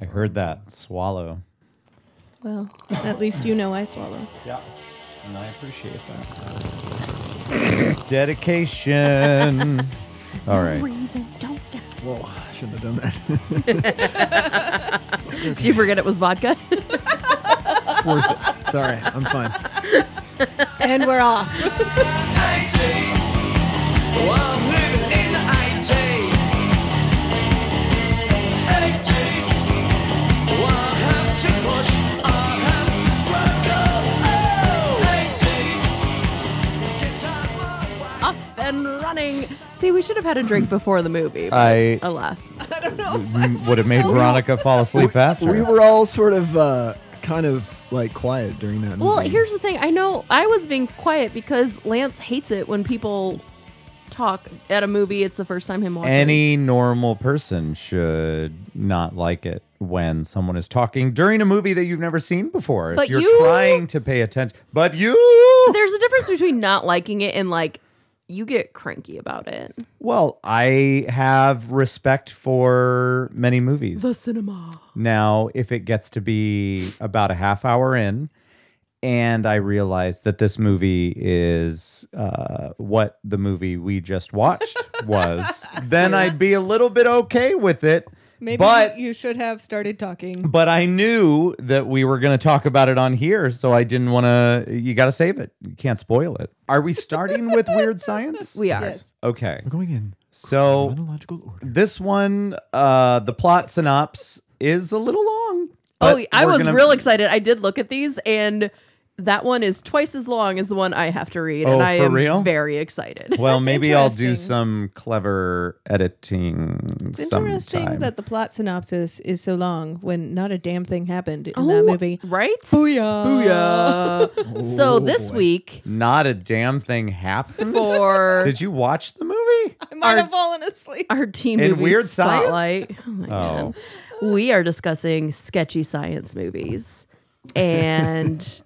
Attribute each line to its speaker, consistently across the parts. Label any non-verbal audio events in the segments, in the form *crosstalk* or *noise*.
Speaker 1: I heard that swallow.
Speaker 2: Well, at least you know I swallow.
Speaker 1: Yeah. And I appreciate that.
Speaker 3: *laughs*
Speaker 1: Dedication. All right.
Speaker 2: Reason, don't get.
Speaker 3: Whoa, I shouldn't have done that.
Speaker 4: Did you forget it was vodka?
Speaker 3: it's worth it. It's all right. I'm fine.
Speaker 2: And we're off.
Speaker 4: Off and running. See, we should have had a drink before the movie. but
Speaker 1: I-
Speaker 4: alas,
Speaker 1: Mm, Would have made Veronica fall asleep faster.
Speaker 3: Oh, We were all sort of uh, kind of like quiet during that. Movie.
Speaker 4: Well, here's the thing. I know I was being quiet because Lance hates it when people talk at a movie. It's the first time him watching. it.
Speaker 1: Any normal person should not like it when someone is talking during a movie that you've never seen before.
Speaker 4: But
Speaker 1: if you're
Speaker 4: you-
Speaker 1: trying to pay attention, but you.
Speaker 4: There's a difference between not liking it and like you get cranky about it.
Speaker 1: Well, I have respect for many movies.
Speaker 4: cinema.
Speaker 1: Now, if it gets to be about a half hour in, and I realize that this movie is uh, what the movie we just
Speaker 4: *laughs*
Speaker 1: watched was, then I'd be a little bit okay with it.
Speaker 2: Maybe
Speaker 1: but
Speaker 2: you should have
Speaker 1: *laughs*
Speaker 2: started talking.
Speaker 1: but I knew that we were going to talk about it on here, so I didn't want to. You got to save it. You can't spoil it. Are we starting with weird science?
Speaker 4: *laughs* We are.
Speaker 2: Yes.
Speaker 1: okay.
Speaker 3: we're going in
Speaker 1: So
Speaker 3: chronological order.
Speaker 1: this one, uh, the plot synopsis is a little long.
Speaker 4: Oh,
Speaker 1: but
Speaker 4: I
Speaker 1: we're
Speaker 4: was
Speaker 1: gonna-
Speaker 4: real excited. I did look at these and that one is twice as long as the one I have to read
Speaker 1: Oh,
Speaker 4: and I
Speaker 1: for
Speaker 4: am
Speaker 1: real?
Speaker 4: very excited.
Speaker 1: Well,
Speaker 2: That's
Speaker 1: maybe I'll do
Speaker 2: interesting.
Speaker 1: some clever editing
Speaker 2: It's interesting
Speaker 1: sometime.
Speaker 2: that the plot synopsis is so long when not a damn thing happened in that movie.
Speaker 4: Right?
Speaker 2: Oh, Booyah.
Speaker 1: *laughs*
Speaker 4: Booyah. so this
Speaker 1: Oh,
Speaker 3: boy.
Speaker 4: week
Speaker 1: Not a damn thing happened.
Speaker 4: for
Speaker 1: Did you watch the
Speaker 2: *laughs*
Speaker 1: movie?
Speaker 2: I might
Speaker 4: Our-
Speaker 2: have fallen asleep.
Speaker 4: our team
Speaker 1: In
Speaker 4: movie
Speaker 1: Weird Science?
Speaker 4: spotlight. Oh my
Speaker 1: Oh.
Speaker 4: God. We are discussing sketchy science movies.
Speaker 1: *laughs*
Speaker 4: And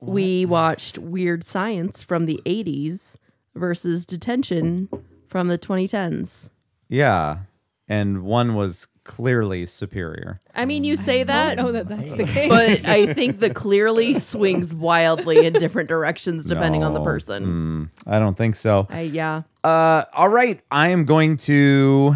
Speaker 4: we watched Weird Science from the 80s versus Detention from the 2010s.
Speaker 1: Yeah, and one was clearly superior.
Speaker 4: I mean, you say that,
Speaker 2: know that
Speaker 1: *laughs*
Speaker 2: that's the case.
Speaker 4: but *laughs* I think the clearly swings wildly in different directions depending on the
Speaker 1: No. Mm.
Speaker 4: person.
Speaker 1: I don't think so.
Speaker 4: I, yeah.
Speaker 1: Uh, all right, I am going to,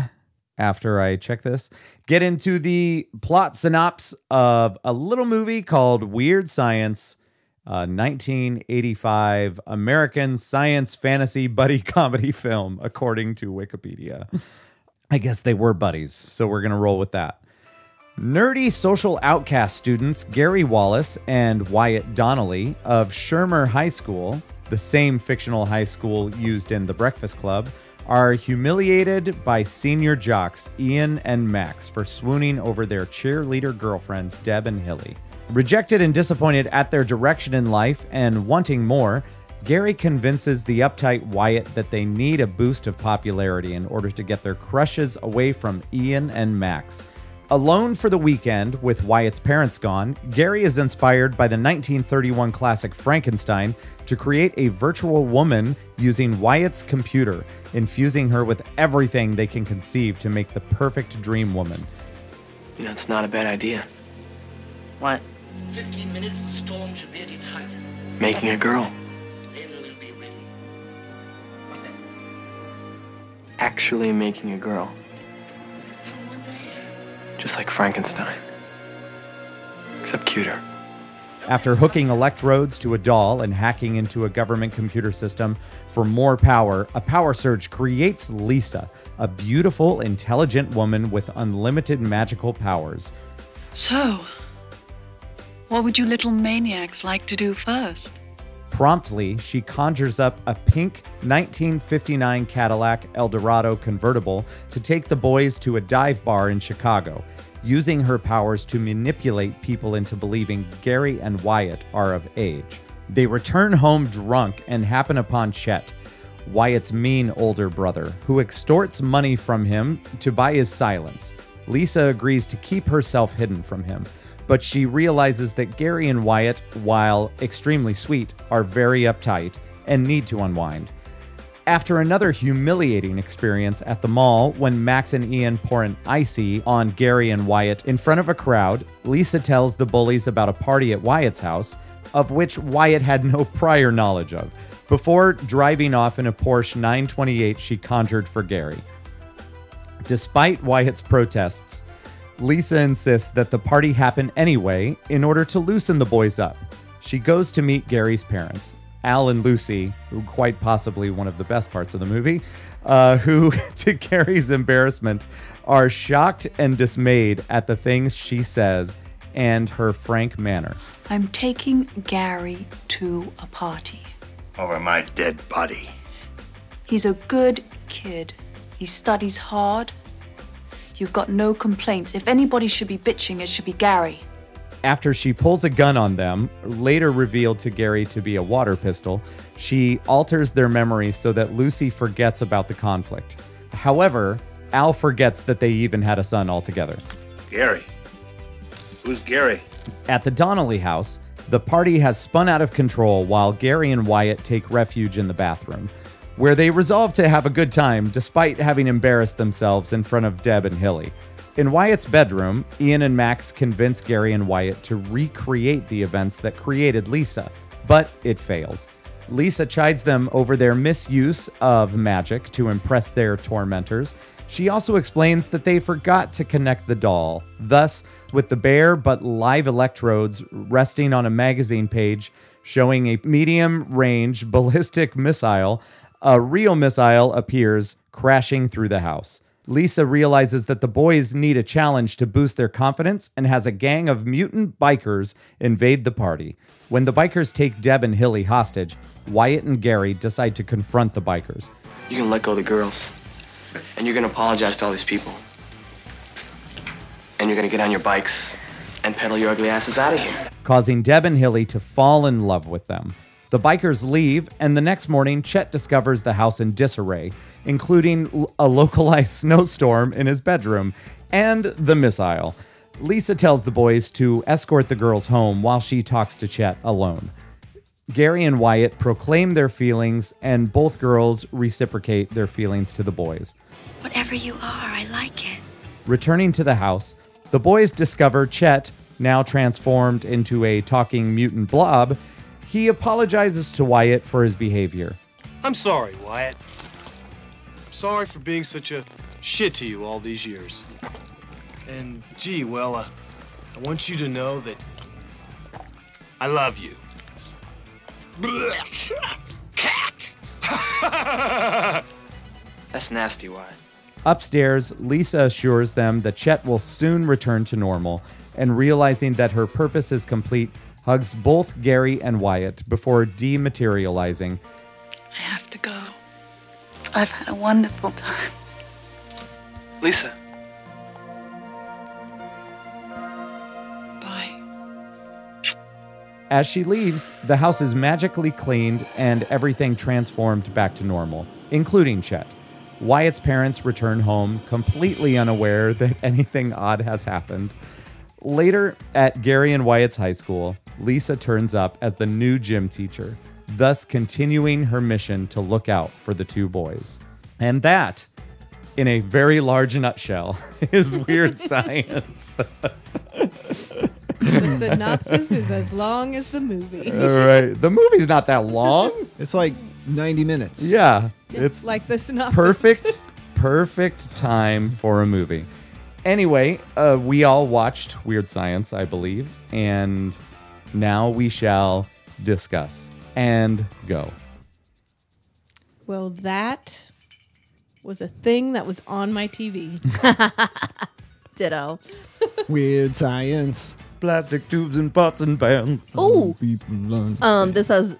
Speaker 1: after I check this, get into the plot synopsis of a little movie called Weird Science, a 1985 American science fantasy buddy *laughs* comedy film, according to Wikipedia. I guess they were buddies, so we're going to roll with that. Nerdy social outcast students Gary Wallace and Wyatt Donnelly of Shermer High School, the same fictional high school used in The Breakfast Club, are humiliated by senior jocks Ian and Max for swooning over their cheerleader girlfriends Deb and Hilly. Rejected and disappointed at their direction in life and wanting more, Gary convinces the uptight Wyatt that they need a boost of popularity in order to get their crushes away from Ian and Max. Alone for the weekend with Wyatt's parents gone, Gary is inspired by the 1931 classic Frankenstein to create a virtual woman using Wyatt's computer, infusing her with everything they can conceive to make the perfect dream woman.
Speaker 5: You know, it's not a bad idea.
Speaker 6: What?
Speaker 7: 15 minutes, the storm should be at its height.
Speaker 5: Making a girl.
Speaker 7: Then we'll be ready. What's that?
Speaker 5: Actually making a girl.
Speaker 7: Someone there.
Speaker 5: Just like Frankenstein. Except cuter.
Speaker 1: After hooking electrodes to a doll and hacking into a government computer system for more power, a power surge creates Lisa, a beautiful, intelligent woman with unlimited magical powers.
Speaker 8: So, what would you little maniacs like to do first?
Speaker 1: Promptly, she conjures up a pink 1959 Cadillac Eldorado convertible to take the boys to a dive bar in Chicago, using her powers to manipulate people into believing Gary and Wyatt are of age. They return home drunk and happen upon Chet, Wyatt's mean older brother, who extorts money from him to buy his silence. Lisa agrees to keep herself hidden from him, but she realizes that Gary and Wyatt, while extremely sweet, are very uptight and need to unwind. after another humiliating experience at the mall when Max and Ian pour an icy on Gary and Wyatt in front of a crowd, Lisa tells the bullies about a party at Wyatt's house, of which Wyatt had no prior knowledge of, before driving off in a Porsche 928 she conjured for Gary. Despite Wyatt's protests, Lisa insists that the party happen anyway in order to loosen the boys up. She goes to meet Gary's parents, Al and Lucy, who quite possibly one of the best parts of the movie, uh, who, *laughs* to Gary's embarrassment, are shocked and dismayed at the things she says and her frank manner.
Speaker 8: I'm taking Gary to a party.
Speaker 7: Over my dead body.
Speaker 8: He's a good kid. He studies hard. You've got no complaints. If anybody should be bitching, it should be Gary.
Speaker 1: After she pulls a gun on them, later revealed to Gary to be a water pistol, she alters their memories so that Lucy forgets about the conflict. However, Al forgets that they even had a son altogether.
Speaker 7: Gary. Who's Gary?
Speaker 1: At the Donnelly house, the party has spun out of control while Gary and Wyatt take refuge in the bathroom, where they resolve to have a good time despite having embarrassed themselves in front of Deb and Hilly. In Wyatt's bedroom, Ian and Max convince Gary and Wyatt to recreate the events that created Lisa, but it fails. Lisa chides them over their misuse of magic to impress their tormentors. She also explains that they forgot to connect the doll. Thus, with the bare but live electrodes resting on a magazine page showing a medium range *laughs* ballistic missile, a real missile appears crashing through the house. Lisa realizes that the boys need a challenge to boost their confidence and has a gang of mutant bikers invade the party. When the bikers take Deb and Hilly hostage, Wyatt and Gary decide to confront the bikers.
Speaker 5: You can let go of the girls. And you're gonna apologize to all these people. And you're gonna get on your bikes and pedal your ugly asses out of here.
Speaker 1: causing Deb and Hilly to fall in love with them. The bikers leave, and the next morning, Chet discovers the house in disarray, including l- a localized *laughs* snowstorm in his bedroom and the missile. Lisa tells the boys to escort the girls home while she talks to Chet alone. Gary and Wyatt proclaim their feelings, and both girls reciprocate their feelings to the boys.
Speaker 6: Whatever you are, I like it.
Speaker 1: Returning to the house, the boys discover Chet, now transformed into a talking mutant blob. He apologizes to Wyatt for his behavior.
Speaker 9: I'm sorry, Wyatt. I'm sorry for being such a shit to you all these years. And gee, well, uh, I want you to know that I love you.
Speaker 5: That's nasty, Wyatt.
Speaker 1: Upstairs, Lisa assures them that Chet will soon return to normal, and realizing that her purpose is complete, hugs both Gary and Wyatt before dematerializing.
Speaker 8: I have to go. I've had a wonderful time.
Speaker 5: Lisa.
Speaker 8: Bye.
Speaker 1: As she leaves, the house is magically cleaned and everything transformed back to normal, including Chet. Wyatt's parents return home completely unaware that *laughs* anything odd has happened. Later, at Gary and Wyatt's high school, Lisa turns up as the new gym teacher, thus continuing her mission to look out for the two boys. And that, in a very large nutshell, *laughs* is Weird Science.
Speaker 2: The synopsis is as long as the movie.
Speaker 1: All right. The movie's not that long.
Speaker 3: It's like 90 minutes.
Speaker 1: *laughs* Yeah. It's
Speaker 2: like the
Speaker 1: *laughs*
Speaker 2: synopsis.
Speaker 1: perfect, perfect time for a movie. Anyway, uh, we all watched Weird Science, I believe, and now we shall discuss and go.
Speaker 2: Well, that was a thing that was on my
Speaker 1: *laughs*
Speaker 2: TV.
Speaker 4: Ditto.
Speaker 3: Weird science.
Speaker 1: Plastic tubes and pots and pans.
Speaker 4: Oh,
Speaker 3: People learn.
Speaker 4: um, this has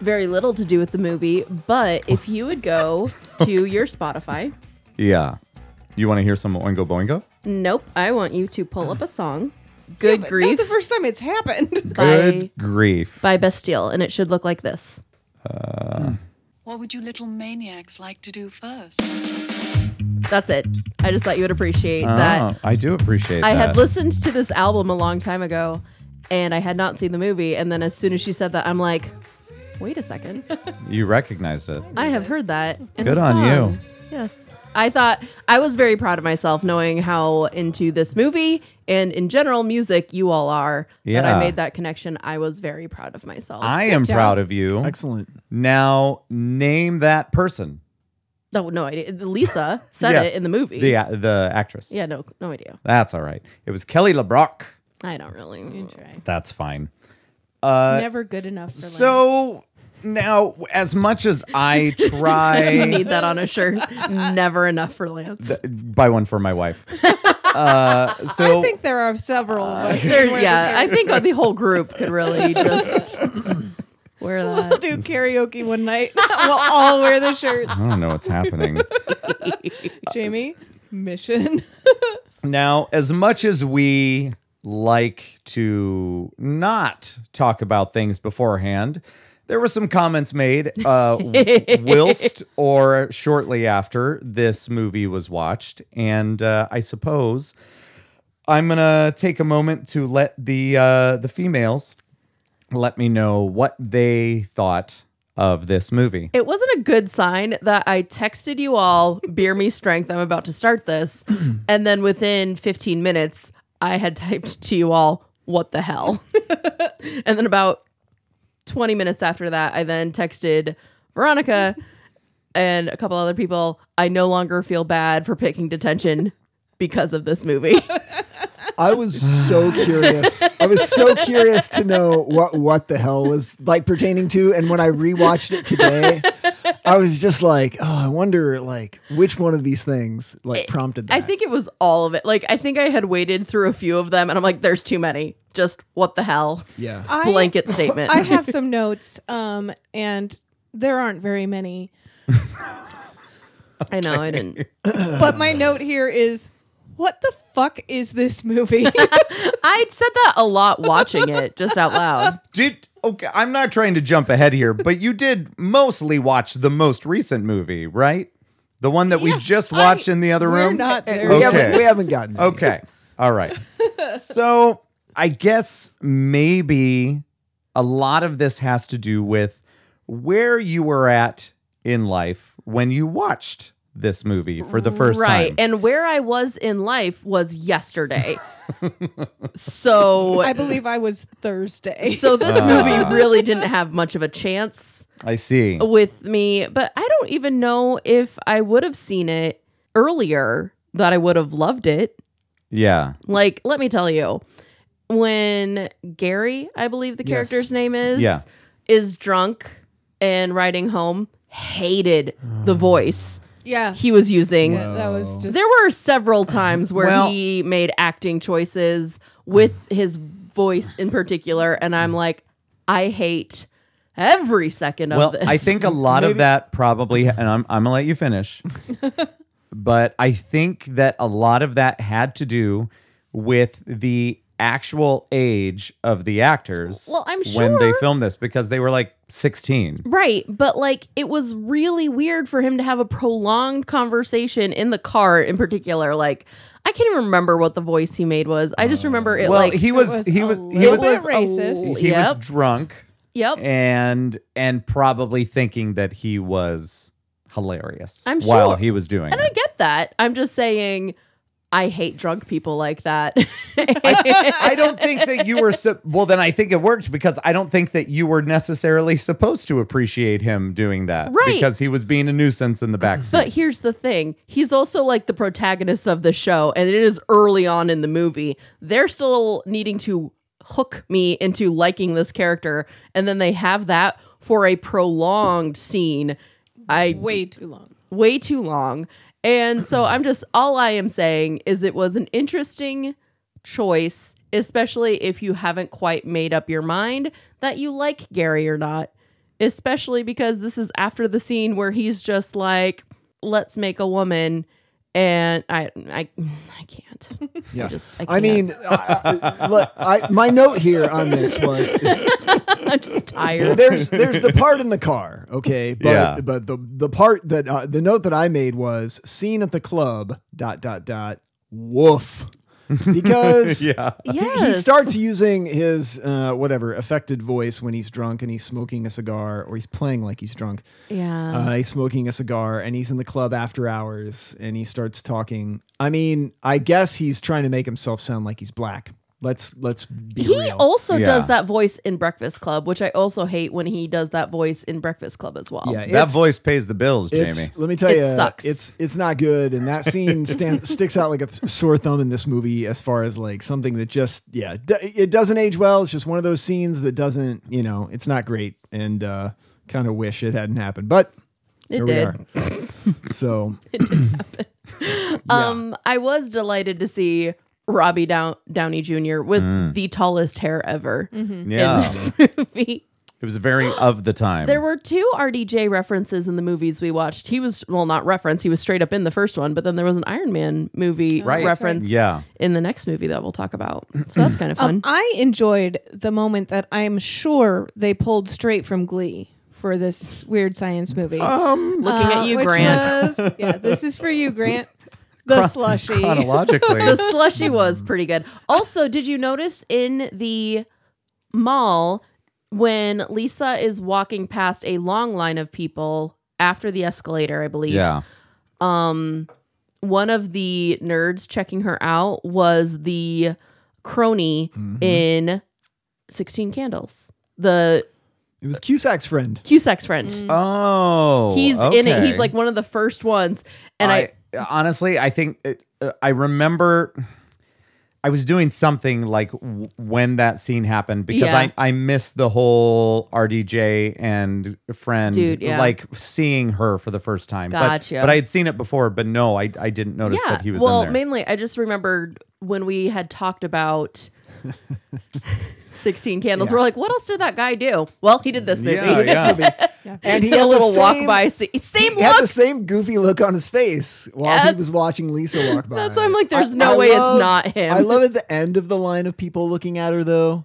Speaker 4: very little to do with the movie, but if you would go to your Spotify,
Speaker 1: Yeah. You want to hear some Oingo Boingo?
Speaker 4: nope, I want you to pull up a song, "Good
Speaker 2: Not
Speaker 4: Grief"
Speaker 2: the first time it's happened.
Speaker 4: by
Speaker 1: grief.
Speaker 4: by Bastille, and it should look like this.
Speaker 8: What would you little maniacs like to do first?
Speaker 4: That's it. I just thought you would appreciate that.
Speaker 1: Oh, I do appreciate
Speaker 4: I
Speaker 1: that.
Speaker 4: had listened to this album a long time ago and I had not seen the movie. And then as soon as she said that, I'm like, Wait a second.
Speaker 1: You recognized it.
Speaker 4: I have heard that. in
Speaker 1: Good
Speaker 4: the
Speaker 1: on
Speaker 4: song.
Speaker 1: you.
Speaker 4: Yes. I thought I was very proud of myself knowing how into this movie and in general music you all are. That
Speaker 1: Yeah.
Speaker 4: I made that connection. I was very proud of myself.
Speaker 1: I am
Speaker 2: job.
Speaker 1: proud of you.
Speaker 3: Excellent.
Speaker 1: Now name that person.
Speaker 4: oh, no idea. Lisa said
Speaker 1: Yeah.
Speaker 4: it in the movie.
Speaker 1: The the actress.
Speaker 4: Yeah, no, no idea.
Speaker 1: That's all right. It was Kelly LeBrock.
Speaker 4: I don't really.
Speaker 1: That's fine. Uh,
Speaker 2: it's never good enough. For Lance.
Speaker 1: So now, as much as
Speaker 2: *laughs*
Speaker 1: I
Speaker 4: *laughs* I
Speaker 1: try,
Speaker 4: need that *laughs* on a shirt. Never enough for Lance.
Speaker 1: buy one for my wife. Uh, so
Speaker 2: I think there are several
Speaker 1: *laughs*
Speaker 2: of us.
Speaker 4: There- yeah, I think *laughs* the whole group could really just wear
Speaker 2: We'll
Speaker 4: that.
Speaker 2: do karaoke one night. *laughs* we'll all wear the shirts.
Speaker 1: I don't know what's happening.
Speaker 2: Jamie, mission.
Speaker 1: Now, as much as we like to not talk about things beforehand, there were some comments made uh, whilst or shortly after this movie was watched. And uh, I suppose I'm going to take a moment to let the, uh, the females let me know what they thought of this movie.
Speaker 4: It wasn't a good sign that I texted you all, beer me strength, I'm about to
Speaker 2: *clears throat*
Speaker 4: start this. And then within 15 minutes, I had typed to you all, what
Speaker 2: *laughs*
Speaker 4: the hell? and then about 20 minutes after that, I then texted Veronica and a couple other people, I no longer feel bad for picking detention because of
Speaker 2: *laughs*
Speaker 4: this movie.
Speaker 3: I was so curious. I was so curious to know what what the hell was like pertaining to. And when I rewatched it today, I was just like, oh, I wonder like which one of these things like prompted that.
Speaker 4: I think it was all of it. Like, I think I had waded through a few of them and I'm like, there's too many. Just what the hell?
Speaker 3: yeah.
Speaker 2: I-
Speaker 4: Blanket
Speaker 2: *laughs*
Speaker 4: statement.
Speaker 2: I have some notes, um, and there aren't very many.
Speaker 4: I know, I didn't.
Speaker 2: But
Speaker 1: Uh.
Speaker 2: my note here is, what the fuck is this
Speaker 4: *laughs*
Speaker 2: movie?
Speaker 4: I said that a lot watching it just out loud.
Speaker 1: Did okay, I'm not trying to jump ahead here, but you did mostly watch the most recent movie, right? The one that we
Speaker 2: Yeah,
Speaker 1: just
Speaker 2: I-
Speaker 1: watched in the other
Speaker 2: we're
Speaker 1: room.
Speaker 2: not there.
Speaker 3: We,
Speaker 1: Okay.
Speaker 3: haven't, we haven't gotten there.
Speaker 1: Okay. All
Speaker 2: *laughs*
Speaker 1: right. so I guess maybe a lot of this has to do with where you were at in life when you watched this movie for the *laughs* first
Speaker 4: right.
Speaker 1: time.
Speaker 4: And where I was in life
Speaker 1: *laughs*
Speaker 4: was yesterday. so
Speaker 2: I believe I was Thursday.
Speaker 4: so this
Speaker 1: uh,
Speaker 4: movie really didn't have much of a chance
Speaker 1: I see.
Speaker 4: with me, but I don't even know if I would have seen it earlier that I would have loved it.
Speaker 1: Yeah.
Speaker 4: Like, let me tell you, when Gary, I believe the character's name is,
Speaker 1: Yeah.
Speaker 4: is drunk and riding home, hated the voice
Speaker 2: yeah,
Speaker 4: he was using.
Speaker 2: that was
Speaker 1: Oh.
Speaker 2: just
Speaker 4: There were several times where
Speaker 1: Well-
Speaker 4: he made acting choices with his voice in particular, and I'm like, I hate every second of
Speaker 1: Well,
Speaker 4: this.
Speaker 1: I think a lot of that probably, and I'm, I'm gonna let you
Speaker 4: *laughs*
Speaker 1: finish, but I think that a lot of that had to do with the actual age of the actors.
Speaker 4: Well, I'm
Speaker 1: when they
Speaker 4: sure.
Speaker 1: filmed this because they were like 16.
Speaker 4: *laughs* Right, but like it was really weird for him to have a prolonged conversation in the car in particular. Like I can't even remember what the voice he made was. I just remember it
Speaker 1: well,
Speaker 4: like
Speaker 1: he was, he was he
Speaker 2: little
Speaker 1: was
Speaker 2: bit
Speaker 4: a-
Speaker 2: racist.
Speaker 1: he
Speaker 4: yep.
Speaker 1: was drunk
Speaker 4: yep.
Speaker 1: and and probably thinking that he was hilarious
Speaker 4: I'm
Speaker 1: while
Speaker 4: sure.
Speaker 1: he was doing
Speaker 4: and I
Speaker 1: it.
Speaker 4: get that. I'm just saying I hate drunk people
Speaker 1: *laughs*
Speaker 4: like that. *laughs*
Speaker 1: I don't think that you were sup- well. Then I think it worked because I don't think that you were necessarily supposed to appreciate him doing that,
Speaker 4: Right.
Speaker 1: Because he was being a nuisance in the backseat.
Speaker 4: But here's the thing. He's also like the protagonist of the show and it is early on in the movie. They're still needing to hook me into liking this character and then they have that for a prolonged scene. I
Speaker 2: way too long.
Speaker 4: way too long. And
Speaker 3: *clears throat*
Speaker 4: so I'm just all I am saying is it was an interesting choice, especially if you haven't quite made up your mind that you like Gary or not. Especially because this is after the scene where he's just like, "Let's make a woman," and I, I, *sighs* I
Speaker 3: *laughs*
Speaker 4: can't. Yeah, I, just, I,
Speaker 3: I
Speaker 4: can't.
Speaker 3: mean, I, I, look, I, my note here on this was
Speaker 4: *laughs* I'm just tired.
Speaker 3: there's there's the part in the car, okay, but
Speaker 1: Yeah.
Speaker 3: but the the part
Speaker 1: *laughs*
Speaker 3: that uh, the note that I made was seen at the club dot dot dot woof. because
Speaker 1: yeah.
Speaker 4: Yes.
Speaker 3: *laughs* he, he starts using his uh, whatever affected voice when he's drunk and he's smoking a cigar or he's playing like he's drunk.
Speaker 4: Yeah.
Speaker 3: Uh, he's smoking a cigar and he's in the club after hours and he starts talking. I mean, I guess he's trying to make himself sound like he's black. Let's let's be
Speaker 4: he
Speaker 3: real.
Speaker 4: also
Speaker 1: Yeah.
Speaker 4: does that voice in Breakfast Club, which I also hate when he does that voice in Breakfast Club as well.
Speaker 3: Yeah,
Speaker 1: That
Speaker 3: it's-
Speaker 1: voice pays the bills,
Speaker 3: It's,
Speaker 1: Jamie.
Speaker 3: Let me tell
Speaker 4: It
Speaker 3: you,
Speaker 4: sucks.
Speaker 3: it's it's not good, and that
Speaker 4: *laughs*
Speaker 3: scene stand, sticks out like a th- sore thumb in this movie as far as like something that just yeah, d- it doesn't age well. It's just one of those scenes that doesn't, you know, it's not great, and uh, kind of wish it hadn't happened, but
Speaker 4: It
Speaker 3: here
Speaker 4: did.
Speaker 3: we are. so
Speaker 4: Um, I was delighted to see Robbie Dow- Downey Jr. with the tallest hair ever
Speaker 2: Mm-hmm.
Speaker 4: in
Speaker 1: Mm. Yeah.
Speaker 4: this *laughs* movie.
Speaker 1: It was very of the time.
Speaker 4: There were two RDJ references in the movies we watched. He was well, not reference. He was straight up in the first one, but then there was an Iron Man movie
Speaker 1: Right.
Speaker 4: reference. *laughs*
Speaker 1: Yeah.
Speaker 4: in the next movie that we'll talk about.
Speaker 1: *clears throat*
Speaker 4: So that's kind of fun.
Speaker 2: Um, I enjoyed the moment that I'm sure they pulled straight from Glee for this weird science movie.
Speaker 1: um
Speaker 4: Looking at you,
Speaker 2: uh, which
Speaker 4: Grant.
Speaker 2: was- yeah, this is for you, Grant. The slushy.
Speaker 4: *laughs*
Speaker 1: chronologically.
Speaker 4: the slushy was pretty good. Also, did you notice in the mall when Lisa is walking past a long line of people after the escalator, I believe?
Speaker 1: yeah.
Speaker 4: one of the nerds checking her out was the crony
Speaker 1: Mm-hmm.
Speaker 4: in 16 Candles, the
Speaker 3: it was Cusack's friend.
Speaker 4: Cusack's friend.
Speaker 1: Oh.
Speaker 4: He's in it.
Speaker 1: Mm. okay.
Speaker 4: He's like one of the first ones. And I,
Speaker 1: honestly, I think it, uh, I remember I was doing something like w- when that scene happened because
Speaker 4: Yeah.
Speaker 1: I I missed the whole RDJ and friend
Speaker 4: Dude, yeah.
Speaker 1: like seeing her for the first time. But-
Speaker 4: Gotcha.
Speaker 1: But, I had seen it before, but no, I I didn't notice
Speaker 4: yeah.
Speaker 1: that he was
Speaker 4: well,
Speaker 1: in there.
Speaker 4: mainly I just remembered when we had talked about 16 Candles. We're like, what else did that guy do? Well, *laughs* he did this movie.
Speaker 1: yeah, yeah.
Speaker 3: *laughs*
Speaker 4: *laughs*
Speaker 3: And he
Speaker 4: Did
Speaker 3: had
Speaker 4: a little
Speaker 3: the
Speaker 4: walk
Speaker 3: same-
Speaker 4: by scene. Same
Speaker 3: He had the
Speaker 4: look.
Speaker 3: same goofy look on his face while he
Speaker 4: That's-
Speaker 3: was watching Lisa walk by.
Speaker 4: That's why I'm like, there's no way it's not him.
Speaker 3: I love at the end of the line of people looking at her though.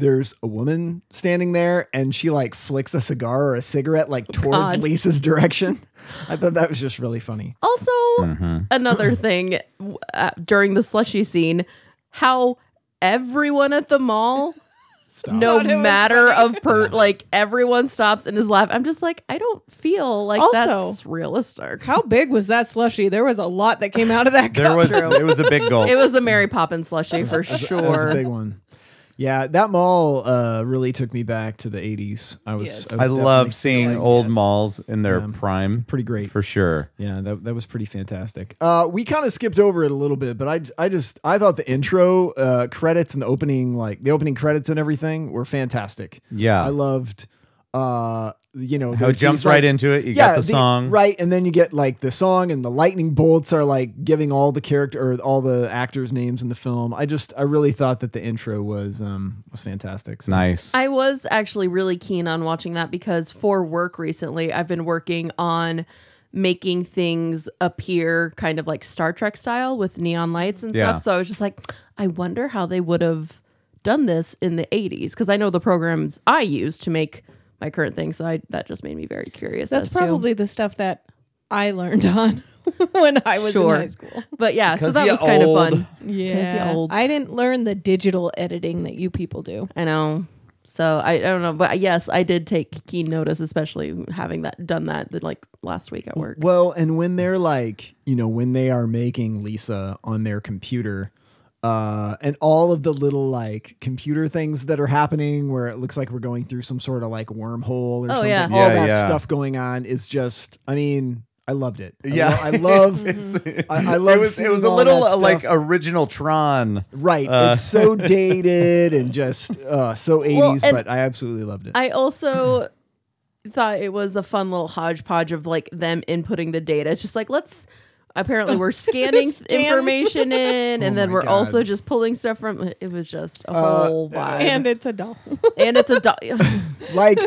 Speaker 3: There's a woman standing there, and she like flicks a cigar or a cigarette like towards
Speaker 4: Oh, God. Oh,
Speaker 3: Lisa's direction. I thought that was just really funny.
Speaker 4: Also,
Speaker 1: Mm-hmm.
Speaker 4: another thing w- uh, during the slushy scene, how everyone at the mall, no matter of per, like everyone stops and is laughing. I'm just like, I don't feel like
Speaker 2: Also-
Speaker 4: that's realistic.
Speaker 2: How big was that slushy? There was a lot that came out of
Speaker 1: *laughs*
Speaker 2: that.
Speaker 1: there
Speaker 2: cup.
Speaker 1: was it was a big goal.
Speaker 4: it was a Mary Poppins
Speaker 3: *laughs*
Speaker 4: slushy for
Speaker 3: That was a
Speaker 4: sure.
Speaker 3: big one. Yeah, that mall uh, really took me back to the '80s. I was,
Speaker 2: Yes.
Speaker 3: I, was
Speaker 1: I
Speaker 3: definitely
Speaker 1: love seeing
Speaker 3: feeling-
Speaker 1: old malls in their prime.
Speaker 3: Pretty great.
Speaker 1: for sure.
Speaker 3: Yeah, that, that was pretty fantastic. Uh, we kind of skipped over it a little bit, but I, I just I thought the intro uh, credits and the opening like the opening credits and everything were fantastic.
Speaker 1: Yeah.
Speaker 3: I loved uh, you
Speaker 1: How
Speaker 3: know
Speaker 1: it
Speaker 3: there's
Speaker 1: jumps
Speaker 3: these, like-
Speaker 1: right into it. You got the song.
Speaker 3: right, and then you get like the song and the lightning bolts are like giving all the character or all the actors names in the film. I just I really thought that the intro was um was fantastic. So-
Speaker 1: Nice.
Speaker 4: I was actually really keen on watching that because for work recently, I've been working on making things appear kind of like Star Trek style with neon lights and
Speaker 1: Yeah.
Speaker 4: stuff. So I was just like, I wonder how they would have done this in the 80s because I know the programs I use to make my current thing. So I, that just made me very curious.
Speaker 2: That's
Speaker 4: as to-
Speaker 2: probably the stuff that I learned on *laughs* when I was
Speaker 4: Sure.
Speaker 2: in high
Speaker 4: *laughs*
Speaker 2: school.
Speaker 4: *laughs* But yeah, so
Speaker 1: 'Cause
Speaker 4: that
Speaker 1: ya
Speaker 4: was kind
Speaker 1: old.
Speaker 4: of fun.
Speaker 2: Yeah,
Speaker 4: old.
Speaker 2: I didn't learn the digital editing that you people do.
Speaker 4: I know. So I, I don't know, but yes, I did take keen notice, especially having that done that like last week at work.
Speaker 3: Well, and when they're like, you know, when they are making Lisa on their computer, uh, and all of the little like computer things that are happening where it looks like we're going through some sort of like wormhole or something,
Speaker 4: Oh, yeah.
Speaker 3: all
Speaker 1: Yeah,
Speaker 3: that
Speaker 1: yeah.
Speaker 3: stuff going on is just, I mean, I loved it. I
Speaker 1: Yeah.
Speaker 3: lo-
Speaker 1: *laughs*
Speaker 3: I love,
Speaker 4: Mm-hmm.
Speaker 3: I, I love,
Speaker 1: it was it was
Speaker 3: seeing
Speaker 1: a
Speaker 3: all
Speaker 1: little
Speaker 3: that
Speaker 1: uh, like
Speaker 3: stuff.
Speaker 1: original Tron.
Speaker 3: right.
Speaker 1: uh, *laughs*
Speaker 3: it's so dated and just, uh, so 80s,
Speaker 4: and-
Speaker 3: but I absolutely loved it.
Speaker 4: I also thought it was a fun little hodgepodge of like them inputting the data. It's just like let's apparently we're scanning
Speaker 2: Scan.
Speaker 4: information in and
Speaker 3: Oh
Speaker 4: then
Speaker 3: my
Speaker 4: we're
Speaker 3: God.
Speaker 4: also just pulling stuff from it was just a whole vibe.
Speaker 2: And it's a doll. *laughs*
Speaker 4: and it's a do- *laughs*
Speaker 3: like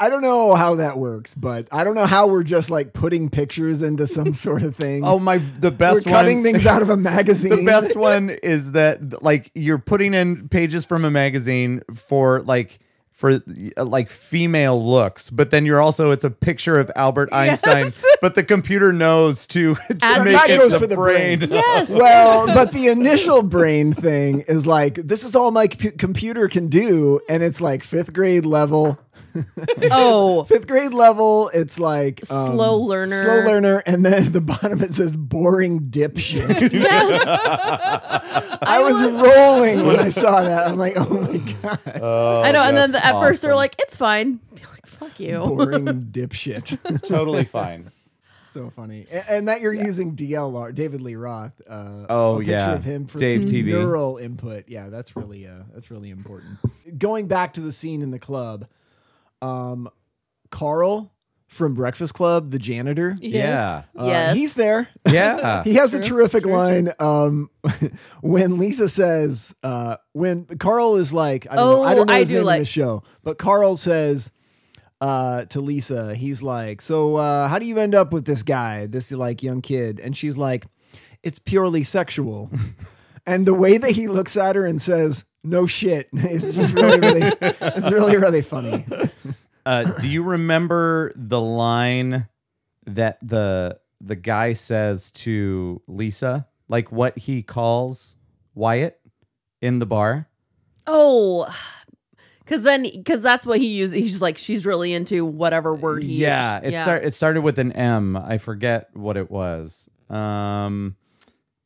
Speaker 3: I don't know how that works, but I don't know how we're just like putting pictures into some *laughs* sort of thing.
Speaker 1: Oh my! The
Speaker 3: we're
Speaker 1: best
Speaker 3: cutting
Speaker 1: one. *laughs*
Speaker 3: things out of a magazine.
Speaker 1: the best one is that like you're putting in pages from a magazine for like for uh, like female looks, but then you're also it's a picture of Albert Einstein, but the computer knows to, to
Speaker 4: Ad-
Speaker 1: make
Speaker 3: That
Speaker 1: it
Speaker 3: goes
Speaker 1: the
Speaker 3: for the
Speaker 1: brain.
Speaker 3: brain.
Speaker 4: Yes.
Speaker 3: Well, but the initial brain thing is like this is all my c- computer can do, and it's like fifth grade level.
Speaker 4: oh,
Speaker 3: Fifth grade level, it's like um,
Speaker 4: Slow learner.
Speaker 3: slow learner, and then at the bottom it says boring dipshit.
Speaker 4: *laughs* yes.
Speaker 3: *laughs* I was rolling when I saw that. I'm like, oh my
Speaker 4: *laughs*
Speaker 3: god,
Speaker 4: I know. And
Speaker 3: Oh,
Speaker 4: then
Speaker 1: Oh, that's
Speaker 4: at first they're
Speaker 1: awesome.
Speaker 4: like, it's fine. *laughs* You're like, fuck you.
Speaker 3: boring dipshit. *laughs*
Speaker 1: totally
Speaker 4: *laughs*
Speaker 1: fine.
Speaker 3: so funny, A- and, that you're using DLR, David Lee Roth. Uh,
Speaker 1: Oh,
Speaker 3: a picture
Speaker 1: yeah.
Speaker 3: of him for
Speaker 1: Dave TV.
Speaker 3: neural input. Yeah, that's really uh, that's really important. Going back to the scene in the club, um, Carl from Breakfast Club, the janitor.
Speaker 1: Yeah.
Speaker 3: uh,
Speaker 4: *laughs* Yes.
Speaker 3: he's there. *laughs*
Speaker 1: Yeah.
Speaker 3: He has a terrific line um, *laughs* when Lisa says, uh, when Carl is like, I don't know, I
Speaker 4: Oh,
Speaker 3: don't know
Speaker 4: I
Speaker 3: his
Speaker 4: do
Speaker 3: name
Speaker 4: like-
Speaker 3: in the show, but Carl says uh, to Lisa, he's like, so uh, how do you end up with this guy, this like young kid? And she's like, it's purely
Speaker 4: *laughs*
Speaker 3: sexual. and the way that he looks at her and says, no shit, *laughs* is just really, really, it's really, really funny.
Speaker 1: Uh, do you remember the line that the the guy says to Lisa? Like what he calls Wyatt in the bar?
Speaker 4: Oh. *sighs* Cause then, cause that's what he uses. He's just like, she's really into whatever word he
Speaker 1: yeah,
Speaker 4: used.
Speaker 1: it start it started with an M. I forget what it was. Um,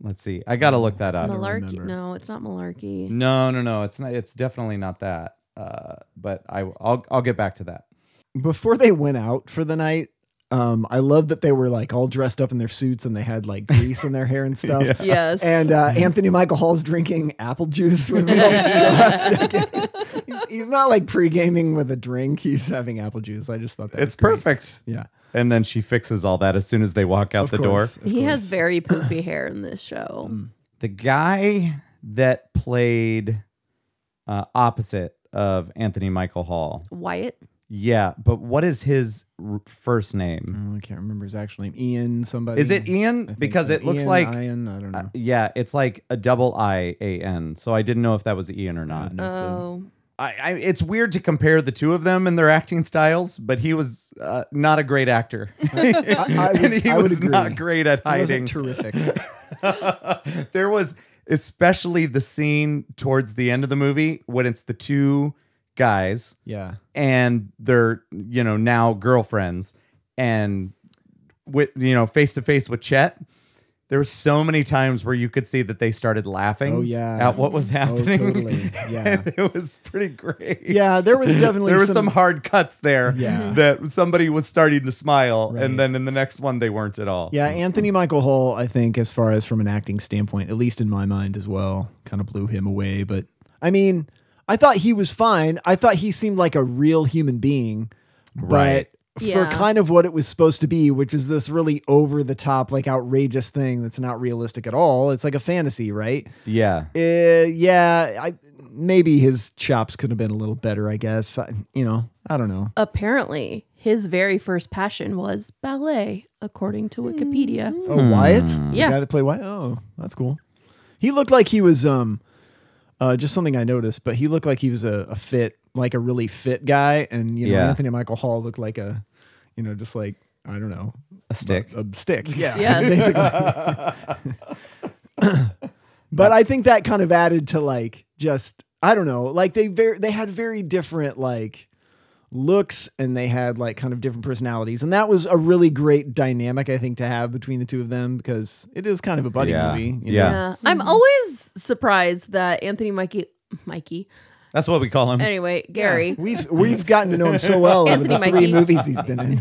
Speaker 1: let's see. I gotta look that up.
Speaker 4: Malarkey.
Speaker 3: remember.
Speaker 4: No, it's not malarkey.
Speaker 1: No, no, no. It's not. It's definitely not that. Uh, but I, I'll, I'll get back to that.
Speaker 3: before they went out for the night, um, I love that they were like all dressed up in their suits and they had like grease in their hair
Speaker 4: *laughs*
Speaker 3: and stuff.
Speaker 4: Yes.
Speaker 3: And uh, Anthony Michael Hall's drinking apple juice with
Speaker 4: *laughs*
Speaker 3: a little straw sticking. He's, he's not like pre gaming with a drink. He's having apple juice. I just thought that
Speaker 1: It's
Speaker 3: was great.
Speaker 1: perfect.
Speaker 3: Yeah,
Speaker 1: And then she fixes all that as soon as they walk out
Speaker 3: Of
Speaker 1: the
Speaker 3: course,
Speaker 1: door.
Speaker 3: of
Speaker 4: he has
Speaker 3: course. Mm. *clears throat*
Speaker 4: very poofy hair in this show.
Speaker 1: The guy that played uh, opposite of Anthony Michael Hall.
Speaker 4: Wyatt.
Speaker 1: Yeah, but what is his r- first name?
Speaker 3: Oh, I can't remember his actual name. Ian somebody.
Speaker 1: Is it
Speaker 3: I
Speaker 1: Ian?
Speaker 3: think
Speaker 1: Because
Speaker 3: so.
Speaker 1: it looks
Speaker 3: Ian,
Speaker 1: like.
Speaker 3: Ian. I don't know.
Speaker 1: uh, yeah, it's like a double I A N. So I didn't know if that was Ian or not.
Speaker 4: Oh,
Speaker 1: I, I, it's weird to compare the two of them and their acting styles, but he was uh, not a great actor.
Speaker 3: *laughs* I
Speaker 1: *laughs*
Speaker 3: would-
Speaker 1: and he
Speaker 3: I would
Speaker 1: was not
Speaker 3: agree.
Speaker 1: great at
Speaker 3: It wasn't
Speaker 1: hiding. *laughs*
Speaker 3: terrific.
Speaker 1: there was especially the scene towards the end of the movie when it's the two guys
Speaker 3: yeah.
Speaker 1: and their you know now girlfriends and with you know face to face with Chet. There were so many times where you could see that they started laughing
Speaker 3: Oh, yeah.
Speaker 1: at what was happening.
Speaker 3: Oh, totally. Yeah.
Speaker 1: *laughs* And it was pretty great.
Speaker 3: Yeah, there was definitely
Speaker 1: there were
Speaker 3: some
Speaker 1: some, hard cuts there
Speaker 3: Yeah.
Speaker 1: that somebody was starting to smile
Speaker 3: Right.
Speaker 1: and then in the next one they weren't at all
Speaker 3: Yeah, Anthony Michael Hall, I think, as far as from an acting standpoint, at least in my mind as well, kind of blew him away. But I mean, I thought he was fine. I thought he seemed like a real human being.
Speaker 1: Right.
Speaker 3: But for
Speaker 4: Yeah.
Speaker 3: kind of what it was supposed to be, which is this really over the top, like outrageous thing that's not realistic at all. It's like a fantasy, right?
Speaker 1: yeah
Speaker 3: Uh, yeah, I maybe his chops could have been a little better, I guess. I, you know, I don't know.
Speaker 4: apparently his very first passion was ballet, according to Wikipedia.
Speaker 3: Oh, Wyatt?
Speaker 1: Hmm.
Speaker 4: Yeah.
Speaker 3: The guy that played Wyatt? Oh, that's cool. He looked like he was um uh just something I noticed, but he looked like he was a, a fit, like a really fit guy. And you know,
Speaker 1: Yeah.
Speaker 3: Anthony Michael Hall looked like a you know, just like I don't know,
Speaker 1: a stick
Speaker 3: a stick. Yeah.
Speaker 4: Yes.
Speaker 3: *laughs* But I think that kind of added to like just I don't know, like they very they had very different like looks and they had like kind of different personalities and that was a really great dynamic I think to have between the two of them because it is kind of a buddy
Speaker 1: Yeah.
Speaker 3: movie. you know?
Speaker 1: Yeah.
Speaker 4: Yeah. I'm always surprised that Anthony Mikey Mikey.
Speaker 1: that's what we call him
Speaker 4: Anyway, Gary.
Speaker 3: We've we've gotten to know him
Speaker 4: *laughs*
Speaker 3: so well over
Speaker 4: Anthony
Speaker 3: the three
Speaker 4: Mikey.
Speaker 3: movies
Speaker 4: *laughs*
Speaker 3: he's been in.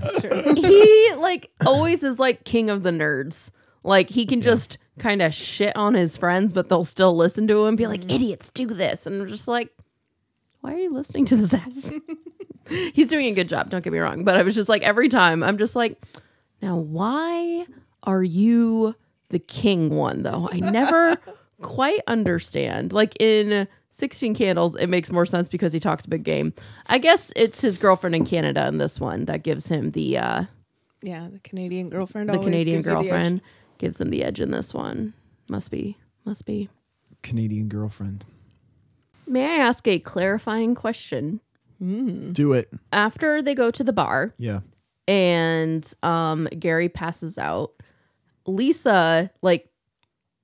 Speaker 4: He like always is like king of the nerds. Like he can just kind of shit on his friends, but they'll still listen to him, be like, idiots, do this. And I'm just like, why are you listening to this ass? He's doing a good job, don't get me wrong. But I was just like, every time I'm just like, now why are you the king one though? I never quite understand. Like in 16 Candles, it makes more sense because he talks big game. I guess it's his girlfriend in Canada in this one that gives him the uh
Speaker 2: Yeah, the Canadian girlfriend.
Speaker 4: the
Speaker 2: always
Speaker 4: Canadian
Speaker 2: gives you the edge.
Speaker 4: girlfriend gives him the edge in this one. Must be. Must be.
Speaker 3: Canadian girlfriend.
Speaker 4: May I ask a clarifying question? Mm-hmm.
Speaker 3: Do it.
Speaker 4: After they go to the bar
Speaker 3: Yeah.
Speaker 4: and um, Gary passes out, Lisa like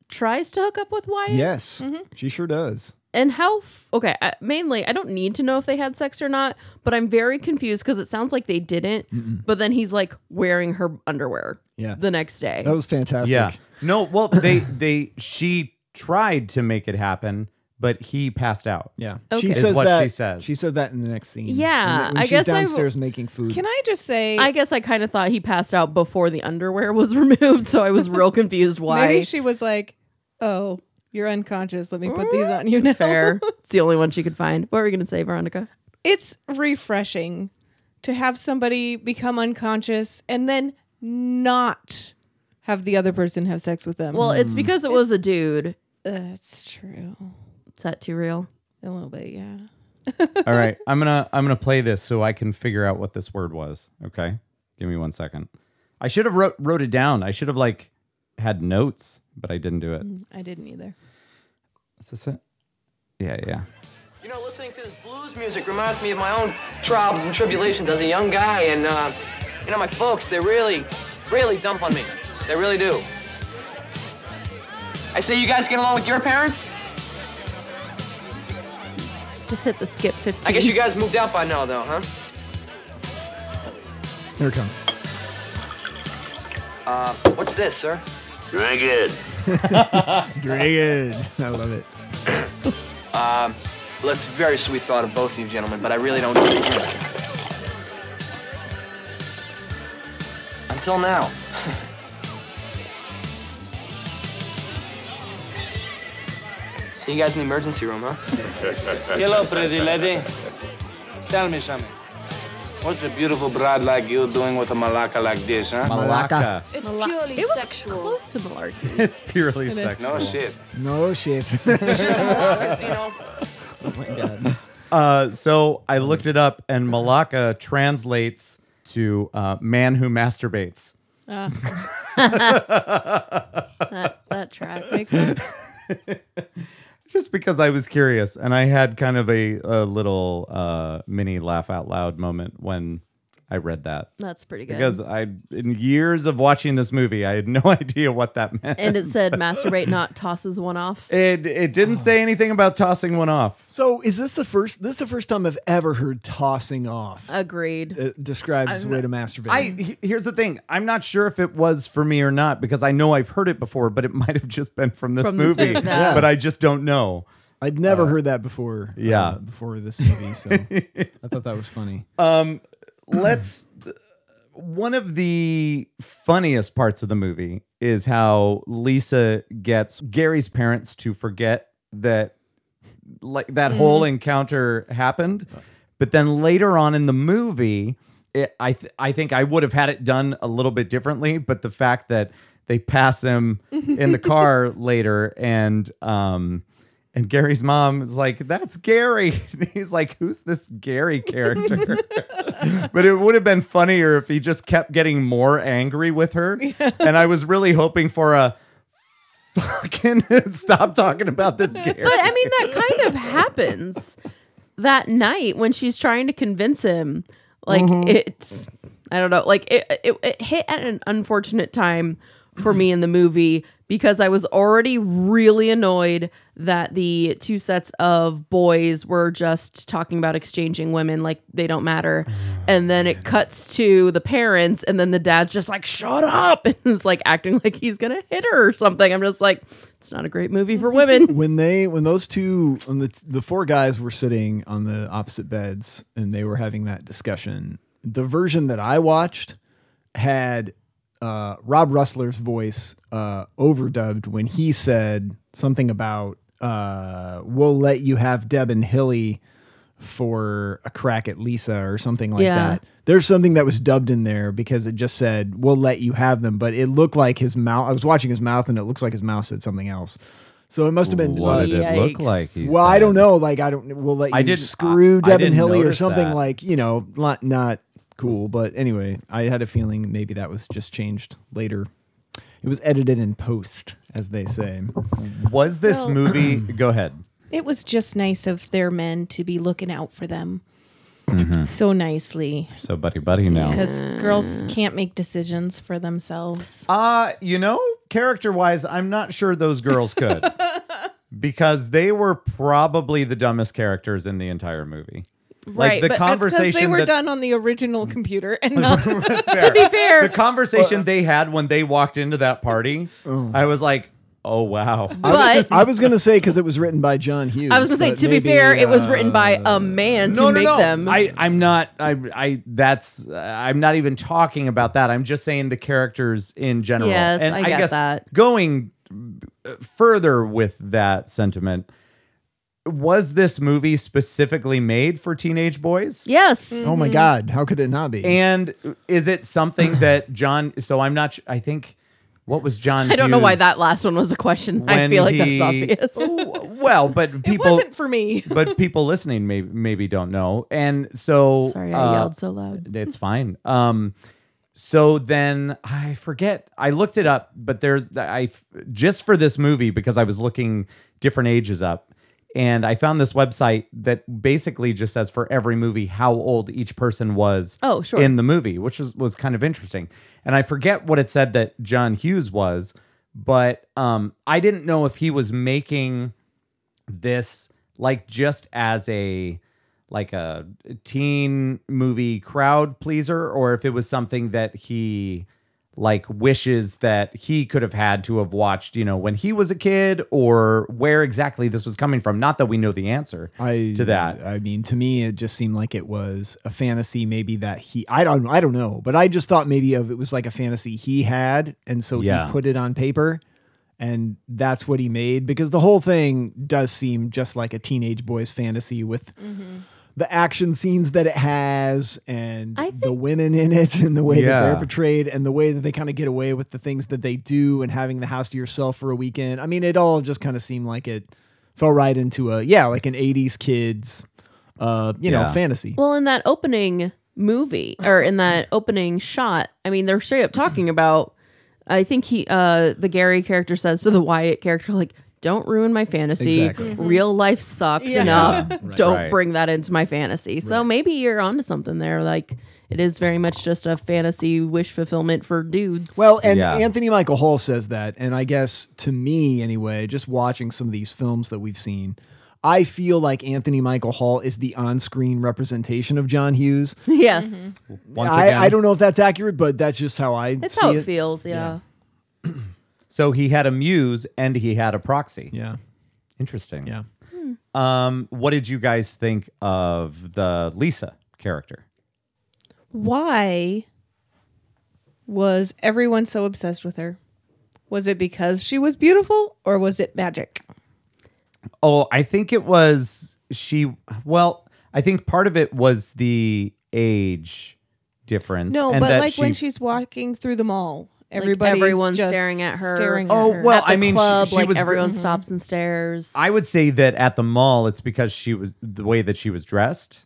Speaker 4: tries to hook up with Wyatt.
Speaker 3: Yes.
Speaker 4: Mm-hmm.
Speaker 3: She sure does.
Speaker 4: And how? F- okay, I, mainly I don't need to know if they had sex or not, but I'm very confused because it sounds like they didn't. But then he's like wearing her underwear.
Speaker 3: Yeah.
Speaker 4: The next day.
Speaker 3: That was fantastic.
Speaker 1: Yeah. No, well, they they she tried to make it happen, but he passed out.
Speaker 3: Yeah.
Speaker 4: Okay.
Speaker 3: She
Speaker 4: Is
Speaker 3: says
Speaker 1: what
Speaker 3: that,
Speaker 1: she says.
Speaker 3: She said that in the next scene.
Speaker 4: Yeah,
Speaker 3: When- when
Speaker 4: I
Speaker 3: she's
Speaker 4: guess I w-
Speaker 3: downstairs making food.
Speaker 2: Can I just say?
Speaker 4: I guess I kind of thought he passed out before the underwear was *laughs* removed, so I was real confused why. *laughs*
Speaker 2: maybe she was like, "Oh, you're unconscious. Let me put these on you now."
Speaker 4: Fair. it's the only one she could find. What were we gonna say, Veronica?
Speaker 2: it's refreshing to have somebody become unconscious and then not have the other person have sex with them.
Speaker 4: Well,
Speaker 5: Hmm.
Speaker 4: it's because it was a dude.
Speaker 2: that's true.
Speaker 4: Is that too real?
Speaker 2: A little bit, yeah.
Speaker 1: All right. I'm gonna I'm gonna play this so I can figure out what this word was. Okay. Give me one second. I should have wrote wrote it down. I should have like had notes, but I didn't do it.
Speaker 2: I didn't either.
Speaker 1: Is this it? Yeah, yeah.
Speaker 5: You know, listening to this blues music reminds me of my own troubles and tribulations as a young guy, and uh, you know, my folks, they really, really dump on me. They really do. I say, you guys get along with your parents?
Speaker 4: Just hit the skip fifteen.
Speaker 5: I guess you guys moved out by now, though, huh?
Speaker 3: Here it comes.
Speaker 5: Uh, what's this, sir?
Speaker 7: Drink it.
Speaker 3: Dragon. *laughs* I love it.
Speaker 5: Well, that's a very sweet thought of both of you gentlemen, but I really don't need it. Until now. *laughs* See you guys in the emergency room, huh?
Speaker 10: Hello, pretty lady. Tell me something. What's a beautiful bride like you doing with a malaka like this, huh?
Speaker 1: Malacca.
Speaker 8: It's purely
Speaker 4: it was
Speaker 8: sexual.
Speaker 4: close to malarkey.
Speaker 1: *laughs* It's purely sexual.
Speaker 10: No shit.
Speaker 3: No
Speaker 4: *laughs*
Speaker 3: shit. Oh
Speaker 1: Uh, so I looked it up, and Malacca translates to uh, man who masturbates. *laughs*
Speaker 4: That that track.
Speaker 1: Just because I was curious, and I had kind of a, a little uh, mini laugh out loud moment when I read that.
Speaker 4: That's pretty
Speaker 5: *laughs*
Speaker 4: good.
Speaker 1: Because I, in years of watching this movie, I had no *laughs* idea what that meant.
Speaker 4: and it
Speaker 5: *laughs*
Speaker 4: said masturbate not tosses one off.
Speaker 1: It it didn't say anything about tossing one off.
Speaker 3: so is this the first this is the first time I've ever heard tossing off
Speaker 4: Agreed.
Speaker 3: uh, described as a way to masturbate.
Speaker 1: I he- here's the thing. I'm not sure if it was for me or not because I know I've heard it before, but it *laughs* might have just been from this
Speaker 4: From this
Speaker 1: movie.
Speaker 4: movie, yeah.
Speaker 1: But I just don't
Speaker 4: *clears throat*
Speaker 1: know.
Speaker 3: I'd never heard that before. uh,
Speaker 1: yeah.
Speaker 3: before this movie, so I thought that was funny.
Speaker 1: let's th- one of the funniest parts of the movie is how Lisa gets Gary's parents to forget that like that whole encounter happened but then later on in the movie it, I th- I think I would have had it done a little bit differently but the fact that they pass him in the car later and um and Gary's mom is like, that's Gary. *laughs* And he's like, who's this Gary character? but it would have been funnier if he just kept getting more angry with her. And I was really hoping for a *laughs* fucking *laughs* stop talking about this Gary.
Speaker 4: But I mean, that kind of happens that night when she's trying to convince him. Like it's, I don't know. Like it, it, it hit at an unfortunate time for me in the movie because I was already really annoyed that the two sets of boys were just talking about exchanging women like they don't matter. And then it cuts to the parents and then the dad's just like shut up *laughs* and it's like acting like he's going to hit her or something. I'm just like it's not a great movie for women.
Speaker 3: when they when those two when the the four guys were sitting on the opposite beds and they were having that discussion the version that i watched had uh, rob rustler's voice uh, overdubbed when he said something about uh, we'll let you have deb and hilly for a crack at lisa or something like
Speaker 4: Yeah.
Speaker 3: that there's something that was dubbed in there because it just said we'll let you have them but it looked like his mouth i was watching his mouth and it looks like his mouth said something else so it must have been uh,
Speaker 4: did it look Yikes. like,
Speaker 3: well, I don't know. Like, I don't. We'll let you
Speaker 1: I didn't-
Speaker 3: screw
Speaker 1: I- I
Speaker 3: Devin
Speaker 1: didn't
Speaker 3: Hilly or
Speaker 1: notice
Speaker 3: something
Speaker 1: that.
Speaker 3: like you know, not not cool. But anyway, I had a feeling maybe that was just changed later. It was edited in post, as they say.
Speaker 1: Was this
Speaker 2: Well-
Speaker 1: movie? Go ahead.
Speaker 2: It was just nice of their men to be looking out for them.
Speaker 1: Mm-hmm.
Speaker 2: so nicely
Speaker 1: So buddy buddy now.
Speaker 2: because girls can't make decisions for themselves.
Speaker 1: Uh, you know, character wise, I'm not sure those girls
Speaker 2: *laughs*
Speaker 1: could. because they were probably the dumbest characters in the entire movie.
Speaker 4: Right,
Speaker 1: the
Speaker 4: but
Speaker 2: That's because they
Speaker 1: conversation
Speaker 2: were
Speaker 1: that-
Speaker 2: done on the original computer
Speaker 1: *laughs*
Speaker 2: and not *laughs*
Speaker 1: Fair.
Speaker 4: be fair.
Speaker 1: the conversation they had when they walked into that party, I was like, oh wow.
Speaker 3: I,
Speaker 4: But
Speaker 3: was, I was gonna say because it was written by John Hughes.
Speaker 4: I was gonna say,
Speaker 3: but
Speaker 4: to
Speaker 3: maybe,
Speaker 4: be fair, it was
Speaker 3: uh,
Speaker 4: written by a man to make them.
Speaker 1: I, I'm not. I, I. That's. uh, I'm not even talking about that. I'm just saying the characters in general.
Speaker 4: Yes,
Speaker 1: and
Speaker 4: I get that.
Speaker 1: Going uh, further with that sentiment, was this movie specifically made for teenage boys?
Speaker 4: yes,
Speaker 2: Mm.
Speaker 3: Oh my God! How could it not be?
Speaker 1: And is it
Speaker 4: *sighs*
Speaker 1: something that John? So I'm not. su- I think. What was John?
Speaker 4: I don't know why
Speaker 1: Hughes
Speaker 4: that last one was a question. I
Speaker 1: when
Speaker 4: feel like
Speaker 1: he-
Speaker 4: that's obvious.
Speaker 1: Oh, well,
Speaker 4: *laughs*
Speaker 1: but
Speaker 2: it
Speaker 1: people.
Speaker 2: wasn't for me.
Speaker 1: but people listening maybe maybe don't know, and so
Speaker 4: Sorry,
Speaker 1: uh,
Speaker 4: I yelled so loud.
Speaker 1: it's fine. Um, so then I forget. I looked it up, but there's I just for this movie because I was looking different ages up, and I found this website that basically just says for every movie how old each person was.
Speaker 4: Oh, sure.
Speaker 1: In the movie, which was was kind of interesting, and I forget what it said that John Hughes was, but um, I didn't know if he was making this like just as a like a teen movie crowd pleaser or if it was something that he like wishes that he could have had to have watched you know when he was a kid or where exactly this was coming from not that we know the answer
Speaker 3: I
Speaker 1: to that
Speaker 3: I mean, to me, it just seemed like it was a fantasy. Maybe that he, I don't, I don't know, but I just thought maybe of it was like a fantasy he had, and so
Speaker 1: Yeah.
Speaker 3: he put it on paper, and that's what he made because the whole thing does seem just like a teenage boy's fantasy with. The action scenes that it has, and
Speaker 4: I
Speaker 3: the women in it, and the way that
Speaker 1: Yeah.
Speaker 3: they're portrayed, and the way that they kind of get away with the things that they do, and having the house to yourself for a weekend. I mean, it all just kind of seemed like it fell right into a yeah, like an '80s kids, uh, you know,
Speaker 1: Yeah.
Speaker 3: fantasy.
Speaker 4: Well, in that opening movie or
Speaker 1: *laughs*
Speaker 4: in that opening shot, I mean, they're straight up talking about. I think he, uh, the Gary character says to the Wyatt character, like, "Don't ruin my fantasy.
Speaker 3: Exactly.
Speaker 4: Real life sucks
Speaker 2: Yeah.
Speaker 4: enough. Don't
Speaker 1: Right.
Speaker 4: bring that into my fantasy." So maybe you're onto something there. Like, it is very much just a fantasy wish fulfillment for dudes.
Speaker 3: Well, and
Speaker 1: Yeah.
Speaker 3: Anthony Michael Hall says that, and I guess to me anyway, just watching some of these films that we've seen, I feel like Anthony Michael Hall is the on-screen representation of John Hughes.
Speaker 4: *laughs* yes,
Speaker 1: once
Speaker 3: I,
Speaker 1: again
Speaker 3: I don't know if that's accurate, but that's just how I
Speaker 4: that's
Speaker 3: see
Speaker 4: how it,
Speaker 3: it.
Speaker 4: feels. Yeah.
Speaker 1: so he had a muse and he had a proxy
Speaker 3: Yeah,
Speaker 1: interesting
Speaker 3: yeah.
Speaker 1: um what did you guys think of the lisa character
Speaker 2: Why was everyone so obsessed with her? Was it because she was beautiful or was it magic?
Speaker 1: Oh, I think it was she. Well, I think part of it was the age difference.
Speaker 2: No,
Speaker 1: and
Speaker 2: but
Speaker 1: that
Speaker 2: like
Speaker 1: she-
Speaker 2: when she's walking through the mall, everybody's
Speaker 4: everyone's
Speaker 2: just
Speaker 4: staring at her.
Speaker 2: Staring
Speaker 1: Oh,
Speaker 2: at her.
Speaker 1: well-
Speaker 4: At the
Speaker 1: I mean, she-
Speaker 4: club,
Speaker 1: she
Speaker 4: like
Speaker 1: was-
Speaker 4: everyone stops and stares.
Speaker 1: I would say that at the mall, it's because she was the way that she was dressed,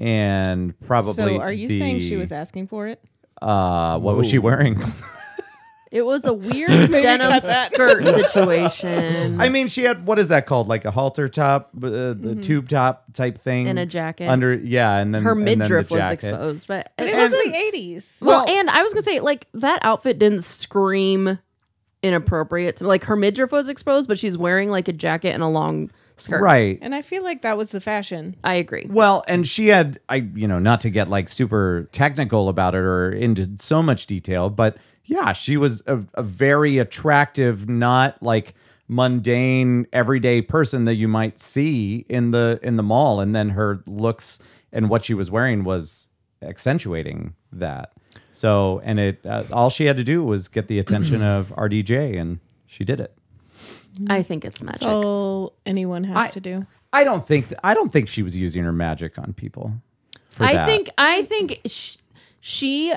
Speaker 1: and probably.
Speaker 2: So are you
Speaker 1: the-
Speaker 2: saying she was asking for it?
Speaker 1: Uh, what was she wearing? *laughs*
Speaker 4: It was a weird
Speaker 1: *laughs*
Speaker 4: denim skirt situation.
Speaker 1: I mean, she had what is that called? Like a halter top, uh, the
Speaker 2: Mm-hmm.
Speaker 1: tube top type thing,
Speaker 4: And a jacket.
Speaker 1: under. Yeah, and then
Speaker 4: Her
Speaker 1: and then the
Speaker 4: midriff was
Speaker 1: jacket.
Speaker 4: exposed, but,
Speaker 2: But it was the eighties.
Speaker 4: well, and I was gonna say like that outfit didn't scream inappropriate. To me. Like her midriff was exposed, but she's wearing like a jacket and a long skirt.
Speaker 1: Right.
Speaker 2: And I feel like that was the fashion.
Speaker 4: I agree.
Speaker 1: Well, and she had I you know, not to get like super technical about it or into so much detail, but yeah, she was a, a very attractive, not like mundane everyday person that you might see in the in the mall and then her looks and what she was wearing was accentuating that. So, and it uh, all she had to do was get the attention of RDJ and she did it.
Speaker 2: Mm-hmm.
Speaker 4: I think it's magic.
Speaker 2: All anyone has
Speaker 1: I-
Speaker 2: to do.
Speaker 1: I don't think I don't think she was using her magic on people. For
Speaker 4: I
Speaker 1: that.
Speaker 4: think I think sh- she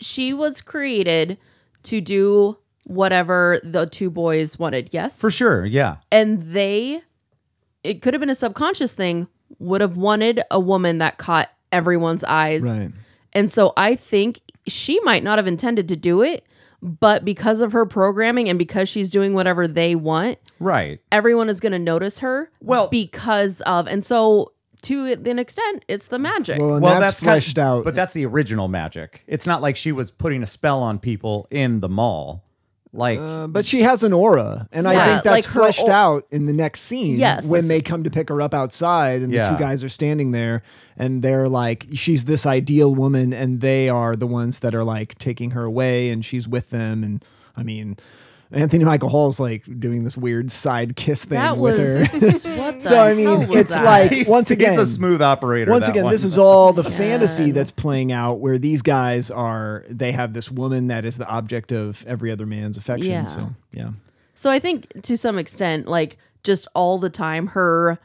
Speaker 4: she was created to do whatever the two boys wanted. Yes,
Speaker 1: for sure, yeah.
Speaker 4: and they it could have been a subconscious thing would have wanted a woman that caught everyone's eyes
Speaker 3: Right.
Speaker 4: and so i think she might not have intended to do it but because of her programming and because she's doing whatever they want
Speaker 1: Right.
Speaker 4: everyone is going to notice her
Speaker 1: Well-
Speaker 4: because of and so to an extent, it's the magic.
Speaker 3: Well, and that's,
Speaker 1: kind of-
Speaker 3: fleshed out.
Speaker 1: But that's the original magic. It's not like she was putting a spell on people in the mall. Like, *laughs*
Speaker 3: Uh, but she has an aura, and I
Speaker 4: Yeah,
Speaker 3: think that's
Speaker 4: like her
Speaker 3: fleshed
Speaker 4: au-
Speaker 3: out in the next scene
Speaker 4: Yes.
Speaker 3: when they come to pick her up outside, and
Speaker 1: Yeah.
Speaker 3: the two guys are standing there, and they're like, she's this ideal woman, and they are the ones that are like taking her away, and she's with them, and I mean. Anthony Michael Hall's like doing this weird side kiss thing
Speaker 4: that
Speaker 3: with
Speaker 4: was *laughs*
Speaker 3: her.
Speaker 4: what the
Speaker 3: So, I
Speaker 4: hell
Speaker 3: mean,
Speaker 4: was
Speaker 3: it's
Speaker 4: that?
Speaker 3: like-
Speaker 1: he's,
Speaker 3: once
Speaker 1: he's
Speaker 3: again-
Speaker 1: a smooth operator.
Speaker 3: Once
Speaker 1: that
Speaker 3: again,
Speaker 1: one.
Speaker 3: this is all
Speaker 4: *laughs*
Speaker 3: the fantasy that's playing out where these guys are they have this woman that is the object of every other man's affection.
Speaker 4: Yeah.
Speaker 3: So yeah.
Speaker 4: So I think to some extent, like just all the time, her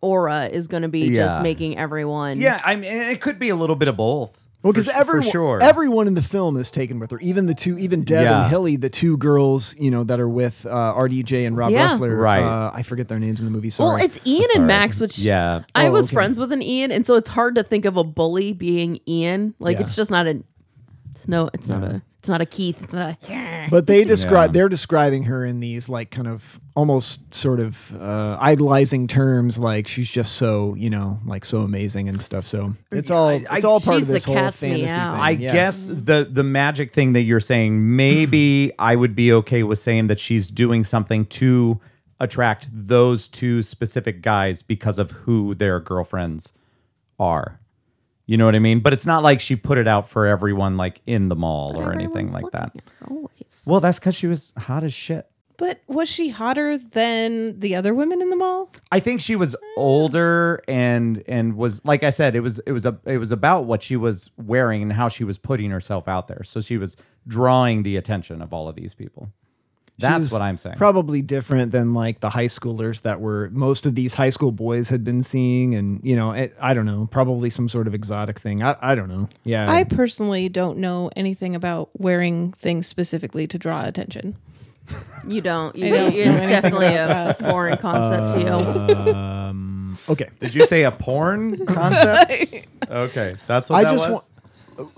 Speaker 4: aura is going to be
Speaker 1: Yeah.
Speaker 4: just making everyone.
Speaker 1: Yeah, I mean, and it could be a little bit of both.
Speaker 3: Well,
Speaker 1: For
Speaker 3: because
Speaker 1: su- for
Speaker 3: everyone,
Speaker 1: sure.
Speaker 3: everyone in the film is taken with her. Even the two, even Deb
Speaker 1: Yeah.
Speaker 3: and Hilly, the two girls, you know, that are with uh, RDJ and Rob
Speaker 4: Yeah.
Speaker 3: Ressler.
Speaker 1: Right.
Speaker 3: Uh, I forget their names in the movie. Sorry.
Speaker 4: Well, it's Ian and
Speaker 1: all right.
Speaker 4: Max, which
Speaker 1: Yeah.
Speaker 4: I
Speaker 3: Oh,
Speaker 4: was
Speaker 3: okay.
Speaker 4: friends with an Ian, and so it's hard to think of a bully being Ian. Like
Speaker 3: Yeah.
Speaker 4: it's just not a. It's no, it's not a. It's not a Keith. It's not a.
Speaker 3: but they describe
Speaker 1: Yeah.
Speaker 3: they're describing her in these like kind of almost sort of uh, idolizing terms, like she's just so you know like so amazing and stuff. So it's all it's all part
Speaker 4: She's
Speaker 3: of this
Speaker 4: the
Speaker 3: whole
Speaker 4: cat's
Speaker 3: fantasy thing.
Speaker 4: meow.
Speaker 1: I
Speaker 3: Yeah.
Speaker 1: guess the the magic thing that you're saying, maybe I would be okay with saying that she's doing something to attract those two specific guys because of who their girlfriends are. You know what I mean? But it's not like she put it out for everyone like in the mall or anything
Speaker 4: Everyone's
Speaker 1: like
Speaker 4: looking
Speaker 1: that.
Speaker 4: at her Always.
Speaker 1: Well, that's because she was hot as shit.
Speaker 2: But was she hotter than the other women in the mall?
Speaker 1: I think she was older and and was like I said, it was it was a it was about what she was wearing and how she was putting herself out there. So she was drawing the attention of all of these people. That's
Speaker 3: She's
Speaker 1: what I'm saying.
Speaker 3: Probably different than like the high schoolers that were most of these high school boys had been seeing, and you know, it, I don't know, probably some sort of exotic thing. I, I don't know. Yeah,
Speaker 2: I personally don't know anything about wearing things specifically to draw attention.
Speaker 4: You don't. You
Speaker 2: I
Speaker 4: don't.
Speaker 2: don't know
Speaker 4: It's
Speaker 2: anything
Speaker 4: definitely a
Speaker 2: about
Speaker 4: foreign concept
Speaker 3: Uh.
Speaker 4: to you.
Speaker 3: okay.
Speaker 1: Did you say a porn *laughs* concept? okay, that's what
Speaker 3: I
Speaker 1: that
Speaker 3: just
Speaker 1: was.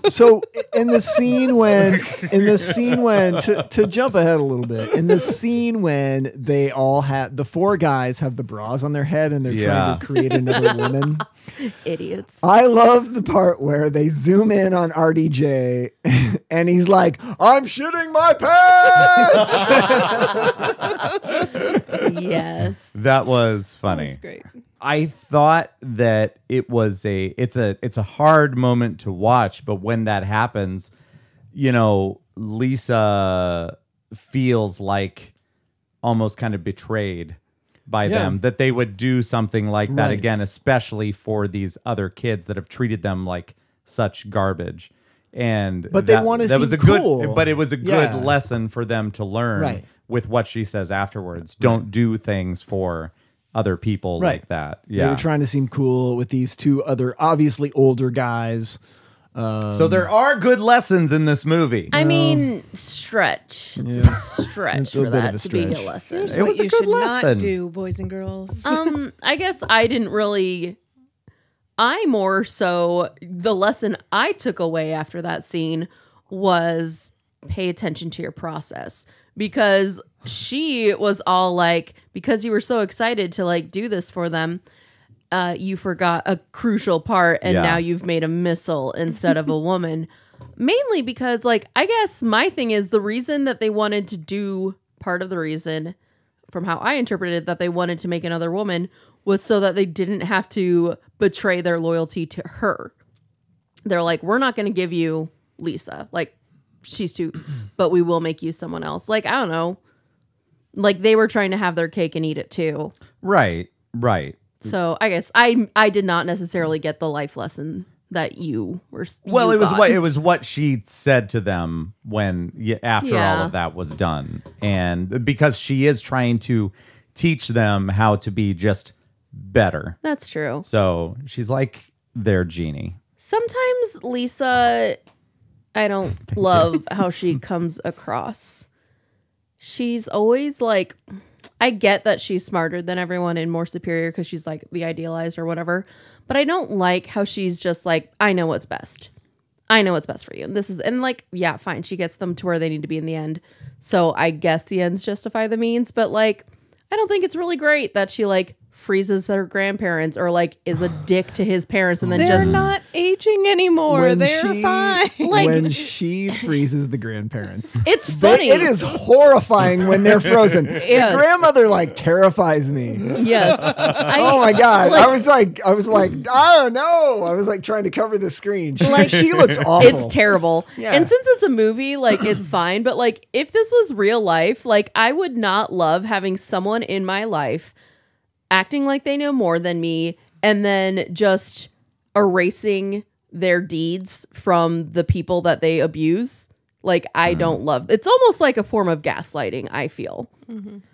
Speaker 3: So in the scene when in the scene when to, to jump ahead a little bit in the scene when they all have the four guys have the bras on their head and they're
Speaker 1: Yeah.
Speaker 3: trying to create another woman.
Speaker 4: *laughs* Idiots.
Speaker 3: I love the part where they zoom in on RDJ *laughs* and he's like, "I'm shitting my pants."
Speaker 4: yes.
Speaker 1: that was funny.
Speaker 2: That's great.
Speaker 1: I thought that it was a it's a it's a hard moment to watch, but when that happens, you know, Lisa feels like almost kind of betrayed by
Speaker 3: Yeah.
Speaker 1: them that they would do something like that
Speaker 3: Right.
Speaker 1: again, especially for these other kids that have treated them like such garbage. And
Speaker 3: But they
Speaker 1: that-
Speaker 3: wanna
Speaker 1: that was a
Speaker 3: seem
Speaker 1: good
Speaker 3: cool.
Speaker 1: but it was a good
Speaker 3: Yeah.
Speaker 1: lesson for them to learn
Speaker 3: Right.
Speaker 1: with what she says afterwards. Don't do things for other people
Speaker 3: Right.
Speaker 1: like that.
Speaker 3: They
Speaker 1: Yeah.
Speaker 3: were trying to seem cool with these two other obviously older guys.
Speaker 1: so there are good lessons in this movie.
Speaker 4: I mean, stretch. It's a stretch
Speaker 3: It's a
Speaker 4: for
Speaker 3: bit of
Speaker 4: that
Speaker 3: a
Speaker 4: to be a
Speaker 3: stretch.
Speaker 4: lesson.
Speaker 1: It was
Speaker 2: what
Speaker 1: a
Speaker 2: you
Speaker 1: good
Speaker 2: should
Speaker 1: lesson.
Speaker 2: not do, boys and girls.
Speaker 4: um i guess i didn't really i more so the lesson i took away after that scene was pay attention to your process because she was all like because you were so excited to like do this for them uh you forgot a crucial part and
Speaker 1: Yeah.
Speaker 4: now you've made a missile instead of a woman mainly because like i guess my thing is the reason that they wanted to do part of the reason from how i interpreted it, that they wanted to make another woman was so that they didn't have to betray their loyalty to her they're like we're not going to give you lisa like she's too *clears throat* but we will make you someone else like i don't know like they were trying to have their cake and eat it too
Speaker 1: right. Right.
Speaker 4: so i guess i i did not necessarily get the life lesson that you were s-
Speaker 1: Well,
Speaker 4: you
Speaker 1: it was
Speaker 4: got. *laughs*
Speaker 1: what it was what she said to them when y- after all
Speaker 4: Yeah.
Speaker 1: of that was done, and because she is trying to teach them how to be just better,
Speaker 4: that's true
Speaker 1: so she's like their genie.
Speaker 4: Sometimes Lisa, I don't love how she *laughs* comes across. She's always like, I get that she's smarter than everyone and more superior because she's like the idealized or whatever, but I don't like how she's just like, I know what's best. I know what's best for you. And this is, and like, yeah, fine. She gets them to where they need to be in the end. So I guess the ends justify the means, but like, I don't think it's really great that she like freezes their grandparents or like is a dick to his parents and then
Speaker 2: They're
Speaker 4: just
Speaker 2: not aging anymore.
Speaker 3: When
Speaker 2: They're
Speaker 3: she- *laughs*
Speaker 2: fine.
Speaker 4: *laughs* Like-
Speaker 3: when she freezes the grandparents.
Speaker 4: It's
Speaker 3: They-
Speaker 4: funny.
Speaker 3: it is horrifying when they're
Speaker 4: *laughs*
Speaker 3: frozen.
Speaker 4: Yes.
Speaker 3: The grandmother like terrifies me. *laughs*
Speaker 4: Yes. I,
Speaker 3: oh my god!
Speaker 4: like-
Speaker 3: I was like, I was like, I don't know. I was like trying to cover the screen. She,
Speaker 4: *laughs* Like-
Speaker 3: she
Speaker 4: *laughs*
Speaker 3: looks awful.
Speaker 4: It's terrible.
Speaker 3: Yeah.
Speaker 4: And since it's a movie,
Speaker 3: *clears throat*
Speaker 4: like it's fine. But like if this was real life, like I would not love having someone in my life acting like they know more than me and then just erasing their deeds from the people that they abuse. Like I
Speaker 3: Mm.
Speaker 4: don't love. It's almost like a form of gaslighting, I feel.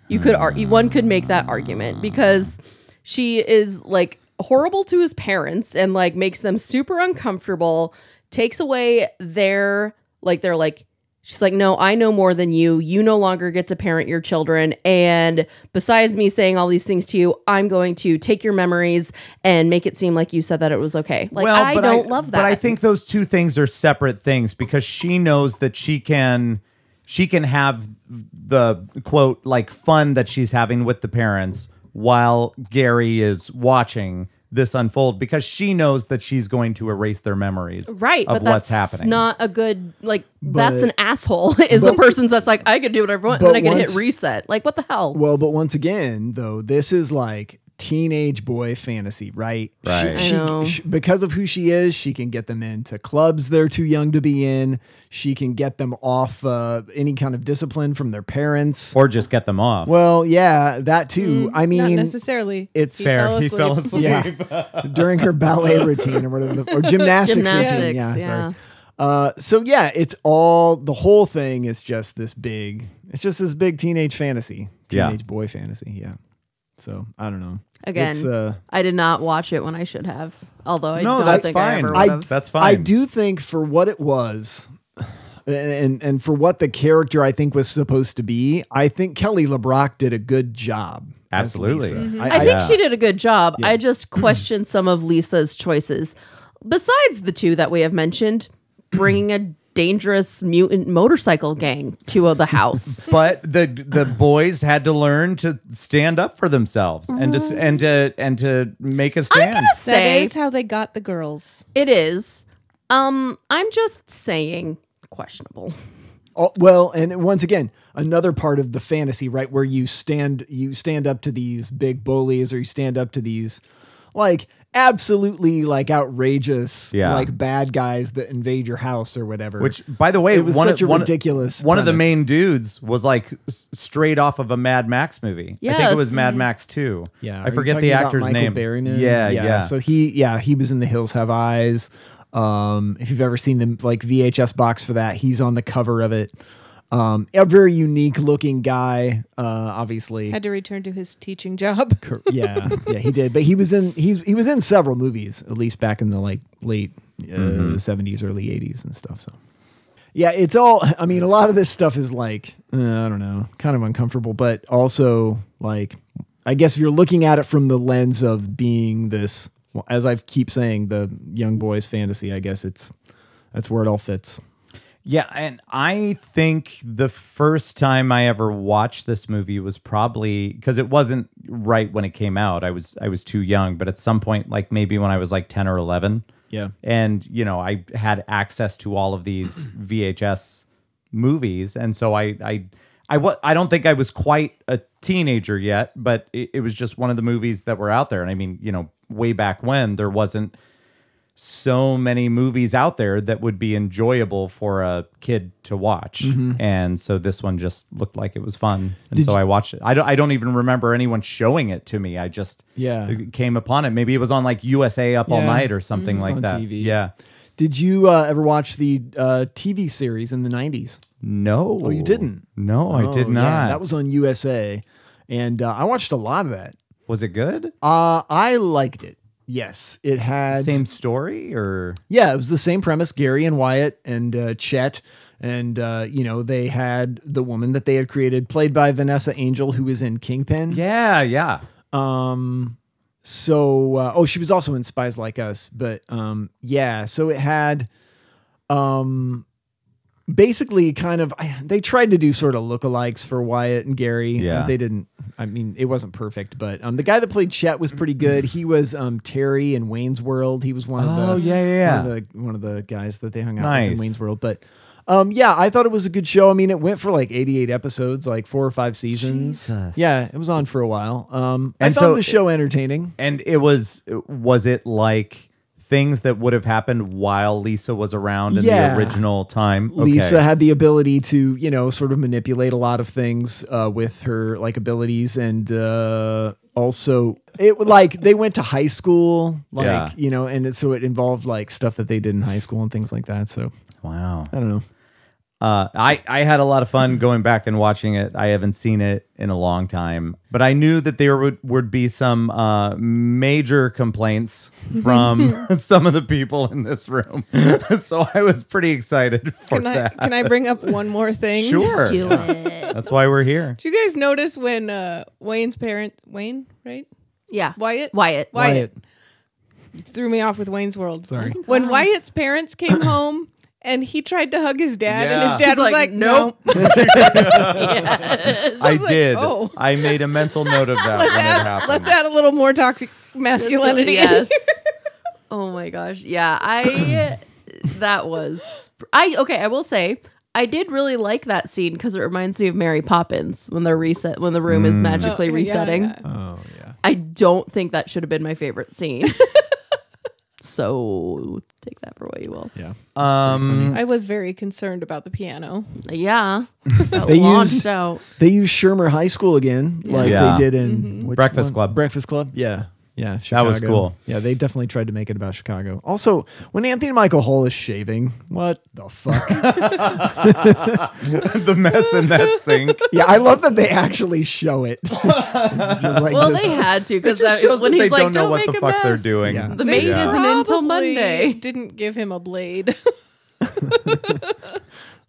Speaker 4: You could ar- one could make that argument because she is like horrible to his parents and like makes them super uncomfortable, takes away their like they're like she's like no, I know more than you. You no longer get to parent your children and besides me saying all these things to you, I'm going to take your memories and make it seem like you said that it was okay. Like I
Speaker 1: but
Speaker 4: don't love that.
Speaker 1: But I think those two things are separate things because she knows that she can she can have the quote like fun that she's having with the parents while Gary is watching this unfold because she knows that she's going to erase their memories
Speaker 4: Right,
Speaker 1: of
Speaker 4: but
Speaker 1: what's
Speaker 4: that's
Speaker 1: happening.
Speaker 4: not a good like. that's
Speaker 3: But-
Speaker 4: an asshole. *laughs* Is the
Speaker 3: but-
Speaker 4: person's that's like I could do whatever I want, and
Speaker 3: but
Speaker 4: then I can hit
Speaker 3: once-
Speaker 4: reset. Like what the hell?
Speaker 3: Well, but once again, though, this is like teenage boy fantasy, right? She-
Speaker 1: Right. I
Speaker 3: She,
Speaker 4: know.
Speaker 3: sh- because of who she is, she can get them into clubs they're too young to be in. She can get them off uh, any kind of discipline from their parents.
Speaker 1: or just get them off.
Speaker 3: well, yeah, that too. I
Speaker 2: Not
Speaker 3: mean,
Speaker 2: necessarily.
Speaker 3: it's-
Speaker 2: He
Speaker 1: Fair.
Speaker 2: fell
Speaker 1: He
Speaker 2: asleep.
Speaker 1: fell asleep.
Speaker 3: yeah, during her ballet routine or whatever, the, or gymnastics, routine.
Speaker 4: Gymnastics,
Speaker 3: Yeah,
Speaker 4: yeah.
Speaker 3: sorry. Uh, so yeah, it's all the whole thing is just this big. It's just this big teenage fantasy,
Speaker 1: Yeah.
Speaker 3: teenage boy fantasy. Yeah. So I don't know.
Speaker 4: Again,
Speaker 3: It's, uh,
Speaker 4: I did not watch it when I should have. Although I
Speaker 1: No,
Speaker 4: don't
Speaker 1: that's
Speaker 4: think I
Speaker 1: fine.
Speaker 4: ever
Speaker 1: I-
Speaker 4: would have.
Speaker 1: That's fine.
Speaker 3: I do think for what it was, and and for what the character I think was supposed to be, I think Kelly LeBrock did a good job. as
Speaker 1: Absolutely.
Speaker 3: Lisa.
Speaker 1: Mhm.
Speaker 3: I,
Speaker 4: Mm-hmm. I,
Speaker 3: I-
Speaker 4: think
Speaker 1: yeah.
Speaker 4: she did a good job.
Speaker 1: *clears throat*
Speaker 4: I just questioned some of Lisa's choices. Besides the two that we have mentioned, bringing a dangerous mutant motorcycle gang to uh,
Speaker 1: *laughs*
Speaker 4: the house.
Speaker 1: but the the boys had to learn to stand up for themselves and to s- and to and to make a stand.
Speaker 2: That
Speaker 4: Say
Speaker 2: is how they got the girls.
Speaker 4: it is. Um, I'm just saying questionable.
Speaker 3: oh, well, and once again, another part of the fantasy, right, where you stand, you stand up to these big bullies, or you stand up to these, like absolutely like outrageous,
Speaker 1: Yeah.
Speaker 3: like bad guys that invade your house or whatever.
Speaker 1: Which, by the way,
Speaker 3: It was
Speaker 1: one
Speaker 3: such
Speaker 1: of,
Speaker 3: a
Speaker 1: one,
Speaker 3: ridiculous
Speaker 1: One of the
Speaker 3: premise.
Speaker 1: main dudes was like s- straight off of a Mad Max movie. I think it was
Speaker 4: Yes.
Speaker 1: Mad Max Two.
Speaker 3: Yeah, are
Speaker 1: I
Speaker 3: you
Speaker 1: forget
Speaker 3: talking
Speaker 1: the
Speaker 3: about
Speaker 1: actor's
Speaker 3: Michael
Speaker 1: name.
Speaker 3: Berryman?
Speaker 1: Yeah, yeah,
Speaker 3: So he, yeah, he was in The Hills Have Eyes. Um, if you've ever seen the like VHS box for that, he's on the cover of it. Um, a very unique looking guy, uh, obviously.
Speaker 2: Had to return to his teaching job. *laughs*
Speaker 3: yeah, yeah, he did. But he was in he's he was in several movies, at least back in the like late uh, seventies, early eighties, and stuff. So. Yeah, it's all. I mean, a lot of this stuff is like uh, I don't know, kind of uncomfortable, but also like I guess if you're looking at it from the lens of being this, well, as I keep saying, the young boy's fantasy. I guess it's that's where it all fits.
Speaker 1: yeah. And I think the first time I ever watched this movie was probably because it wasn't right when it came out. I was I was too young, but at some point, like maybe when I was like ten or eleven.
Speaker 3: Yeah.
Speaker 1: and you know i had access to all of
Speaker 3: *clears throat*
Speaker 1: these vhs movies and so i i I, wa- I don't think I was quite a teenager yet, but it, it was just one of the movies that were out there. And I mean, you know, way back when there wasn't so many movies out there that would be enjoyable for a kid to watch.
Speaker 3: Mm-hmm.
Speaker 1: And so this one just looked like it was fun. And so I watched it. I don't, I don't even remember anyone showing it to me. I just
Speaker 3: Yeah.
Speaker 1: came upon it. Maybe it was on like USA Up All
Speaker 3: Yeah.
Speaker 1: Night or something
Speaker 3: Just
Speaker 1: like
Speaker 3: on
Speaker 1: that.
Speaker 3: TV.
Speaker 1: Yeah.
Speaker 3: Did you uh, ever watch the uh, TV series in the nineties?
Speaker 1: No.
Speaker 3: Oh, you didn't?
Speaker 1: No, I did
Speaker 3: Oh, yeah,
Speaker 1: not.
Speaker 3: that was on USA, and uh, I watched a lot of that.
Speaker 1: was it good?
Speaker 3: Uh, I liked it. Yes, it had
Speaker 1: Same story or
Speaker 3: Yeah, it was the same premise. Gary and Wyatt and uh, Chet, and uh, you know they had the woman that they had created, played by Vanessa Angel, who was in Kingpin.
Speaker 1: Yeah, yeah.
Speaker 3: Um, so uh, oh, she was also in Spies Like Us, but um, yeah. So it had, um, basically kind of I- they tried to do sort of lookalikes for Wyatt and Gary. Uh,
Speaker 1: Yeah.
Speaker 3: They didn't I mean it wasn't perfect, but um the guy that played Chet was pretty good. He was um Terry in Wayne's World. He was one of the
Speaker 1: Oh, yeah, yeah,
Speaker 3: One
Speaker 1: yeah.
Speaker 3: of the one of the guys that they hung out with in
Speaker 1: Nice.
Speaker 3: Wayne's World. But um yeah, I thought it was a good show. I mean it went for like eighty eight episodes, like four or five seasons.
Speaker 1: Jesus.
Speaker 3: Yeah, it was on for a while. Um
Speaker 1: And
Speaker 3: I found
Speaker 1: so-
Speaker 3: the show entertaining.
Speaker 1: And it was was it like things that would have happened while Lisa was around in
Speaker 3: Yeah.
Speaker 1: the original time? Okay.
Speaker 3: Lisa had the ability to, you know, sort of manipulate a lot of things uh, with her like abilities, and uh, also it would, like they went to high school, like
Speaker 1: Yeah.
Speaker 3: you know, and it, so it involved like stuff that they did in high school and things like that. So
Speaker 1: Wow.
Speaker 3: I don't know.
Speaker 1: Uh, I I had a lot of fun going back and watching it. I haven't seen it in a long time, but I knew that there would would be some uh, major *laughs* complaints from some of the people in this room, *laughs* so I was pretty excited for
Speaker 2: Can I
Speaker 1: that.
Speaker 2: can I bring up one more thing?
Speaker 1: Sure,
Speaker 4: Do it.
Speaker 1: that's why we're here.
Speaker 2: Do you guys notice when uh, Wayne's parent Wayne right
Speaker 4: Yeah.
Speaker 2: Wyatt
Speaker 4: Wyatt.
Speaker 2: Wyatt, threw me off with Wayne's World.
Speaker 3: Sorry.
Speaker 4: Oh
Speaker 2: When Wyatt's parents came home and he tried to hug his dad, and
Speaker 1: Yeah.
Speaker 2: his dad
Speaker 4: He's
Speaker 2: was like,
Speaker 4: like, "Nope."
Speaker 2: "Nope."
Speaker 4: Yes.
Speaker 1: I
Speaker 2: like,
Speaker 1: did.
Speaker 2: oh.
Speaker 1: I made a mental note of that when it happened.
Speaker 2: Let's add a little more toxic masculinity. *laughs*
Speaker 4: Yes. *laughs* oh my gosh. Yeah.
Speaker 1: *laughs*
Speaker 4: I that was I okay, I will say I did really like that scene because it reminds me of Mary Poppins when the reset when the room
Speaker 1: Mm.
Speaker 4: is magically
Speaker 2: yeah,
Speaker 4: resetting.
Speaker 2: yeah.
Speaker 3: Oh yeah,
Speaker 4: I don't think that should have been my favorite
Speaker 1: *laughs*
Speaker 4: scene. so take that for what you will.
Speaker 3: yeah.
Speaker 1: um,
Speaker 2: I was very concerned about the piano.
Speaker 1: *laughs*
Speaker 4: Yeah. That
Speaker 3: They
Speaker 4: launched
Speaker 3: used-
Speaker 4: out.
Speaker 3: They used Shermer High School again, like
Speaker 1: Yeah.
Speaker 3: they did in which
Speaker 1: Breakfast
Speaker 3: one?
Speaker 1: Club.
Speaker 3: Breakfast Club, yeah. Yeah,
Speaker 1: That was
Speaker 3: Chicago.
Speaker 1: cool.
Speaker 3: Yeah, they definitely tried to make it about Chicago. Also, when Anthony Michael Hall is shaving, what the fuck?
Speaker 1: the mess in that sink.
Speaker 3: Yeah, I love that they actually show it. *laughs* It's just like
Speaker 4: Well,
Speaker 3: this.
Speaker 4: they had to
Speaker 1: *laughs*
Speaker 4: because
Speaker 1: Just shows
Speaker 4: when
Speaker 1: that they
Speaker 4: he's like,
Speaker 1: don't know what
Speaker 4: make
Speaker 1: the
Speaker 4: a
Speaker 1: fuck they're
Speaker 4: mess."
Speaker 1: doing.
Speaker 3: Yeah.
Speaker 4: The maid
Speaker 1: Yeah.
Speaker 4: isn't in until
Speaker 2: Probably
Speaker 4: Monday.
Speaker 2: Didn't give him a *laughs* blade.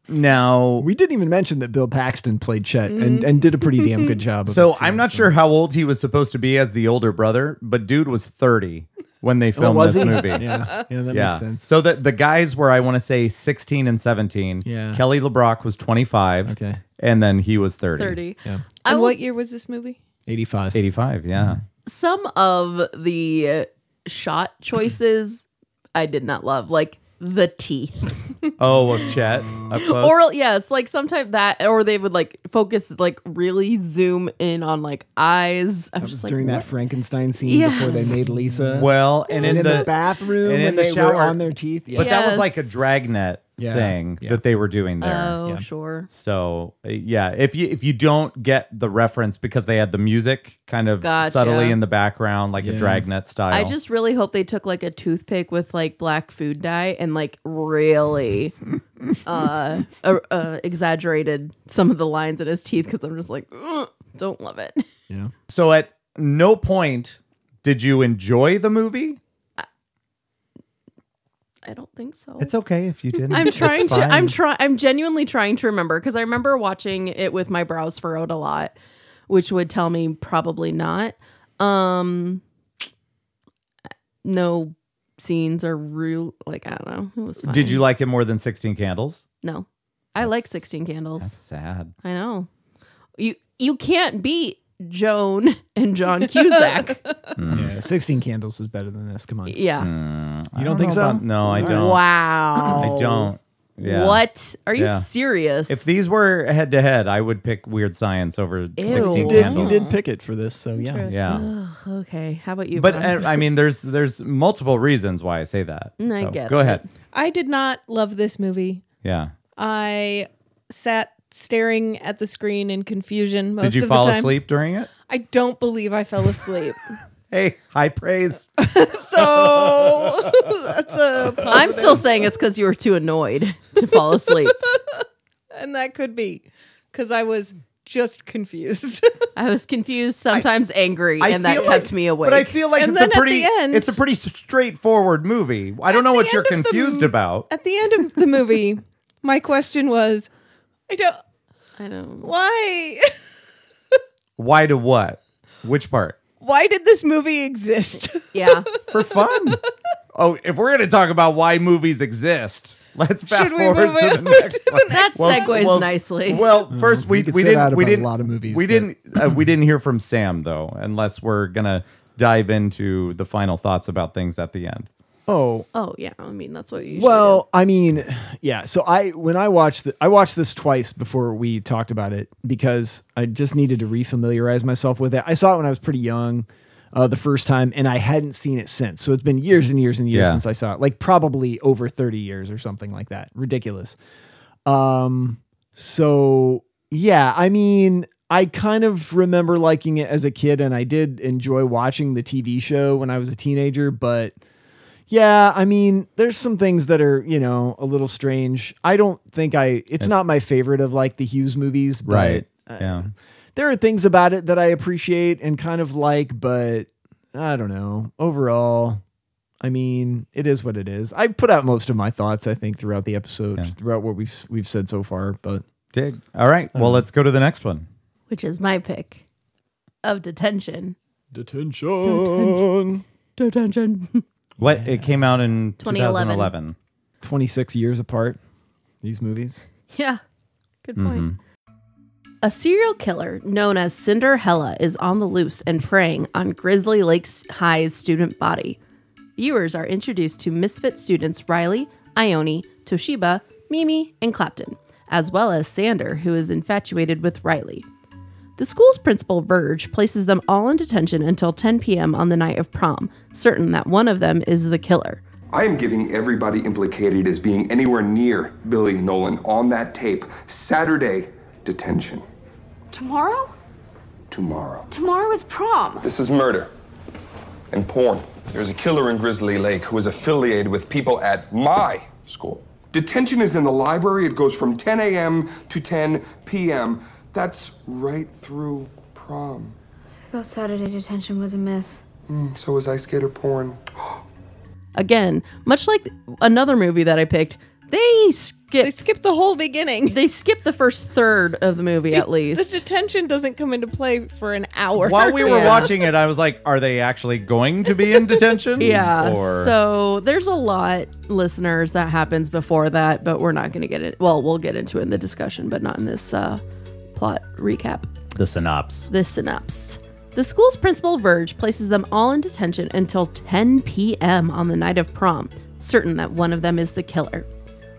Speaker 1: Now,
Speaker 3: we didn't even mention that Bill Paxton played Chet and, and did a pretty damn good job. Of
Speaker 1: so
Speaker 3: it, too,
Speaker 1: I'm not sure how old he was supposed to be as the older brother, but dude was 30 when they
Speaker 3: Oh,
Speaker 1: filmed
Speaker 3: was
Speaker 1: this
Speaker 3: he?
Speaker 1: movie.
Speaker 3: *laughs* Yeah, yeah, that
Speaker 1: Yeah.
Speaker 3: makes sense.
Speaker 1: So that the guys were, I want to say, 16 and 17.
Speaker 3: Yeah.
Speaker 1: Kelly LeBrock was 25.
Speaker 3: Okay.
Speaker 1: And then he was 30.
Speaker 4: 30.
Speaker 3: Yeah,
Speaker 4: I
Speaker 2: and
Speaker 4: will
Speaker 2: what year was this movie?
Speaker 3: 85.
Speaker 1: 85. Yeah.
Speaker 3: Mm-hmm.
Speaker 4: some of the shot choices I did not love, like the teeth.
Speaker 1: Oh, of Chet. Up close.
Speaker 4: Or yes, like sometimes that, or they would like focus, like really zoom in on like eyes. I'm
Speaker 3: That was
Speaker 4: just like,
Speaker 3: during
Speaker 4: what?
Speaker 3: that Franken Stein scene before
Speaker 4: Yes.
Speaker 3: they made Lisa.
Speaker 1: well, and,
Speaker 3: and
Speaker 1: in, the,
Speaker 3: bathroom
Speaker 1: and in
Speaker 3: when
Speaker 1: the
Speaker 3: they
Speaker 1: shower.
Speaker 3: were on their teeth. Yeah.
Speaker 1: But that was
Speaker 4: Yes.
Speaker 1: like a dragnet
Speaker 3: Yeah.
Speaker 1: thing
Speaker 3: Yeah.
Speaker 1: that they were doing there.
Speaker 4: Oh,
Speaker 3: Yeah.
Speaker 4: sure.
Speaker 1: So uh, yeah, if you if you don't get the reference because they had the music kind of
Speaker 4: Gotcha.
Speaker 1: subtly in the background, like
Speaker 3: Yeah.
Speaker 1: a dragnet style.
Speaker 4: I just really hope they took like a toothpick with like black food dye and like
Speaker 3: *laughs*
Speaker 4: really uh, uh, uh exaggerated some of the lines in his teeth because I'm just like, "Ugh, don't love it. *laughs*
Speaker 3: yeah.
Speaker 1: so at no point did you enjoy the movie.
Speaker 4: I don't think so.
Speaker 1: It's okay if you didn't.
Speaker 4: I'm
Speaker 1: It's
Speaker 4: trying to. I'm
Speaker 1: fine.
Speaker 4: trying. I'm genuinely trying to remember because I remember watching it with my brows furrowed a lot, which would tell me probably not. Um, no scenes are real. Like I don't know. It was. Fine.
Speaker 1: Did you like it more than Sixteen Candles?
Speaker 4: No, I like
Speaker 1: That's-
Speaker 4: Sixteen Candles.
Speaker 1: That's sad.
Speaker 4: I know. You you can't beat Joan and John Cusack.
Speaker 3: Yeah, 16 Candles is better than this. Come on. You
Speaker 4: yeah.
Speaker 3: don't, think so?
Speaker 1: But no, I don't.
Speaker 4: Wow.
Speaker 1: Mm. I don't. Yeah.
Speaker 4: What? Are you
Speaker 1: Yeah.
Speaker 4: serious?
Speaker 1: If these were head to head, I would pick Weird Science over Sixteen
Speaker 4: You
Speaker 3: You did, you
Speaker 1: Candles.
Speaker 3: did pick it for this, so yeah.
Speaker 1: Yeah.
Speaker 4: Ugh, okay. How about you?
Speaker 1: But
Speaker 4: Bron?
Speaker 1: uh, I mean, there's there's multiple reasons why I say that.
Speaker 4: I
Speaker 1: So,
Speaker 4: get
Speaker 1: go
Speaker 4: it.
Speaker 1: ahead.
Speaker 2: I did not love this movie.
Speaker 1: Yeah.
Speaker 2: I sat staring at the screen in confusion most
Speaker 1: Did you
Speaker 2: of
Speaker 1: fall
Speaker 2: the time.
Speaker 1: asleep during it?
Speaker 2: I don't believe I fell *laughs* asleep.
Speaker 1: Hey, high praise.
Speaker 2: *laughs* so that's a
Speaker 1: *laughs*
Speaker 2: pos-
Speaker 4: I'm still saying it's because you were too annoyed to fall asleep.
Speaker 2: and that could be cuz I was just *laughs* confused.
Speaker 4: I was confused, sometimes angry, and that
Speaker 1: feel
Speaker 4: kept
Speaker 1: like-
Speaker 4: me awake.
Speaker 1: But I feel like
Speaker 2: And
Speaker 1: it's
Speaker 2: then
Speaker 1: a
Speaker 2: at the
Speaker 1: pretty
Speaker 2: end-
Speaker 1: it's a pretty straightforward movie. I don't know what
Speaker 2: the
Speaker 1: you're
Speaker 2: end of the
Speaker 1: confused
Speaker 2: m-
Speaker 1: about.
Speaker 2: at the end of the movie, my question was I don't
Speaker 4: I
Speaker 1: *laughs*
Speaker 4: don't.
Speaker 2: why *laughs*
Speaker 1: Why to what? Which part?
Speaker 2: why did this movie exist?
Speaker 4: Yeah,
Speaker 2: *laughs*
Speaker 1: For fun. oh, if we're gonna talk about why movies exist, let's fast
Speaker 2: we
Speaker 1: forward
Speaker 2: move
Speaker 1: to the
Speaker 2: on
Speaker 1: next
Speaker 2: *laughs*
Speaker 1: one.
Speaker 4: That
Speaker 1: s-
Speaker 4: segues nicely.
Speaker 1: Well, first we
Speaker 3: Mm, could
Speaker 1: we
Speaker 3: say
Speaker 1: didn't
Speaker 3: that
Speaker 1: we
Speaker 3: about a
Speaker 1: didn't
Speaker 3: lot of movies,
Speaker 1: We
Speaker 3: but-
Speaker 1: didn't uh, we didn't hear from Sam though, unless we're gonna dive into the final thoughts about things at the end.
Speaker 3: Oh,
Speaker 4: Oh yeah, I mean that's what you. Usually
Speaker 3: well, I mean, yeah. So I when I watched the, I watched this twice before we talked about it because I just needed to refamiliarize myself with it. I saw it when I was pretty young, uh, the first time, and I hadn't seen it since. So it's been years and years and years
Speaker 1: Yeah.
Speaker 3: since I saw it, like probably over thirty years or something like that. Ridiculous. Um. So yeah, I mean, I kind of remember liking it as a kid, and I did enjoy watching the TV show when I was a teenager, but. Yeah, I mean, there's some things that are, you know, a little strange. I don't think I it's not my favorite of like the Hughes movies, but uh,
Speaker 1: yeah.
Speaker 3: there are things about it that I appreciate and kind of like, but I don't know. Overall, I mean, it is what it is. I put out most of my thoughts, I think, throughout the episode, throughout what we've we've said so far, but
Speaker 1: Dig. All right.
Speaker 3: Mm.
Speaker 1: Well, let's go to the next one.
Speaker 4: which is my pick of detention.
Speaker 3: detention.
Speaker 4: Detention.
Speaker 1: What it came out in
Speaker 4: 2011.
Speaker 1: 2011.
Speaker 3: 26 years apart these movies.
Speaker 4: yeah, good point. A serial killer known as Cinderella is on the loose and preying on Grizzly Lake High's student body. Viewers are introduced to misfit students Riley, Ione, Toshiba, Mimi, and Clapton, as well as Sander, who is infatuated with Riley. The school's principal, Verge, places them all in detention until 10 p.m. on the night of prom, certain that one of them is the killer.
Speaker 11: I am giving everybody implicated as being anywhere near Billy Nolan on that tape Saturday detention
Speaker 6: Tomorrow?
Speaker 11: tomorrow.
Speaker 6: Tomorrow is prom.
Speaker 11: This is murder and porn. There's a killer in Grizzly Lake who is affiliated with people at my school. Detention is in the library. It goes from 10 a.m. to 10 p.m. That's right through prom.
Speaker 6: I thought Saturday detention was a myth.
Speaker 11: Mm, So is ice skater porn.
Speaker 4: Again, much like another movie that I picked, they skip
Speaker 2: They skipped the whole beginning.
Speaker 4: they skip the first third of the
Speaker 2: *laughs*
Speaker 4: movie at
Speaker 2: The
Speaker 4: least.
Speaker 2: detention doesn't come into play for an hour.
Speaker 1: While we were
Speaker 4: *laughs* Yeah.
Speaker 1: watching it, I was like, "Are they actually going to be in detention?"
Speaker 4: *laughs* Yeah.
Speaker 1: Or
Speaker 4: So there's a lot, listeners, that happens before that, but we're not going to get it. Well, we'll get into it in the discussion, but not in this uh, plot recap.
Speaker 1: the synopsis.
Speaker 4: The synopsis. The school's principal, Verge, places them all in detention until 10 p.m. on the night of prom, certain that one of them is the killer.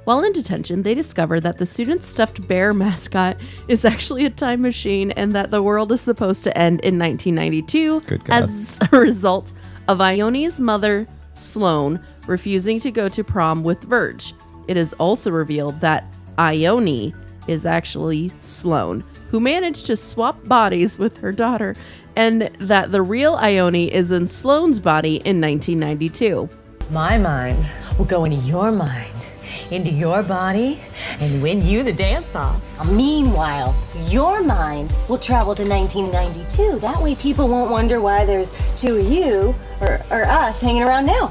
Speaker 4: While in detention, they discover that the student's stuffed bear mascot is actually a time machine and that the world is supposed to end in 1992
Speaker 1: Good God.
Speaker 4: as a result of Ione's mother, Sloane, refusing to go to prom with Verge. It is also revealed that Ione is actually Sloane, who managed to swap bodies with her daughter, and that the real Ione is in Sloane's body in 1992.
Speaker 12: My mind will go into your mind, *laughs* into your body, and win you the dance off.
Speaker 13: Meanwhile, your mind will travel to 1992. That way, people won't wonder why there's two of you or, or us hanging around now.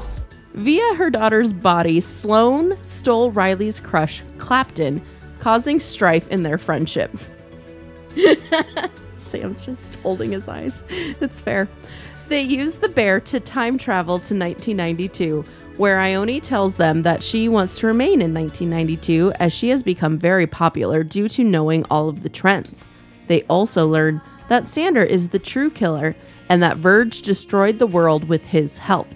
Speaker 4: Via her daughter's body, Sloane stole Riley's crush, Clapton, causing strife in their friendship. *laughs* Sam's just holding his eyes. It's fair. They use the bear to time travel to 1992, where Ione tells them that she wants to remain in 1992 as she has become very popular due to knowing all of the trends. They also learn that Sander is the true killer and that Verge destroyed the world with his help.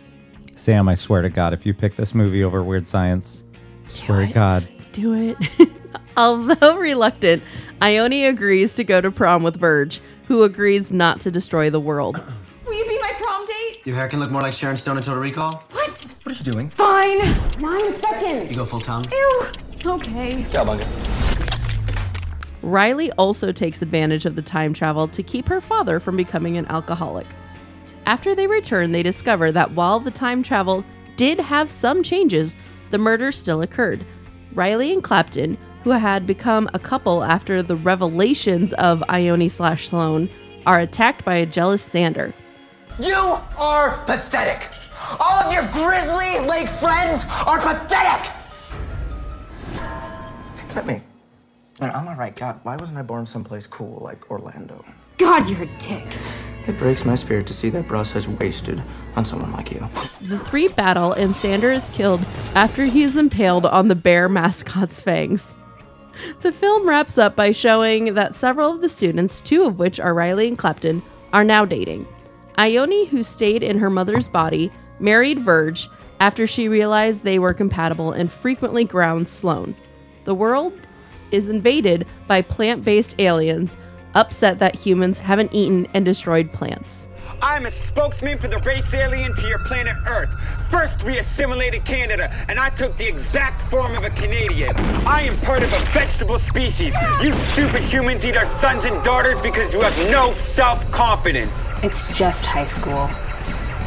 Speaker 1: Sam, I swear to God, if you pick this movie over Weird Science, swear to God,
Speaker 4: do it. *laughs* Although reluctant, Ione agrees to go to prom with Verge, who agrees not to destroy the world.
Speaker 13: *coughs* Will you be my prom date?
Speaker 14: Your hair can look more like Sharon Stone in Total Recall.
Speaker 13: What?
Speaker 14: What are you doing?
Speaker 13: Fine. Nine seconds.
Speaker 14: You go full tongue.
Speaker 13: Ew. Okay.
Speaker 4: Riley also takes advantage of the time travel to keep her father from becoming an alcoholic. After they return, they discover that while the time travel did have some changes, the murder still occurred. Riley and Clapton, who had become a couple after the revelations of Ione slash Sloan, are attacked by a jealous Sander.
Speaker 14: You are pathetic. All of your Grizzly Lake friends are pathetic. Except me. And I'm all right. God, why wasn't I born someplace cool like Orlando?
Speaker 13: God, you're a dick.
Speaker 15: It breaks my spirit to see that process wasted on someone like you.
Speaker 4: The three battle, and Sander is killed after he is impaled on the bear mascot's fangs. The film wraps up by showing that several of the students, two of which are Riley and Clapton, are now dating. Ione, who stayed in her mother's body, married Verge after she realized they were compatible and frequently ground Sloane. The world is invaded by plant based aliens, upset that humans haven't eaten and destroyed plants.
Speaker 16: I'm a spokesman for the race alien to your planet Earth. First, we assimilated Canada, and I took the exact form of a Canadian. I am part of a vegetable species. You stupid humans eat our sons and daughters because you have no self confidence.
Speaker 17: It's just high school.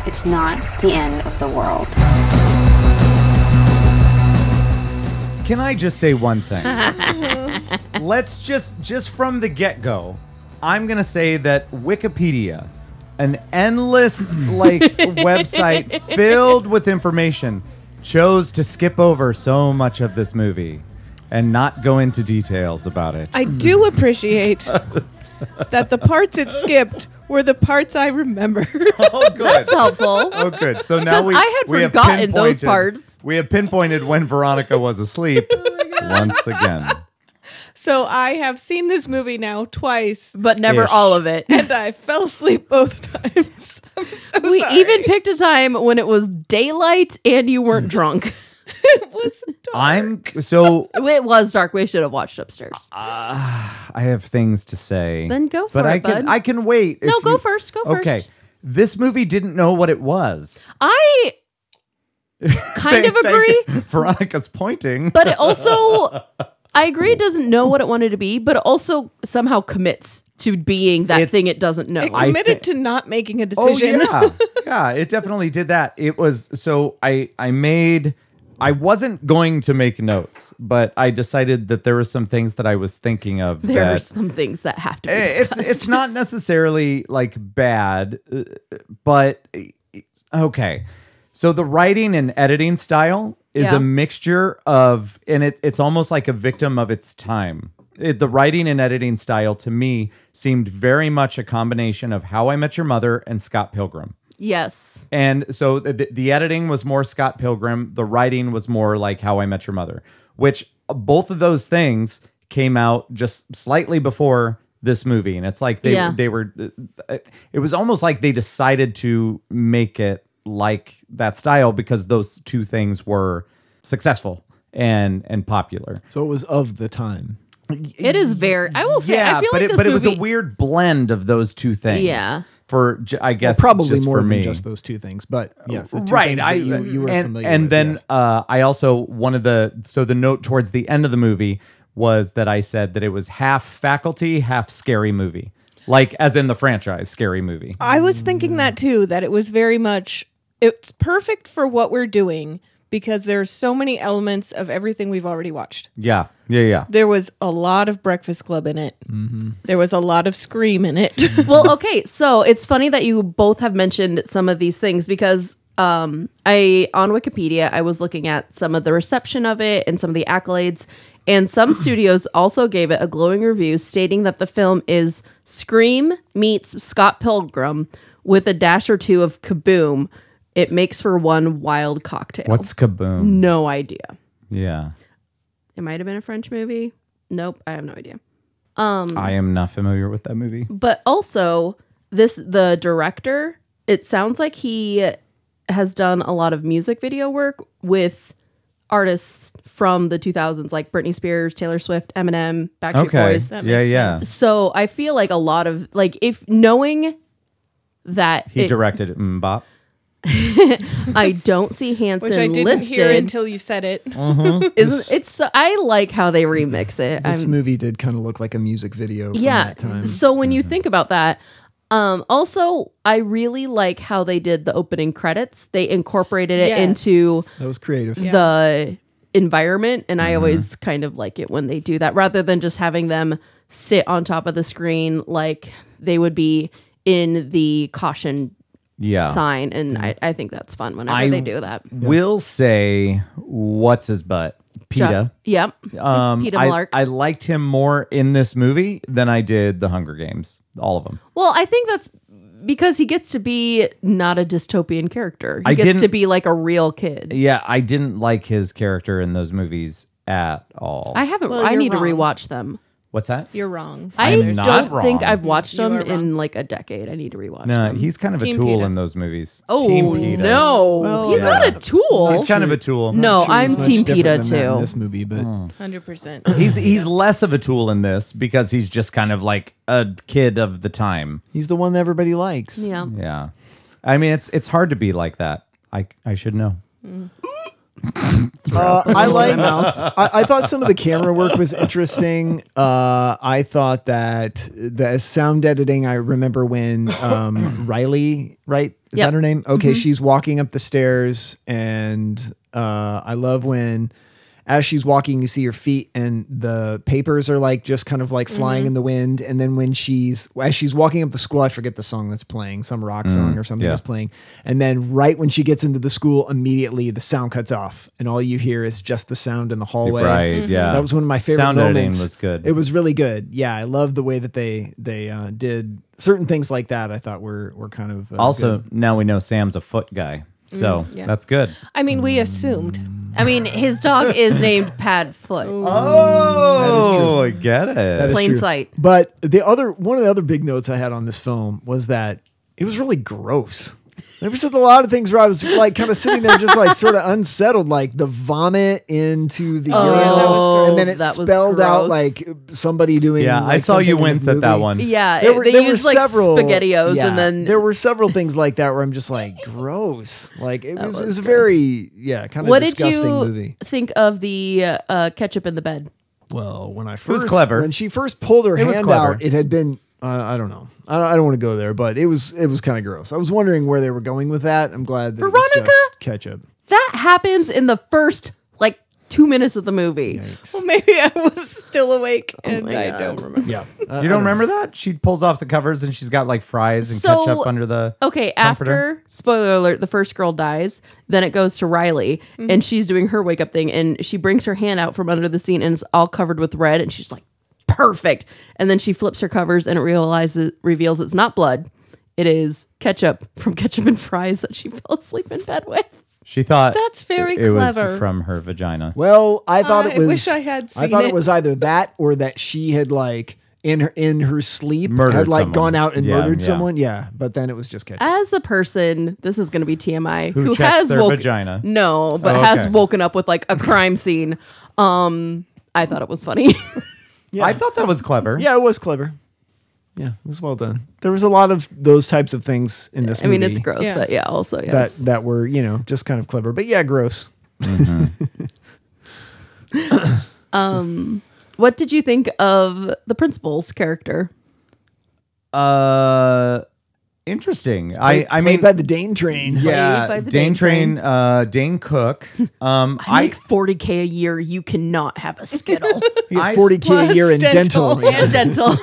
Speaker 17: It's not the end of the world.
Speaker 1: Can I just say one
Speaker 4: *laughs*
Speaker 1: thing? Let's just just from the get-go, I'm going to say that Wikipedia, an endless
Speaker 4: *laughs*
Speaker 1: like website filled with information, chose to skip over so much of this movie and not go into details about it.
Speaker 2: I do
Speaker 13: Hmm.
Speaker 1: *laughs*
Speaker 2: appreciate that the parts it skipped were the parts I remember. *laughs*
Speaker 1: Oh, good.
Speaker 4: *laughs* That's helpful.
Speaker 1: Oh, good. So now
Speaker 4: Because
Speaker 1: we,
Speaker 4: I had
Speaker 1: we have
Speaker 4: forgotten those
Speaker 1: pinpointed-
Speaker 4: parts. Oh
Speaker 1: We have pinpointed when Veronica was
Speaker 4: *laughs*
Speaker 1: asleep once again.
Speaker 2: So I have seen this movie now twice,
Speaker 4: but
Speaker 1: never Ish. all
Speaker 4: of it.
Speaker 2: And I fell asleep both *laughs* times. I'm so
Speaker 4: we
Speaker 2: sorry.
Speaker 4: even picked a time when it was daylight and you
Speaker 1: *laughs*
Speaker 4: weren't drunk.
Speaker 1: I'm so
Speaker 4: it was dark. We should have watched upstairs.
Speaker 1: I have things to say.
Speaker 4: Then go
Speaker 1: but
Speaker 4: for
Speaker 1: I
Speaker 4: it,
Speaker 1: can
Speaker 4: bud.
Speaker 1: I can wait.
Speaker 4: No,
Speaker 1: if
Speaker 4: go first, go first.
Speaker 1: Okay. This movie didn't know what it was. *laughs*
Speaker 4: I kind of
Speaker 1: Thank- thank-
Speaker 4: agree,
Speaker 1: *laughs* Veronica's pointing.
Speaker 4: but it also I agree it doesn't know what it wanted to be, but it also somehow commits to being that thing it doesn't know.
Speaker 2: It
Speaker 1: I
Speaker 2: committed to not making a decision.
Speaker 4: *laughs*
Speaker 1: Oh yeah, yeah. It definitely did that. It was so I I made I wasn't going to make notes, but I decided that there were some things that I was thinking of.
Speaker 4: there are
Speaker 1: that,
Speaker 4: some things that have to be
Speaker 1: Eh, it's
Speaker 4: discussed.
Speaker 1: it's
Speaker 4: *laughs*
Speaker 1: not necessarily like bad, uh, but okay. So the writing and editing style is
Speaker 4: Yeah.
Speaker 1: a mixture of, and it, it's almost like a victim of its time. It- the writing and editing style to me seemed very much a combination of How I Met Your Mother and Scott Pilgrim.
Speaker 4: yes.
Speaker 1: And so the, the editing was more Scott Pilgrim, the writing was more like How I Met Your Mother, which both of those things came out just slightly before this movie and it's like they
Speaker 4: Yeah.
Speaker 1: they were uh, it was almost like they decided to make it like that style because those two things were successful and and popular.
Speaker 3: So it was of the time.
Speaker 4: It is very. I will say. I feel
Speaker 1: but
Speaker 4: like
Speaker 1: it
Speaker 4: this
Speaker 1: but it was a
Speaker 4: movie-
Speaker 1: weird blend of those two things.
Speaker 4: Yeah.
Speaker 1: For j- I guess
Speaker 3: probably
Speaker 1: just
Speaker 3: more
Speaker 1: for
Speaker 3: than
Speaker 1: me.
Speaker 3: just those two things, but yes, the two
Speaker 1: right.
Speaker 3: things
Speaker 1: I
Speaker 3: that you, you were
Speaker 1: and,
Speaker 3: familiar
Speaker 1: and
Speaker 3: with.
Speaker 1: then uh, I also one of the so the note towards the end of the movie was that I said that it was half faculty, half scary movie, like as in the franchise scary movie.
Speaker 2: I was thinking that too, that it was very much, it's perfect for what we're doing because there's so many elements of everything we've already watched.
Speaker 1: Yeah, yeah, yeah.
Speaker 2: There was a lot of Breakfast Club in it. Mm-hmm. There was a lot of Scream in
Speaker 4: *laughs*
Speaker 2: it.
Speaker 4: well, okay. So it's funny that you both have mentioned some of these things because um, I on Wikipedia I was looking at some of the reception of it and some of the accolades, and some studios also gave it a glowing review, stating that the film is Scream meets Scott Pilgrim with a dash or two of Kaboom. It makes for one wild cocktail.
Speaker 1: What's Kaboom?
Speaker 4: No idea.
Speaker 1: Yeah,
Speaker 4: It might have been a French movie. Nope, I have no idea. Um,
Speaker 1: I am not familiar with that movie.
Speaker 4: but also this the director it sounds like he has done a lot of music video work with artists from the 2000s like Britney Spears, Taylor Swift, Eminem, Backstreet
Speaker 1: Okay.
Speaker 4: Boys.
Speaker 1: That Yeah, makes yeah. sense.
Speaker 4: So I feel like a lot of like if knowing that
Speaker 1: He
Speaker 4: it-
Speaker 1: directed Mbop.
Speaker 4: I don't see
Speaker 2: *laughs*
Speaker 4: Hanson
Speaker 2: Which I didn't
Speaker 4: listed.
Speaker 2: hear until you said it.
Speaker 1: Mhm.
Speaker 4: Isn't it's so I like how they remix it.
Speaker 3: this
Speaker 4: I'm-
Speaker 3: movie did kind of look like a music video. From that time. Mm-hmm.
Speaker 4: So when you think about that, um, also I really like how they did the opening credits. They incorporated it
Speaker 3: Yes.
Speaker 4: into
Speaker 3: That was creative. Yeah. Mm-hmm.
Speaker 4: the environment, and I always kind of like it when they do that rather than just having them sit on top of the screen like they would be in the caution
Speaker 1: Yeah.
Speaker 4: sign.
Speaker 3: Mm-hmm.
Speaker 4: And I, I think that's fun whenever they do that.
Speaker 1: Will say what's his butt?
Speaker 4: Jo-
Speaker 1: Peta.
Speaker 4: yep.
Speaker 1: Um,
Speaker 4: Peeta
Speaker 1: I-
Speaker 4: Mullark.
Speaker 1: I liked him more in this movie than I did The Hunger Games, all of them.
Speaker 4: Well, I think that's because he gets to be not a dystopian character. He
Speaker 1: I
Speaker 4: gets
Speaker 1: didn't-
Speaker 4: to be like a real kid.
Speaker 1: Yeah, I didn't like his character in those movies at all.
Speaker 4: I haven't.
Speaker 2: Well,
Speaker 4: I
Speaker 2: you're
Speaker 4: need
Speaker 2: wrong.
Speaker 4: to rewatch them.
Speaker 1: What's that?
Speaker 2: You're wrong.
Speaker 4: I
Speaker 1: I'm
Speaker 4: don't
Speaker 1: not
Speaker 4: think
Speaker 1: wrong.
Speaker 4: I've watched
Speaker 2: You
Speaker 4: them
Speaker 2: are
Speaker 4: in like a decade. I need to rewatch
Speaker 1: No,
Speaker 4: them.
Speaker 1: he's kind of a
Speaker 4: Team
Speaker 1: tool
Speaker 4: PETA.
Speaker 1: in those movies.
Speaker 4: Oh,
Speaker 1: Team PETA.
Speaker 4: no. He's not a tool.
Speaker 1: He's kind of a tool.
Speaker 4: No, Oh, I'm
Speaker 3: much
Speaker 4: Team
Speaker 3: different
Speaker 4: PETA
Speaker 3: than that in
Speaker 4: too.
Speaker 3: this movie, but
Speaker 2: Hundred percent.
Speaker 1: *laughs* He's he's less of a tool in this because he's just kind of like a kid of the time.
Speaker 3: he's the one that everybody likes.
Speaker 4: Yeah.
Speaker 1: Yeah. I mean, it's it's hard to be like that. I I should know.
Speaker 3: Uh,
Speaker 1: the
Speaker 3: I
Speaker 1: middle of
Speaker 3: like.
Speaker 1: the mouth.
Speaker 3: *laughs* I, I thought some of the camera work was interesting. Uh, I thought that the sound editing. I remember when um, Riley, right? Is
Speaker 4: Yep.
Speaker 3: that her name? Okay,
Speaker 4: Mhm.
Speaker 3: she's walking up the stairs, and uh, I love when. As she's walking, you see her feet, and the papers are like just kind of like flying
Speaker 4: Mhm.
Speaker 3: in the wind. And then when she's as she's walking up the school, I forget the song that's playing, some rock
Speaker 1: Mm,
Speaker 3: song or something
Speaker 1: yeah.
Speaker 3: that's playing. And then right when she gets into the school, immediately the sound cuts off, and all you hear is just the sound in the hallway.
Speaker 1: Right, Mhm. yeah.
Speaker 3: that was one of my favorite
Speaker 1: Sound editing
Speaker 3: moments.
Speaker 1: was good.
Speaker 3: It was really good. Yeah, I love the way that they they uh, did certain things like that. I thought were were kind of uh,
Speaker 1: also,
Speaker 3: good.
Speaker 1: now we know Sam's a foot guy. So
Speaker 2: Mm, yeah.
Speaker 1: that's good.
Speaker 2: *coughs* I mean, we assumed.
Speaker 4: I mean, his dog is named Pad Foot.
Speaker 1: Oh, I get it.
Speaker 3: That is
Speaker 4: Plain
Speaker 3: true.
Speaker 4: sight.
Speaker 3: But the other one of the other big notes I had on this film was that it was really gross. There was just a lot of things where I was like kind of sitting there just like sort of unsettled, like the vomit into the
Speaker 4: Oh, yeah, that was
Speaker 3: urinal.
Speaker 4: gross.
Speaker 3: And then it
Speaker 4: That was
Speaker 3: spelled out
Speaker 4: gross.
Speaker 3: like somebody doing
Speaker 1: Yeah, I
Speaker 3: like,
Speaker 1: saw you
Speaker 3: something in the
Speaker 1: wince at that
Speaker 3: movie.
Speaker 1: one.
Speaker 4: Yeah, it- Uh, they used, like, SpaghettiOs and then-
Speaker 3: there were several things like that where I'm just like gross. Like it was,
Speaker 4: was
Speaker 3: it was very yeah, kind of
Speaker 4: What did
Speaker 3: disgusting
Speaker 4: you
Speaker 3: movie.
Speaker 4: think of the uh, ketchup in the bed?
Speaker 3: Well, when I
Speaker 1: It was
Speaker 3: first
Speaker 1: clever.
Speaker 3: when she first pulled her
Speaker 1: It was
Speaker 3: hand
Speaker 1: clever.
Speaker 3: out, it had been uh, I don't know. I don't, I don't want to go there, but it was it was kind of gross. I was wondering where they were going with that. I'm glad that it was
Speaker 4: Veronica?
Speaker 3: just ketchup.
Speaker 4: That happens in the first like two minutes of the movie.
Speaker 2: Well, *laughs* maybe I was still awake and I don't remember.
Speaker 3: Yeah.
Speaker 1: you don't remember that? She pulls off the covers and she's got like fries and
Speaker 4: So-
Speaker 1: ketchup under the.
Speaker 4: Okay,
Speaker 1: Comforter?
Speaker 4: after spoiler alert, the first girl dies. Then it goes to Riley, and she's doing her wake up thing, and she brings her hand out from under the scene, and it's all covered with red, and she's like, "Perfect!" And then she flips her covers, and it realizes reveals it's not blood, it is ketchup from ketchup and fries that she *laughs* fell asleep in bed with.
Speaker 1: She thought
Speaker 2: That's very
Speaker 1: it, it was
Speaker 2: clever.
Speaker 1: from her vagina.
Speaker 3: Well, I thought it
Speaker 2: I
Speaker 3: was.
Speaker 2: wish I had
Speaker 3: I
Speaker 2: seen
Speaker 3: thought it.
Speaker 2: it.
Speaker 3: was either that or that she had like in her in her sleep had
Speaker 1: Murdered
Speaker 3: like
Speaker 1: someone.
Speaker 3: gone out and
Speaker 1: Yeah,
Speaker 3: murdered
Speaker 1: yeah.
Speaker 3: someone. Yeah, but then it was just
Speaker 2: Uh,
Speaker 3: ketchup.
Speaker 4: As a person, this is going to be TMI
Speaker 1: Who checks their
Speaker 4: woke-
Speaker 1: vagina.
Speaker 4: No, but
Speaker 1: Oh,
Speaker 4: has
Speaker 1: okay.
Speaker 4: woken up with like a crime scene. Um, I thought it was funny. *laughs*
Speaker 1: I thought that was clever.
Speaker 3: Yeah, it was clever. Yeah, it was well done. There was a lot of those types of things in this.
Speaker 4: I mean,
Speaker 3: movie
Speaker 4: it's gross,
Speaker 2: Yeah.
Speaker 4: but yeah, also
Speaker 3: That
Speaker 4: yes.
Speaker 3: that were you know just kind of clever, but yeah, gross.
Speaker 4: Um, what did you think of the principal's character?
Speaker 1: Uh, interesting. I I
Speaker 3: Played
Speaker 1: mean,
Speaker 3: by the Dane train.
Speaker 1: yeah,
Speaker 4: by the
Speaker 1: Dane
Speaker 4: Dane
Speaker 1: Train, uh, Dane Cook. Um,
Speaker 4: I
Speaker 1: I
Speaker 4: make forty k a year. You cannot have a skittle
Speaker 3: *laughs* You
Speaker 1: I-
Speaker 3: get 40k a year in
Speaker 1: *laughs*
Speaker 3: dental.
Speaker 4: *laughs* and dental.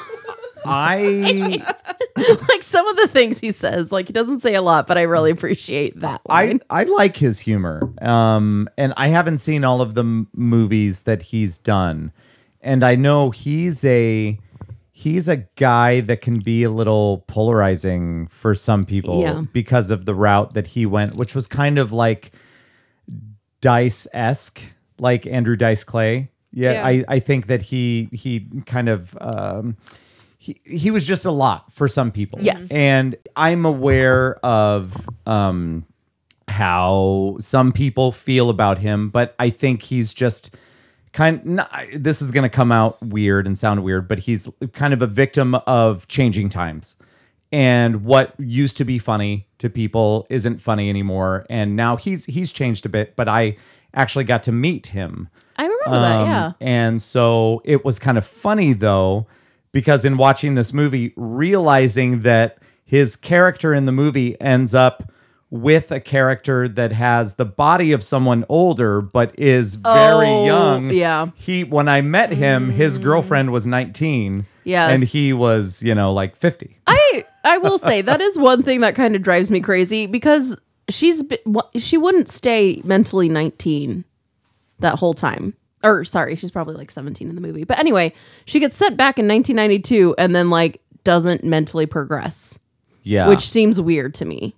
Speaker 1: I
Speaker 4: *laughs* like some of the things he says, like he doesn't say a lot, but I really appreciate that.
Speaker 1: I
Speaker 4: Line.
Speaker 1: I like his humor. Um, and I haven't seen all of the m- movies that he's done, and I know he's a he's a guy that can be a little polarizing for some people
Speaker 4: Yeah.
Speaker 1: because of the route that he went, which was kind of like Dice esque, like Andrew Dice Clay. Yeah,
Speaker 2: Yeah.
Speaker 1: I I think that he he kind of. Um, he, he was just a lot for some people.
Speaker 4: Yes.
Speaker 1: And I'm aware of um how some people feel about him, but I think he's just kind not, this is going to come out weird and sound weird, but he's kind of a victim of changing times. And what used to be funny to people isn't funny anymore, and now he's he's changed a bit, but I actually got to meet him.
Speaker 4: I remember that.
Speaker 1: Um,
Speaker 4: Yeah,
Speaker 1: And so it was kind of funny though, because in watching this movie, realizing that his character in the movie ends up with a character that has the body of someone older but is very
Speaker 4: Oh,
Speaker 1: young.
Speaker 4: yeah. Mm.
Speaker 1: He when I met him, his girlfriend was 19.
Speaker 4: Yes.
Speaker 1: And he was, you know, like 50.
Speaker 4: I I will say that is one thing that kind of drives me crazy because she's be- wha- she wouldn't stay mentally 19 that whole time. Or sorry, she's probably like 17 in the movie. But anyway, she gets sent back in 1992 and then like doesn't mentally progress.
Speaker 1: Yeah.
Speaker 4: Which seems weird to me.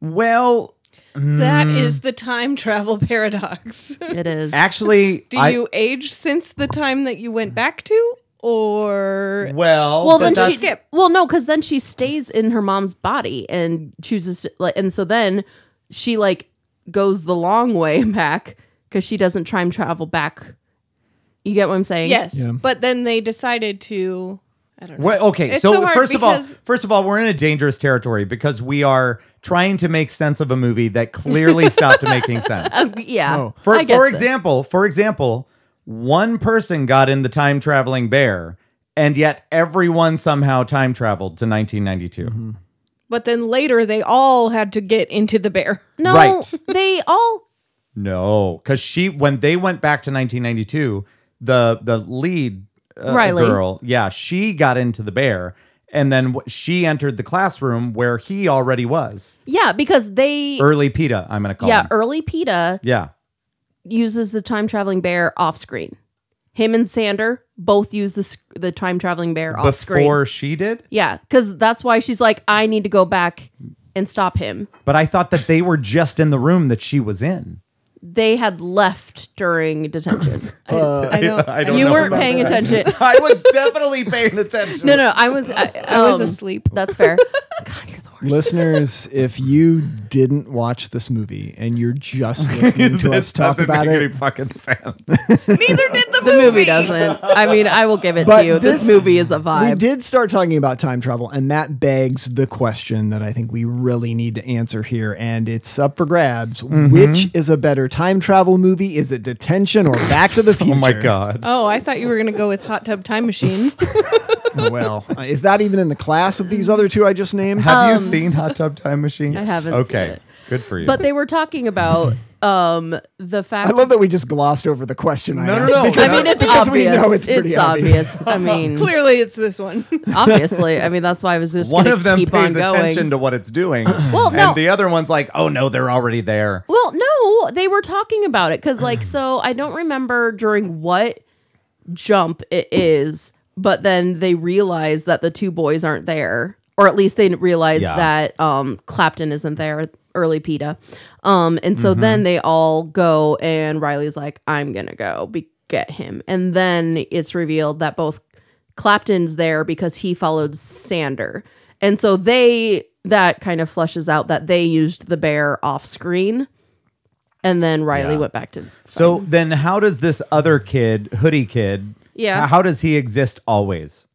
Speaker 1: Well,
Speaker 4: Mm.
Speaker 2: That is the time travel paradox. *laughs*
Speaker 4: It is.
Speaker 1: Actually,
Speaker 2: Do
Speaker 1: I-
Speaker 2: you age since the time that you went back to, or
Speaker 1: Well,
Speaker 4: well,
Speaker 1: but
Speaker 4: then
Speaker 1: that's-
Speaker 4: she well no because then she stays in her mom's body and chooses to, like and so then she like goes the long way *laughs* back because she doesn't time travel back you get what i'm saying
Speaker 2: yes? But then they decided to. I don't know.
Speaker 1: Well, okay,
Speaker 2: It's
Speaker 1: so,
Speaker 2: hard
Speaker 1: first of all,
Speaker 2: because-
Speaker 1: first of all, we're in a dangerous territory because we are trying to make sense of a movie that clearly stopped making sense.
Speaker 4: yeah
Speaker 1: For
Speaker 4: I guess
Speaker 1: for
Speaker 4: so.
Speaker 1: example, for example, one person got in the time traveling bear, and yet everyone somehow time traveled to 1992.
Speaker 2: but then later they all had to get into
Speaker 1: *laughs*
Speaker 2: the bear.
Speaker 1: No, Right.
Speaker 4: they all
Speaker 1: No, because she when they went back to 1992, the the lead uh,
Speaker 4: Riley.
Speaker 1: girl, yeah, she got into the bear, and then w- she entered the classroom where he already was.
Speaker 4: yeah because they
Speaker 1: Early PETA, I'm gonna call.
Speaker 4: yeah
Speaker 1: him.
Speaker 4: early peta
Speaker 1: yeah.
Speaker 4: uses the time traveling bear off screen him and sander both use the, sc- the time traveling bear off screen
Speaker 1: Before she did,
Speaker 4: yeah because that's why she's like i need to go back and stop him
Speaker 1: but I thought that they were just in the room that she was in.
Speaker 4: they had left during detention.
Speaker 2: *laughs*
Speaker 1: I don't- Uh, I don't
Speaker 4: you
Speaker 1: know
Speaker 4: weren't
Speaker 1: about
Speaker 4: paying
Speaker 1: that.
Speaker 4: attention.
Speaker 1: *laughs* I was definitely paying attention.
Speaker 4: *laughs* No, no, I was. I,
Speaker 2: I was
Speaker 4: um,
Speaker 2: asleep.
Speaker 4: That's fair.
Speaker 3: *laughs*
Speaker 2: *laughs*
Speaker 3: Listeners, if you didn't watch this movie and
Speaker 1: *laughs*
Speaker 3: you're just listening to
Speaker 1: *laughs*
Speaker 3: us
Speaker 1: This
Speaker 3: talk
Speaker 1: doesn't
Speaker 3: about
Speaker 1: make
Speaker 3: it,
Speaker 1: any fucking sense.
Speaker 3: *laughs*
Speaker 4: *laughs* the movie. doesn't. I mean, I will give it to you. This, movie is a
Speaker 3: We
Speaker 4: vibe.
Speaker 3: did start talking about time travel, and that begs the question that I think we really need to answer here, and it's up for grabs.
Speaker 1: Mhm.
Speaker 3: Which is a better time travel movie? Is it Detention or Back to the Future?
Speaker 1: *laughs* Oh my God.
Speaker 2: Oh, I thought you were gonna go with Hot Tub Time
Speaker 1: *laughs*
Speaker 2: Machine.
Speaker 3: *laughs*
Speaker 2: *laughs*
Speaker 3: well, uh, is that even in the class of these other two I just named?
Speaker 4: Have you Um, seen
Speaker 1: Hot Tub Time Machine?
Speaker 4: I haven't seen
Speaker 1: Okay.
Speaker 4: it.
Speaker 1: Good for you.
Speaker 4: But they were talking about um the fact.
Speaker 3: I love that we just glossed over the question. I
Speaker 4: no,
Speaker 3: asked
Speaker 4: no.
Speaker 3: Because,
Speaker 4: I mean, it's
Speaker 3: because we know
Speaker 4: obvious.
Speaker 3: it's pretty
Speaker 4: It's
Speaker 3: obvious.
Speaker 4: obvious. I mean-
Speaker 2: clearly it's this one.
Speaker 4: obviously, I mean that's why I was just
Speaker 1: One
Speaker 4: gonna
Speaker 1: of them
Speaker 4: keep
Speaker 1: pays
Speaker 4: on going.
Speaker 1: attention to what it's doing.
Speaker 4: *clears throat* Well, no.
Speaker 1: And the other one's like, oh no, they're already there.
Speaker 4: Well, no, they were talking about it because, like, so I don't remember during what jump it is, but then they realize that the two boys aren't there, or at least they realize
Speaker 18: Yeah.
Speaker 4: that um, Clapton isn't there, early PETA. Um, and so
Speaker 18: Mhm.
Speaker 4: then they all go, and Riley's like, I'm gonna go be- get him. And then it's revealed that both Clapton's there because he followed Sander. And so they that kind of flushes out that they used the bear off screen. And then Riley
Speaker 1: Yeah.
Speaker 4: went back to
Speaker 1: So then how does this other kid, hoodie kid,
Speaker 4: Yeah.
Speaker 1: how does he exist always?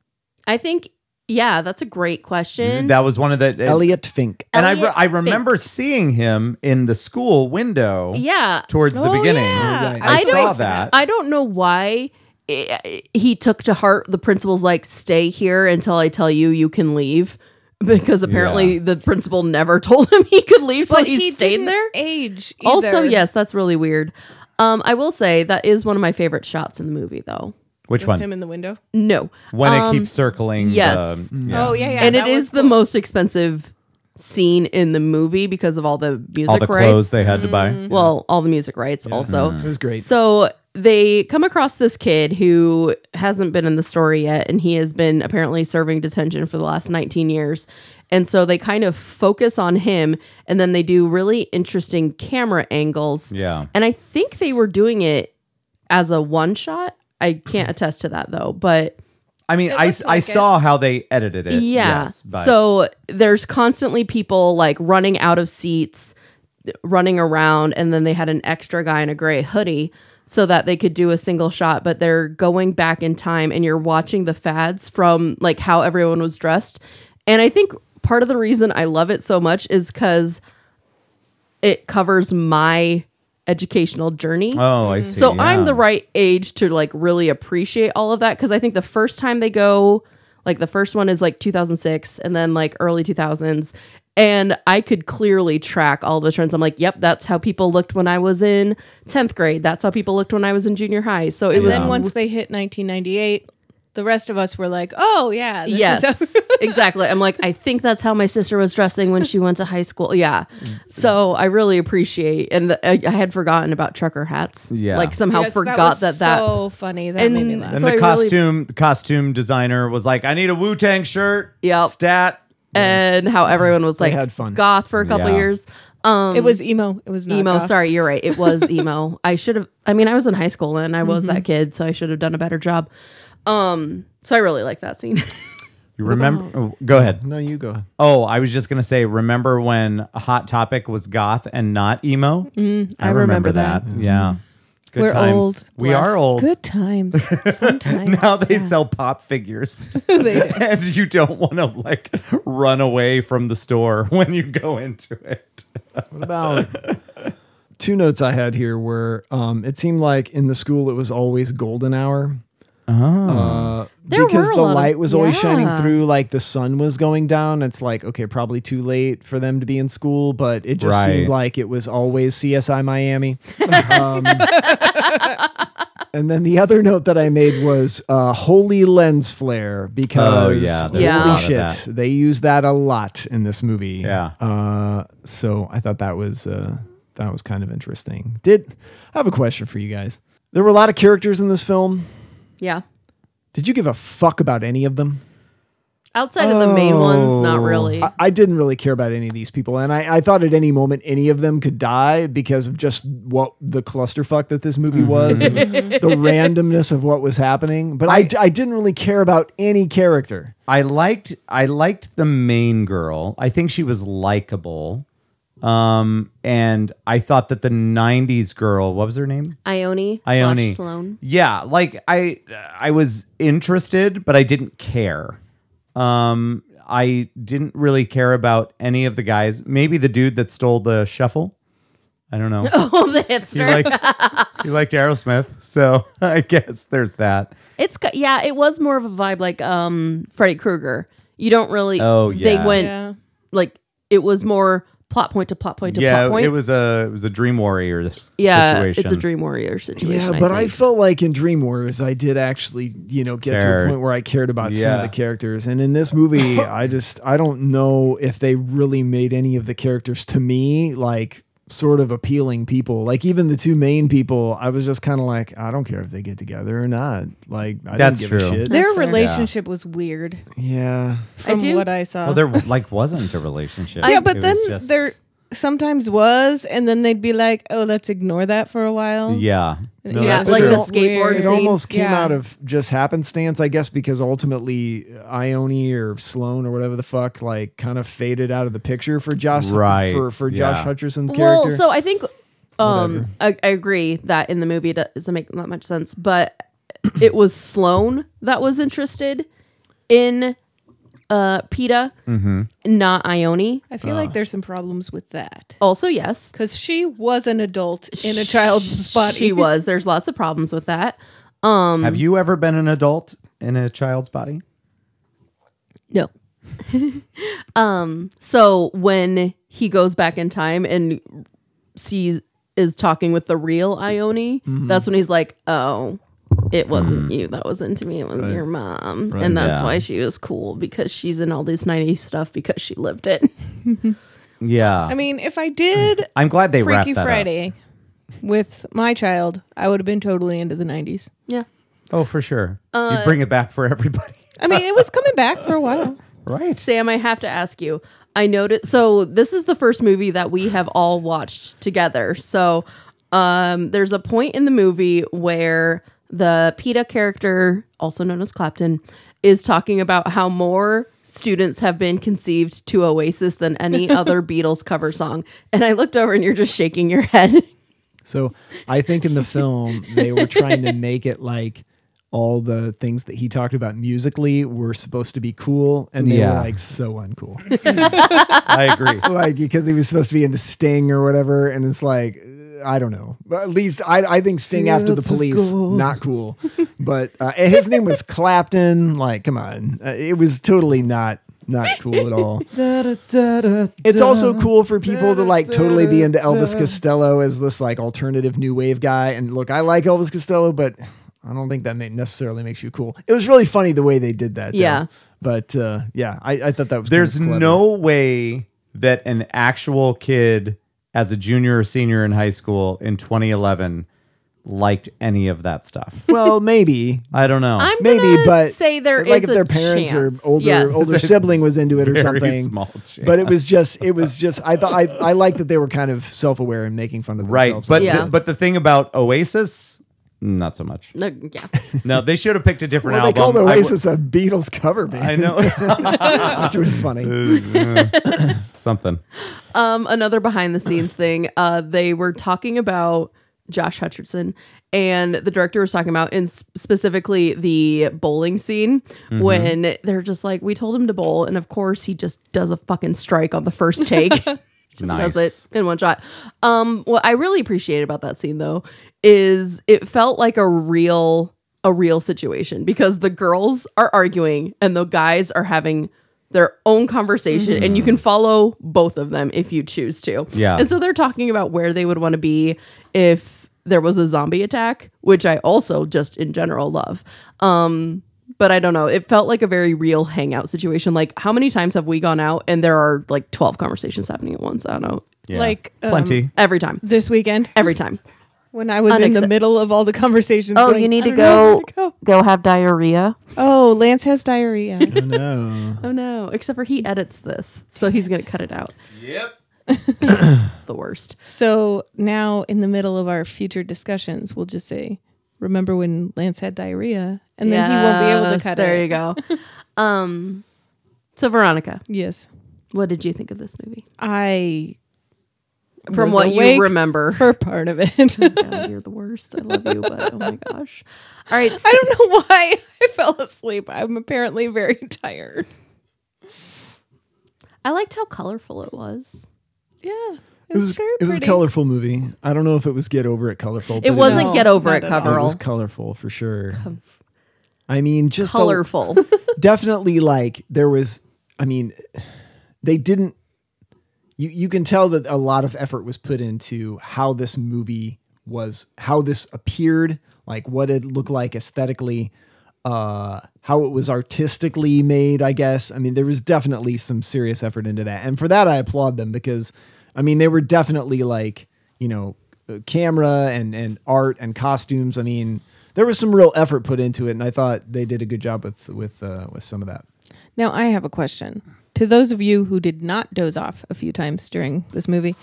Speaker 4: I think yeah, that's a great question.
Speaker 1: That was one of the
Speaker 3: Elliot Fink.
Speaker 1: And I, re-
Speaker 4: Elliot
Speaker 1: I remember seeing him in the school window.
Speaker 4: Yeah.
Speaker 1: Towards the
Speaker 4: Oh,
Speaker 1: beginning.
Speaker 4: yeah.
Speaker 1: I,
Speaker 4: don't-
Speaker 1: saw that.
Speaker 4: I don't know why i- he took to heart the principal's like stay here until I tell you you can leave because apparently the principal never *laughs* told him he could leave so
Speaker 2: *laughs* But
Speaker 4: he,
Speaker 2: he
Speaker 4: stayed
Speaker 2: didn't
Speaker 4: there.
Speaker 2: Age
Speaker 4: Also,
Speaker 2: either.
Speaker 4: yes, that's really weird. Um, I will say that is one of my favorite shots in the movie, though.
Speaker 1: Which
Speaker 2: With
Speaker 1: one?
Speaker 2: Him in the window.
Speaker 4: No,
Speaker 1: When it
Speaker 4: Um,
Speaker 1: keeps circling.
Speaker 4: Yes.
Speaker 1: the-
Speaker 2: Oh, yeah, yeah,
Speaker 4: And it
Speaker 2: that
Speaker 4: is the most expensive scene in the movie because of all the music
Speaker 1: All the
Speaker 4: rights.
Speaker 1: clothes they had to buy. Mm.
Speaker 4: Well, all the music rights also.
Speaker 1: Mhm. It was great.
Speaker 4: So they come across this kid who hasn't been in the story yet, and he has been apparently serving detention for the last 19 years. And so they kind of focus on him, and then they do really interesting camera angles.
Speaker 1: Yeah.
Speaker 4: And I think they were doing it as a one shot. I can't attest to that though, but
Speaker 1: I mean, I, I saw how they edited it.
Speaker 4: yeah.
Speaker 1: Yes, but-
Speaker 4: so there's constantly people like running out of seats, running around, and then they had an extra guy in a gray hoodie so that they could do a single shot, but they're going back in time and you're watching the fads from like how everyone was dressed. And I think part of the reason I love it so much is because it covers my educational journey.
Speaker 1: Oh, I see,
Speaker 4: Mm. So I'm
Speaker 1: yeah.
Speaker 4: the right age to like really appreciate all of that because I think the first time they go, like the first one is like 2006 and then like early 2000s. And I could clearly track all the trends. I'm like, yep, that's how people looked when I was in 10th grade. That's how people looked when I was in junior high. So it
Speaker 2: and
Speaker 4: was
Speaker 2: then
Speaker 4: *laughs*
Speaker 2: once they hit 1998, the rest of us were like, "Oh yeah, this is *laughs* how-
Speaker 4: yes, exactly. I'm like, I think that's how my sister was dressing when she went to high school. Yeah.
Speaker 1: Mm.
Speaker 4: So I really appreciate, and the, I, I had forgotten about trucker hats.
Speaker 1: Yeah.
Speaker 4: Like somehow
Speaker 2: Yes, that
Speaker 4: forgot
Speaker 2: was
Speaker 4: that that.
Speaker 2: so funny. That made me laugh.
Speaker 1: And
Speaker 4: so I
Speaker 1: the
Speaker 4: really-
Speaker 1: costume the costume designer was like, I need a Wu Tang shirt,
Speaker 4: Yep.
Speaker 1: stat,
Speaker 4: and how everyone was
Speaker 3: They
Speaker 4: like
Speaker 3: had fun.
Speaker 4: goth for a couple
Speaker 3: Yeah.
Speaker 4: years. Um,
Speaker 2: It was emo. It was not
Speaker 4: emo.
Speaker 2: goth.
Speaker 4: Sorry, you're right. It *laughs* was emo. I should have. I mean, I was in high school and I was
Speaker 2: Mhm.
Speaker 4: that kid, so I should have done a better job. Um, so I really like that scene. *laughs*
Speaker 1: You remember? oh, go ahead.
Speaker 3: No, you go ahead.
Speaker 1: Oh, I was just gonna say. Remember when Hot Topic was goth and not emo?
Speaker 2: Mm, I remember that.
Speaker 1: Yeah. Good
Speaker 2: We're
Speaker 1: times.
Speaker 2: old.
Speaker 1: We
Speaker 2: Bless.
Speaker 1: are old.
Speaker 2: Good times. Fun times.
Speaker 1: *laughs* now they sell pop
Speaker 2: *laughs*
Speaker 1: figures. *laughs* and you don't want to like run away from the store *laughs* when you go into it.
Speaker 3: What
Speaker 1: *laughs*
Speaker 3: about two notes I had here were um, it seemed like in the school it was always golden hour.
Speaker 1: Ah.
Speaker 3: Uh,
Speaker 4: There
Speaker 3: because
Speaker 4: were a
Speaker 3: the
Speaker 4: lot of-
Speaker 3: light was always shining
Speaker 4: yeah.
Speaker 3: through, like the sun was going down. It's like, okay, probably too late for them to be in school, but it just
Speaker 1: Right.
Speaker 3: seemed like it was always CSI
Speaker 4: *laughs*
Speaker 3: Miami. Um, and then the other note that I made was uh, holy lens flare because
Speaker 1: Oh, yeah, there's
Speaker 3: holy
Speaker 1: a lot of
Speaker 3: shit,
Speaker 1: that.
Speaker 3: they use that a lot in this movie.
Speaker 1: Yeah.
Speaker 3: Uh, so I thought that was uh, that was kind of interesting. Did I have a question for you guys? There were a lot of characters in this film.
Speaker 4: yeah.
Speaker 3: Did you give a fuck about any of them?
Speaker 4: Outside of the main ones, not
Speaker 3: Oh.
Speaker 4: really.
Speaker 3: I, I didn't really care about any of these people, and I, I thought at any moment any of them could die because of just what the clusterfuck that this movie was, and
Speaker 4: Mhm.
Speaker 3: the randomness of what was happening. But I, d- I didn't really care about any character.
Speaker 1: I liked I liked the main girl. I think she was likable. Um and I thought that the 90s girl, what was her name?
Speaker 4: Ione.
Speaker 1: Ione.
Speaker 4: Slash Sloan.
Speaker 1: Yeah, like I I was interested, but I didn't care. Um I didn't really care about any of the guys. Maybe the dude that stole the shuffle. I don't
Speaker 4: *laughs*
Speaker 1: know.
Speaker 4: *laughs* Oh, the
Speaker 1: he
Speaker 4: hipster.
Speaker 1: liked he liked Aerosmith, so *laughs* I guess there's that.
Speaker 4: It's got- yeah, it was more of a vibe like um Freddy Krueger. You don't really
Speaker 1: Oh,
Speaker 4: they
Speaker 1: yeah.
Speaker 4: went
Speaker 2: Yeah.
Speaker 4: like it was more plot point to plot point to
Speaker 1: yeah,
Speaker 4: plot point.
Speaker 1: it was a it was a Dream Warriors
Speaker 4: yeah,
Speaker 1: situation.
Speaker 4: it's a dream warrior situation.
Speaker 3: Yeah, but I,
Speaker 4: think.
Speaker 3: felt like in Dream Warriors, I did actually, you know, get to
Speaker 1: Care.
Speaker 3: a point where I cared about some
Speaker 1: Yeah.
Speaker 3: of the characters. And in
Speaker 1: *laughs*
Speaker 3: this movie, I just, I don't know if they really made any of the characters to me like sort of appealing people. Like even the two main people, I was just kind of like, I don't care if they get together or not. Like, I
Speaker 1: That's
Speaker 3: didn't give
Speaker 1: true.
Speaker 3: A shit.
Speaker 2: Their relationship was weird
Speaker 3: yeah.
Speaker 2: from
Speaker 4: do-
Speaker 2: what I saw.
Speaker 1: Well, there like wasn't a relationship.
Speaker 2: Oh. yeah, but
Speaker 1: It was
Speaker 2: then
Speaker 1: just-
Speaker 2: there sometimes was, and then they'd be like, "Oh, let's ignore that for a while."
Speaker 1: yeah, No,
Speaker 2: Yeah,
Speaker 1: that's
Speaker 2: like
Speaker 1: true.
Speaker 2: the It's skateboard weird.
Speaker 3: It
Speaker 2: scene.
Speaker 3: almost came
Speaker 2: Yeah.
Speaker 3: out of just happenstance, I guess, because ultimately uh, Ione or Sloan or whatever the fuck, like, kind of faded out of the picture for Josh
Speaker 1: Right,
Speaker 3: for for
Speaker 1: yeah.
Speaker 3: Josh Hutcherson's character.
Speaker 4: Well, so I think
Speaker 3: Whatever.
Speaker 4: um I, I agree that in the movie it doesn't make that much sense, but it was Sloan that was interested in uh PETA,
Speaker 3: Mm-hmm.
Speaker 2: Mhm.
Speaker 4: not Ione.
Speaker 2: I feel like there's some problems with that
Speaker 4: also yes.
Speaker 2: because she was an adult in a child's body.
Speaker 3: *laughs*
Speaker 4: She was. There's lots of problems with that. Um
Speaker 1: Have you ever been an adult in a child's body?
Speaker 2: No.
Speaker 4: um so when he goes back in time and sees is talking with the real Ione,
Speaker 12: Mhm.
Speaker 4: that's when he's like, "Oh, it wasn't you. That wasn't to me. It was
Speaker 12: Mm-hmm. Right.
Speaker 4: your mom."
Speaker 12: Right.
Speaker 4: And that's
Speaker 1: Yeah.
Speaker 4: why she was cool because she's in all these 90s stuff because she lived it. *laughs*
Speaker 1: Yeah,
Speaker 2: I mean, if I did,
Speaker 1: I'm glad they wrapped
Speaker 2: Freaky
Speaker 1: that up.
Speaker 2: Friday with my child, I would have been totally into the '90s.
Speaker 4: Yeah.
Speaker 1: Oh, for sure.
Speaker 4: Uh,
Speaker 1: you bring it back for *laughs* everybody.
Speaker 2: I mean, it was coming back for a while.
Speaker 1: Right.
Speaker 4: Sam, I have to ask you. I noticed so this is the first movie that we have all watched together. So um there's a point in the movie where the PETA character, also known as Clapton, is talking about how more students have been conceived to Oasis than *laughs* any other Beatles cover song. And I looked over and you're just shaking your head.
Speaker 3: So I think in the film they were trying to make it like all the things that he talked about musically were supposed to be cool, and they were
Speaker 1: Yeah.
Speaker 3: like so uncool.
Speaker 1: I agree.
Speaker 3: like because he was supposed to be into Sting or whatever, and it's like uh, I don't know. But at least I, I think Sting after the
Speaker 1: Fields of
Speaker 3: police
Speaker 1: gold.
Speaker 3: not cool. But uh, and his name was Clapton. Like come on, uh, it was totally not not cool at all. It's also cool for people to like totally be into Elvis Costello as this like alternative new wave guy. And look, I like Elvis Costello, but I don't think that ma- necessarily makes you cool. It was really funny the way they did that. though.
Speaker 4: Yeah.
Speaker 3: But uh, yeah, I, I thought that was. kind
Speaker 1: There's
Speaker 3: of clever.
Speaker 1: no way that an actual kid as a junior or senior in high school in 2011 liked any of that stuff.
Speaker 3: Well, maybe.
Speaker 1: I don't know.
Speaker 4: I'm
Speaker 3: Maybe,
Speaker 4: gonna
Speaker 3: but
Speaker 4: say there
Speaker 3: like
Speaker 4: is
Speaker 3: if their
Speaker 4: a
Speaker 3: parents
Speaker 4: chance.
Speaker 3: or older
Speaker 4: Yes.
Speaker 1: *laughs*
Speaker 3: older sibling was into it or
Speaker 1: Very
Speaker 3: something.
Speaker 1: small
Speaker 3: But it was
Speaker 1: chance.
Speaker 3: just it was just I thought I I like that they were kind of self aware and making fun of
Speaker 1: right,
Speaker 3: themselves.
Speaker 1: but
Speaker 3: yeah.
Speaker 1: the, but the thing about Oasis, not so *laughs* much.
Speaker 4: No, yeah.
Speaker 1: No, they should have picked a different
Speaker 3: well, they
Speaker 1: album.
Speaker 3: called
Speaker 1: I would-
Speaker 3: Oasis a Beatles cover band.
Speaker 1: I *laughs* know.
Speaker 3: which was
Speaker 1: *laughs*
Speaker 3: funny.
Speaker 1: Uh, Something.
Speaker 4: Um, another behind the scenes thing. Uh, they were talking about Josh Hutcherson, and the director was talking about, in s- specifically the bowling scene,
Speaker 12: Mhm.
Speaker 4: when they're just like, "We told him to bowl," and of course he just does a fucking strike on the first take. just
Speaker 12: Nice.
Speaker 4: does it in one shot. Um, what I really appreciated about that scene though is it felt like a real a real situation because the girls are arguing and the guys are having their own conversation and you can follow both of them if you choose to.
Speaker 12: Yeah.
Speaker 4: And so they're talking about where they would want to be if there was a zombie attack, which I also just in general love. Um but I don't know. It felt like a very real hangout situation. Like, how many times have we gone out and there are like 12 conversations happening at once? I don't know.
Speaker 2: Yeah. Like, um, Plenty.
Speaker 4: Every time.
Speaker 2: This weekend?
Speaker 4: Every *laughs* time.
Speaker 2: When I was in the
Speaker 4: Unaccept-
Speaker 2: middle of all the conversations.
Speaker 4: Oh,
Speaker 2: going,
Speaker 4: you need
Speaker 2: "I
Speaker 4: to
Speaker 2: don't know where
Speaker 4: go, go have diarrhea.
Speaker 2: Oh, Lance has diarrhea. *laughs*
Speaker 3: no.
Speaker 4: Oh no. Except for he edits this. So he's going to cut it out.
Speaker 2: Yep.
Speaker 4: *coughs* the worst.
Speaker 2: So now, in the middle of our future discussions, we'll just say, "Remember when Lance had diarrhea?" And then he won't be able to
Speaker 4: Yes,
Speaker 2: cut
Speaker 4: there
Speaker 2: it.
Speaker 4: you go. *laughs* um so Veronica.
Speaker 2: Yes.
Speaker 4: What did you think of this movie?
Speaker 2: I,
Speaker 4: From
Speaker 2: was
Speaker 4: what you
Speaker 2: awake *laughs*
Speaker 4: remember. *laughs*
Speaker 2: for part of it.
Speaker 4: you're the worst. I love you, but oh my gosh. All right.
Speaker 2: I don't know why I fell asleep. I'm apparently very tired.
Speaker 4: I liked how colorful it was.
Speaker 2: Yeah.
Speaker 3: It was, it was a colorful movie. I don't know if it was Get Over It colorful. but
Speaker 4: wasn't
Speaker 3: was-
Speaker 4: Get Over It
Speaker 3: but It
Speaker 4: coverall.
Speaker 3: was colorful for sure. I mean, just a-
Speaker 4: Colorful.
Speaker 3: definitely, like there was. I mean, they didn't. You you can tell that a lot of effort was put into how this movie was, how this appeared, like what it looked like aesthetically, uh, how it was artistically made. I guess. I mean, there was definitely some serious effort into that, and for that, I applaud them because, I mean, they were definitely like you know uh, camera and and art and costumes. I mean, there was some real effort put into it, and I thought they did a good job with with uh, with some of that.
Speaker 2: Now I have a question. To those of you who did not doze off a few times during this movie,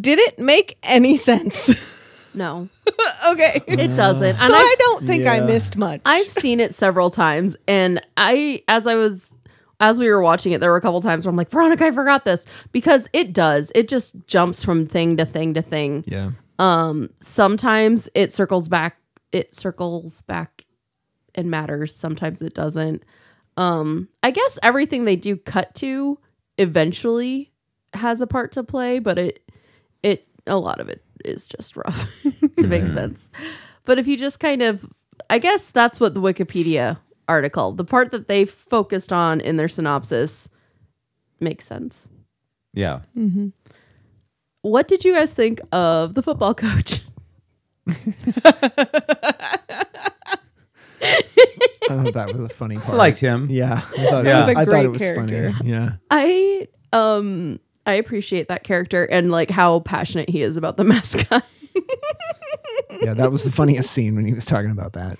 Speaker 2: did it make any *laughs* sense?
Speaker 4: No.
Speaker 2: *laughs* okay.
Speaker 4: It doesn't. And
Speaker 2: so
Speaker 4: I've-
Speaker 2: I don't think I missed much. *laughs*
Speaker 4: I've seen it several times, and I, as I was, as we were watching it, there were a couple times where I'm like, Veronica, I forgot this because it does. It just jumps from thing to thing to thing.
Speaker 3: Yeah.
Speaker 4: Um. Sometimes it circles back. It circles back, and matters. Sometimes it doesn't. Um. I guess everything they do cut to eventually has a part to play, but it, it, a lot of it is just rough *laughs* to make
Speaker 12: Mhm.
Speaker 4: sense. But if you just kind of, I guess that's what the Wikipedia article, the part that they focused on in their synopsis, makes sense.
Speaker 1: Yeah.
Speaker 4: Mm-hmm. What did you guys think of the football *laughs* coach?
Speaker 3: I thought that was a *laughs* funny part.
Speaker 1: liked him.
Speaker 3: Yeah, I thought,
Speaker 1: Yeah.
Speaker 3: It, was,
Speaker 1: He was a
Speaker 3: I thought
Speaker 1: great
Speaker 3: it was
Speaker 1: character.
Speaker 3: funny. Yeah.
Speaker 4: I um I appreciate that character and like how passionate he is about the *laughs* mascot.
Speaker 3: Yeah, that was the funniest scene when he was talking about that.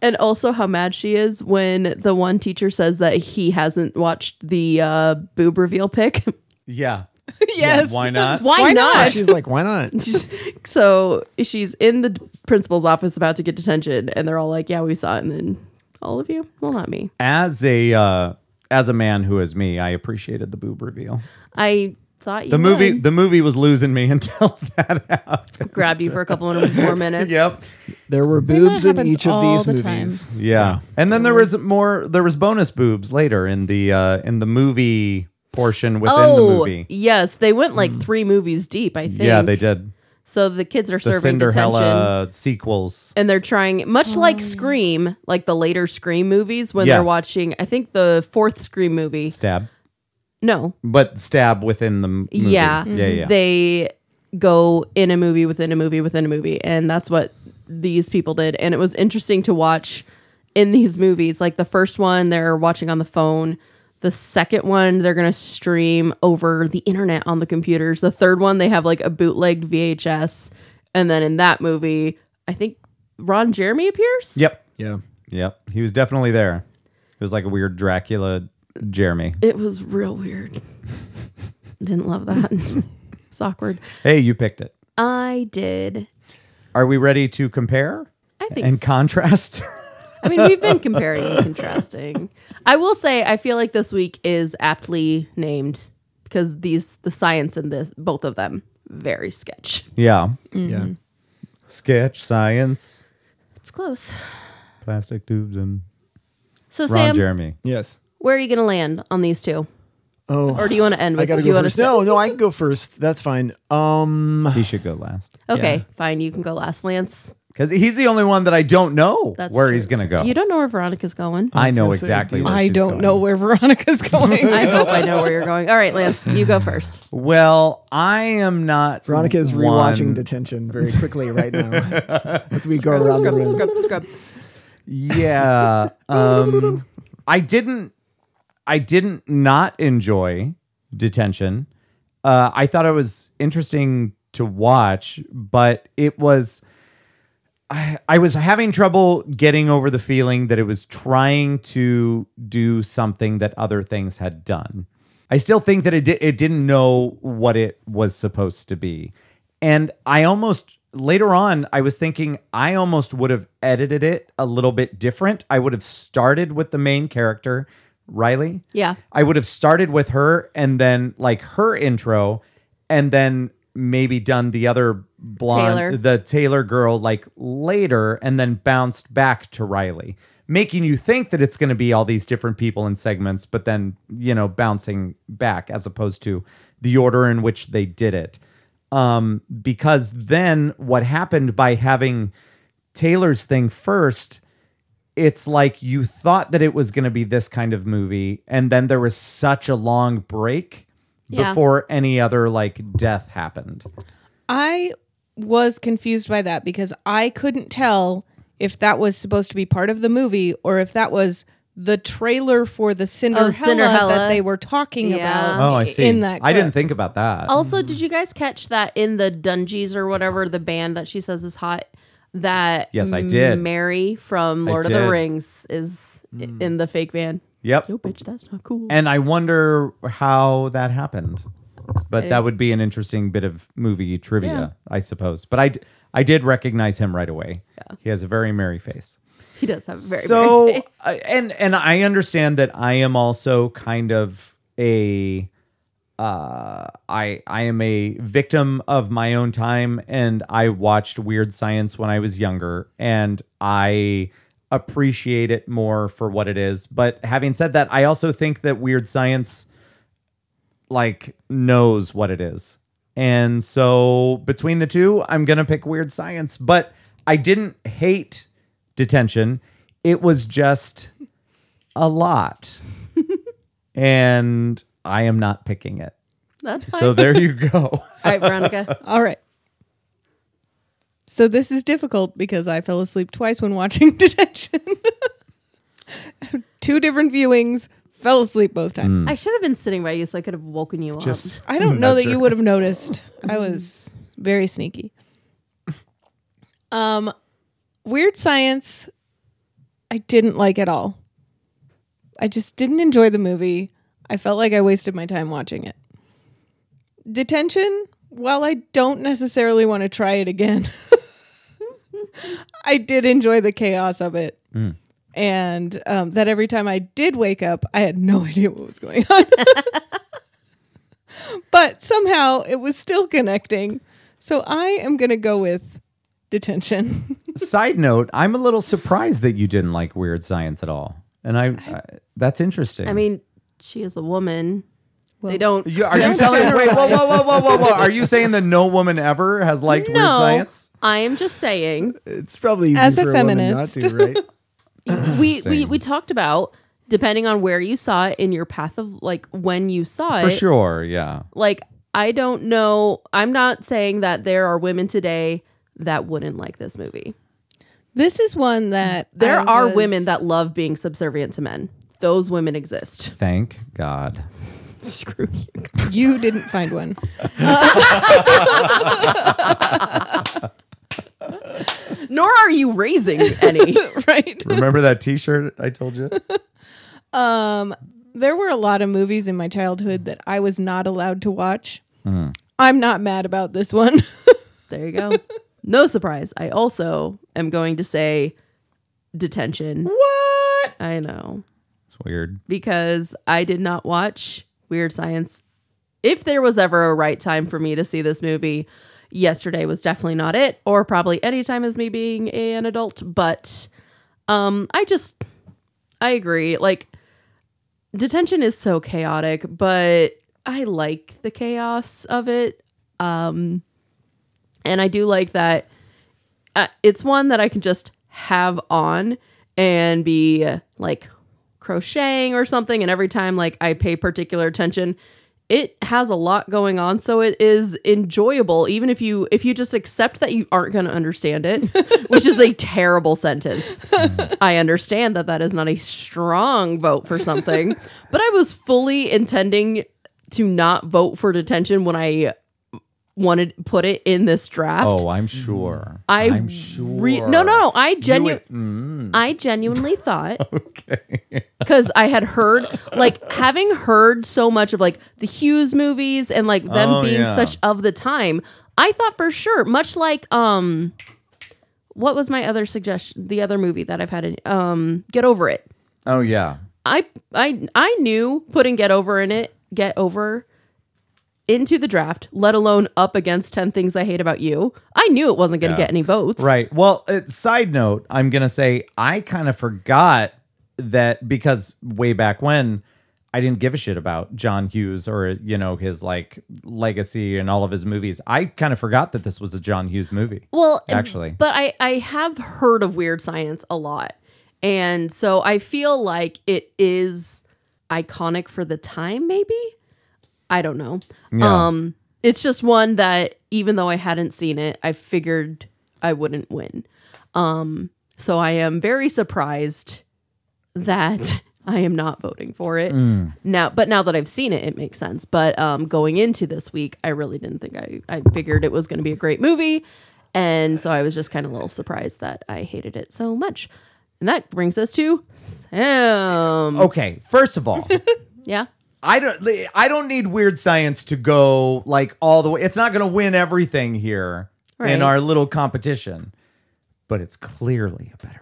Speaker 4: and also how mad she is when the one teacher says that he hasn't watched the uh, boob reveal pic. *laughs*
Speaker 1: Yeah.
Speaker 4: Yes.
Speaker 1: Why not?
Speaker 4: Why Why not? not?
Speaker 3: She's like, why not?
Speaker 4: She's- so she's in the principal's office about to get detention, and they're all like, "Yeah, we saw it." And then all of you, well, not me.
Speaker 1: As a uh, as a man who is me, I appreciated the boob reveal.
Speaker 4: I thought you
Speaker 1: The movie
Speaker 4: would.
Speaker 1: the movie was losing me *laughs* until that happened.
Speaker 4: grabbed you for
Speaker 1: *laughs*
Speaker 4: a couple of more minutes.
Speaker 1: Yep.
Speaker 3: There were
Speaker 1: that
Speaker 3: boobs in
Speaker 1: happens
Speaker 3: each of
Speaker 1: all
Speaker 3: these
Speaker 1: the
Speaker 4: time.
Speaker 3: movies.
Speaker 1: Yeah. And then there was more there was bonus boobs later in the uh in the movie portion within
Speaker 4: oh,
Speaker 1: the movie. Mm.
Speaker 4: yes, they went like three movies deep. I think.
Speaker 1: Yeah, they did.
Speaker 4: So the kids are
Speaker 1: The
Speaker 4: serving detention.
Speaker 1: Cinderella sequels.
Speaker 4: and they're trying much like scream like the later scream movies when
Speaker 1: Yeah.
Speaker 4: they're watching i think the fourth scream movie
Speaker 1: Stab.
Speaker 4: no
Speaker 1: But stab within the m- movie.
Speaker 4: yeah
Speaker 1: Yeah, yeah.
Speaker 4: they go in a movie within a movie within a movie and that's what these people did and it was interesting to watch in these movies like the first one they're watching on the phone The second one, they're going to stream over the internet on the computers. The third one, they have like a bootlegged VHS. And then in that movie, I think Ron Jeremy appears.
Speaker 1: Yep.
Speaker 3: Yeah.
Speaker 1: Yep. He was definitely there. It was like a weird Dracula Jeremy.
Speaker 4: It was real weird. *laughs* Didn't love that. *laughs* it's awkward.
Speaker 1: Hey, you picked it.
Speaker 4: I did.
Speaker 1: Are we ready to compare?
Speaker 4: I think
Speaker 1: and
Speaker 4: so.
Speaker 1: contrast. *laughs*
Speaker 4: I mean, we've been comparing and contrasting. I will say, I feel like this week is aptly named because these, the science in this, both of them, very sketch.
Speaker 1: yeah.
Speaker 4: Yeah.
Speaker 1: Sketch science,
Speaker 4: It's close.
Speaker 1: plastic tubes, and
Speaker 4: So,
Speaker 1: Ron
Speaker 4: Sam,
Speaker 1: Jeremy.
Speaker 3: Yes.
Speaker 4: where are you going to land on these two?
Speaker 3: Oh.
Speaker 4: Or do you want to end with?
Speaker 3: I gotta
Speaker 4: do you
Speaker 3: go
Speaker 4: wanna
Speaker 3: first.
Speaker 4: st-
Speaker 3: No, no, I can go first. That's fine. Um,
Speaker 1: he should go last
Speaker 4: Okay, fine. You can go last, Lance.
Speaker 1: because he's the only one that I don't know
Speaker 4: That's
Speaker 1: where
Speaker 4: true.
Speaker 1: he's gonna go.
Speaker 4: You don't know where Veronica's going.
Speaker 1: I know exactly. Where
Speaker 2: I
Speaker 1: she's
Speaker 2: don't know
Speaker 1: *laughs*
Speaker 2: where Veronica's going.
Speaker 4: I hope I know where you're going. All right, Lance, you go first.
Speaker 1: Well, I am not.
Speaker 3: Veronica is rewatching
Speaker 1: one-
Speaker 3: Detention very quickly right *laughs* now as we go around the room.
Speaker 4: Scrub, scrub.
Speaker 1: Yeah. Um I didn't I didn't not enjoy detention. Uh I thought it was interesting to watch, but it was I, I was having trouble getting over the feeling that it was trying to do something that other things had done. I still think that it di- it didn't know what it was supposed to be. And I almost later on I was thinking I almost would have edited it a little bit different. I would have started with the main character, Riley.
Speaker 4: Yeah.
Speaker 1: I would have started with her and then like her intro and then maybe done the other blonde
Speaker 4: Taylor.
Speaker 1: the Taylor girl like later and then bounced back to Riley, making you think that it's going to be all these different people and segments, but then, you know, bouncing back as opposed to the order in which they did it. Um, because then what happened by having Taylor's thing first, it's like you thought that it was going to be this kind of movie, and then there was such a long break
Speaker 2: Yeah.
Speaker 1: before any other like death happened.
Speaker 2: I was confused by that because I couldn't tell if that was supposed to be part of the movie or if that was the trailer for the Oh, Cinderella,
Speaker 4: Cinderella.
Speaker 2: that they were talking
Speaker 4: Yeah.
Speaker 2: about.
Speaker 1: Oh, I see.
Speaker 2: In that,
Speaker 1: I
Speaker 2: clip.
Speaker 1: didn't think about that.
Speaker 4: Also, did you guys catch that in the Dungees or whatever the band that she says is hot? That
Speaker 1: Yes, I did.
Speaker 4: Mary from
Speaker 1: I
Speaker 4: Lord of the
Speaker 1: did.
Speaker 4: Rings is i- in the fake band.
Speaker 1: Yep.
Speaker 4: Yo, bitch, that's not cool.
Speaker 1: And I wonder how that happened. But
Speaker 4: I
Speaker 1: that
Speaker 4: didn't-
Speaker 1: would be an interesting bit of movie trivia,
Speaker 4: Yeah.
Speaker 1: I suppose. But I, d- I did recognize him right away. He has a very merry face.
Speaker 4: he does have a very
Speaker 1: so *laughs*
Speaker 4: very face.
Speaker 1: I- and and I understand that I am also kind of a uh I I am a victim of my own time and I watched Weird Science when I was younger and I appreciate it more for what it is but having said that I also think that Weird Science like knows what it is. And so between the two, I'm going to pick Weird Science, but I didn't hate detention. It was just a
Speaker 4: *laughs*
Speaker 1: lot. and I am not picking it.
Speaker 4: That's fine.
Speaker 1: So there you go.
Speaker 4: *laughs*
Speaker 1: *laughs*
Speaker 4: All right, Veronica.
Speaker 2: All right. So this is difficult because I fell asleep twice when watching *laughs* Detention. Two different viewings, fell asleep both times.
Speaker 4: I should have been sitting by you so I could have woken you
Speaker 1: Just-
Speaker 4: up.
Speaker 2: I don't know that
Speaker 1: Nudger.
Speaker 2: you would have noticed. I was very sneaky. Um, Weird Science, I didn't like at all. I just didn't enjoy the movie. I felt like I wasted my time watching it. Detention, while I don't necessarily want to try it again, *laughs* I did enjoy the chaos of it.
Speaker 1: Mm.
Speaker 2: And um, that every time I did wake up, I had no *laughs* idea what was going on but somehow it was still connecting. So I am going to go with detention. *laughs*
Speaker 1: Side note, I'm a little surprised that you didn't like Weird Science at all. And I, I that's interesting.
Speaker 4: I mean, she is a woman. they don't.
Speaker 1: You- are
Speaker 4: *laughs*
Speaker 1: you telling wait, whoa, whoa, whoa, whoa, whoa, whoa. Are you saying that no woman ever has liked Weird
Speaker 4: No,
Speaker 1: Science?
Speaker 4: I am just
Speaker 1: *clears throat*
Speaker 4: saying.
Speaker 3: It's probably easy
Speaker 2: As a
Speaker 3: for woman
Speaker 2: feminist.
Speaker 3: not to, right?
Speaker 4: we, we
Speaker 1: Interesting.
Speaker 4: we talked about depending on where you saw it in your path of like when you saw
Speaker 1: For
Speaker 4: it.
Speaker 1: sure, yeah.
Speaker 4: Like I don't know. I'm not saying that there are women today that wouldn't like this movie.
Speaker 2: This is one that
Speaker 4: There
Speaker 2: I
Speaker 4: are
Speaker 2: was- *laughs*
Speaker 4: women that love being subservient to men. Those women exist.
Speaker 1: Thank God.
Speaker 4: Screw you.
Speaker 2: You didn't find one.
Speaker 4: *laughs* Nor are you raising any.
Speaker 2: *laughs* right.
Speaker 1: Remember that T-shirt I told you?
Speaker 2: Um, there were a lot of movies in my childhood that I was not allowed to watch.
Speaker 1: Mm-hmm.
Speaker 2: I'm not mad about this one.
Speaker 4: *laughs*
Speaker 2: *laughs*
Speaker 4: There you go. No surprise. I also am going to say detention.
Speaker 1: What?
Speaker 4: I know.
Speaker 1: It's weird.
Speaker 4: Because I did not watch Weird Science. If there was ever a right time for me to see this movie, yesterday was definitely not it, or probably any time as me being an adult. But um, I just, I agree. Like, detention is so chaotic, but I like the chaos of it. Um, and I do like that uh, it's one that I can just have on and be uh, like crocheting or something. And every time like I pay particular attention, it has a lot going on, so it is enjoyable. Even if you if you just accept that you aren't going to understand it, which is a terrible sentence. I understand that that is not a strong vote for something, but I was fully intending to not vote for detention when I wanted put it in this draft.
Speaker 1: Oh, I'm sure.
Speaker 4: I
Speaker 1: am sure.
Speaker 4: re- no, no, no, I genu-
Speaker 1: You would- mm.
Speaker 4: I genuinely thought because I had heard like having heard so much of like the Hughes movies and like them
Speaker 18: Oh,
Speaker 4: being
Speaker 18: yeah.
Speaker 4: such of the time. I thought for sure, much like um, what was my other suggestion? The other movie that I've had in um, Get Over It.
Speaker 1: *laughs* Oh yeah.
Speaker 4: I I I knew putting get over in it, get over into the draft, let alone up against 10 things I hate about you. I knew it wasn't going to
Speaker 1: Yeah.
Speaker 4: get any votes.
Speaker 1: Right. Well, uh, side note, I'm going to say I kind of forgot that because way back when I didn't give a shit about John Hughes or you know his like legacy and all of his movies. I kind of forgot that this was a John Hughes movie.
Speaker 4: Well,
Speaker 1: actually.
Speaker 4: But I I have heard of Weird Science a lot. And so I feel like it is iconic for the time maybe. I don't know.
Speaker 18: Yeah.
Speaker 4: Um it's just one that even though I hadn't seen it, I figured I wouldn't win. Um so I am very surprised that *laughs* I am not voting for it.
Speaker 18: Mm.
Speaker 4: Now, but now that I've seen it, it makes sense. But um, going into this week, I really didn't think I, I figured it was going to be a great movie. And so I was just kind of a little surprised that I hated it so much. And that brings us to Sam.
Speaker 1: Okay, first of all,
Speaker 4: Yeah.
Speaker 1: I don't I don't need weird science to go like all the way. It's not going to win everything here
Speaker 4: Right.
Speaker 1: in our little competition. But it's clearly a better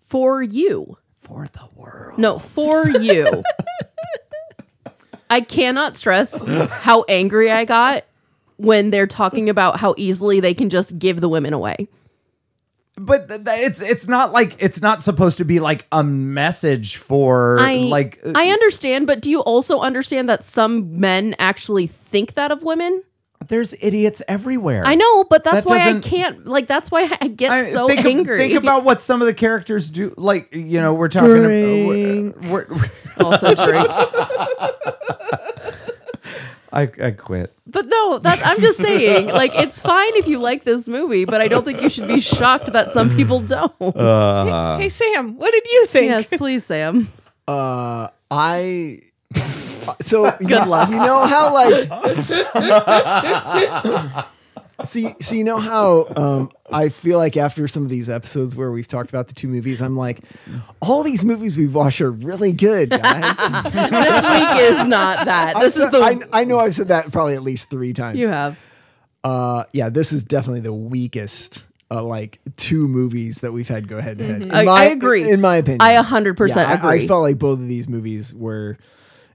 Speaker 4: For you. For the world. No, for you. I cannot stress how angry I got when they're talking about how easily they can just give the women away.
Speaker 1: but th- th- it's it's not like it's not supposed to be like a message for
Speaker 4: I,
Speaker 1: like uh,
Speaker 4: I understand, but do you also understand that some men actually think that of women?
Speaker 1: There's idiots everywhere.
Speaker 4: I know, but that's
Speaker 1: That
Speaker 4: why I
Speaker 1: doesn't-
Speaker 4: can't. Like that's why I get
Speaker 1: I-
Speaker 4: so
Speaker 1: think,
Speaker 4: angry.
Speaker 1: Think about what some of the characters do. Like you know, we're talking about.
Speaker 4: *laughs* also drink.
Speaker 1: *laughs* I I quit.
Speaker 4: But no, that I'm just saying. Like it's fine if you like this movie, but I don't think you should be shocked that some
Speaker 1: *laughs*
Speaker 4: people don't.
Speaker 3: Uh.
Speaker 2: hey, Sam, what did you think?
Speaker 4: Yes, please, Sam.
Speaker 3: Uh,
Speaker 4: *laughs*
Speaker 3: I. So
Speaker 4: Good
Speaker 3: you,
Speaker 4: luck.
Speaker 3: You know how
Speaker 4: *laughs*
Speaker 3: like. See, so you know how um, I feel like after some of these episodes where we've talked about the two movies, I'm like, all these movies we've watched are really good,
Speaker 4: *laughs*
Speaker 3: guys.
Speaker 4: this week is not that.
Speaker 3: I
Speaker 4: This is
Speaker 3: said-
Speaker 4: the
Speaker 3: I, I know I've said that probably at least three times.
Speaker 4: you have.
Speaker 3: Uh, yeah, this is definitely the weakest. Uh, like two movies that we've had go head to head.
Speaker 4: Mhm.
Speaker 3: In
Speaker 4: I-
Speaker 3: my-
Speaker 4: I agree.
Speaker 3: In my opinion,
Speaker 4: I 100%
Speaker 3: Yeah, I- I,
Speaker 4: agree.
Speaker 3: felt like both of these movies were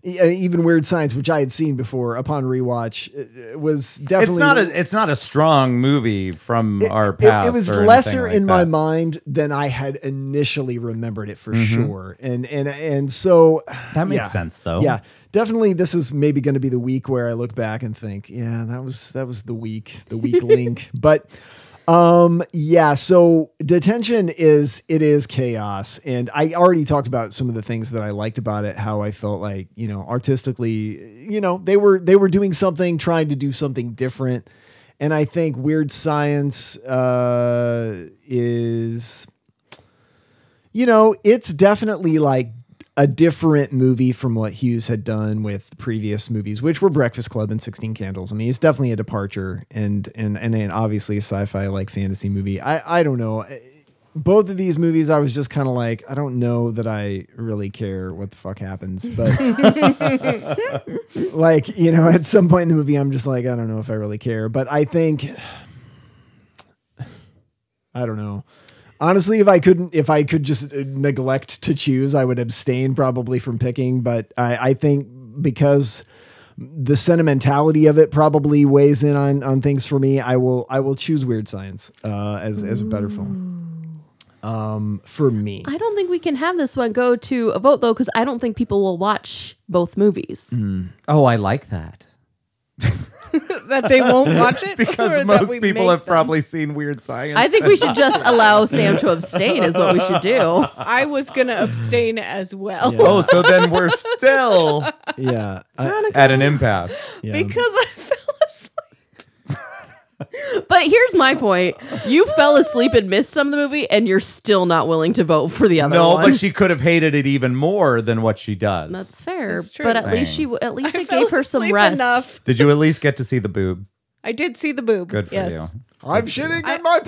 Speaker 3: e- uh, even Weird Science, which I had seen before upon rewatch, uh, uh, was definitely
Speaker 1: It's not a it's not a strong movie from our
Speaker 3: it-
Speaker 1: past.
Speaker 3: It, was
Speaker 1: or anything
Speaker 3: lesser
Speaker 1: like
Speaker 3: in
Speaker 1: that.
Speaker 3: my mind than I had initially remembered it for
Speaker 1: Mhm.
Speaker 3: sure, and and and so
Speaker 1: That makes
Speaker 3: yeah.
Speaker 1: sense, though.
Speaker 3: Yeah, definitely. This is maybe going to be the week where I look back and think, yeah, that was that was the week, the weak link. But um, yeah. So detention is it is chaos, and I already talked about some of the things that I liked about it. How I felt like you know artistically, you know they were they were doing something, trying to do something different. And I think Weird Science uh, is you know, it's definitely like a different movie from what Hughes had done with previous movies, which were Breakfast Club and Sixteen Candles. I mean, it's definitely a departure, and and and then obviously a sci-fi like fantasy movie. I I don't know. Both of these movies, I was just kind of like, I don't know that I really care what the fuck happens, but like you know, *laughs* at some point in the movie, I'm just like, I don't know if I really care, but I think *sighs* I don't know. Honestly, if I couldn't, if I could just uh, neglect to choose, I would abstain probably from picking. But I, I think because the sentimentality of it probably weighs in on on things for me, I will I will choose Weird Science uh, as as a better film. Um, for me,
Speaker 4: I don't think we can have this one go to a vote though, because I don't think people will watch both movies.
Speaker 1: Oh, I like that.
Speaker 2: *laughs* that they won't watch it Or
Speaker 1: *laughs* because
Speaker 2: that
Speaker 1: most
Speaker 2: we
Speaker 1: people
Speaker 2: make
Speaker 1: have
Speaker 2: them?
Speaker 1: probably seen Weird Science.
Speaker 4: I think we should just allow Sam to abstain. Is what we should do.
Speaker 2: I was gonna abstain as well.
Speaker 1: *laughs* Oh, so then we're still
Speaker 3: yeah
Speaker 1: at an impasse.
Speaker 2: *laughs* because I fell asleep.
Speaker 4: But here's my point: you fell asleep and missed some of the movie, and you're still not willing to vote for the other
Speaker 1: no,
Speaker 4: one.
Speaker 1: but she could have hated it even more than what she does.
Speaker 4: That's fair.
Speaker 2: That's true.
Speaker 4: But at least she
Speaker 1: Saying.
Speaker 4: at least it
Speaker 2: fell
Speaker 4: gave her some
Speaker 2: asleep
Speaker 4: rest.
Speaker 2: Enough.
Speaker 1: Did you at least get to see the boob?
Speaker 2: I did see the boob.
Speaker 1: Good for
Speaker 2: yes.
Speaker 1: you.
Speaker 3: I'm shitting
Speaker 2: I
Speaker 3: in my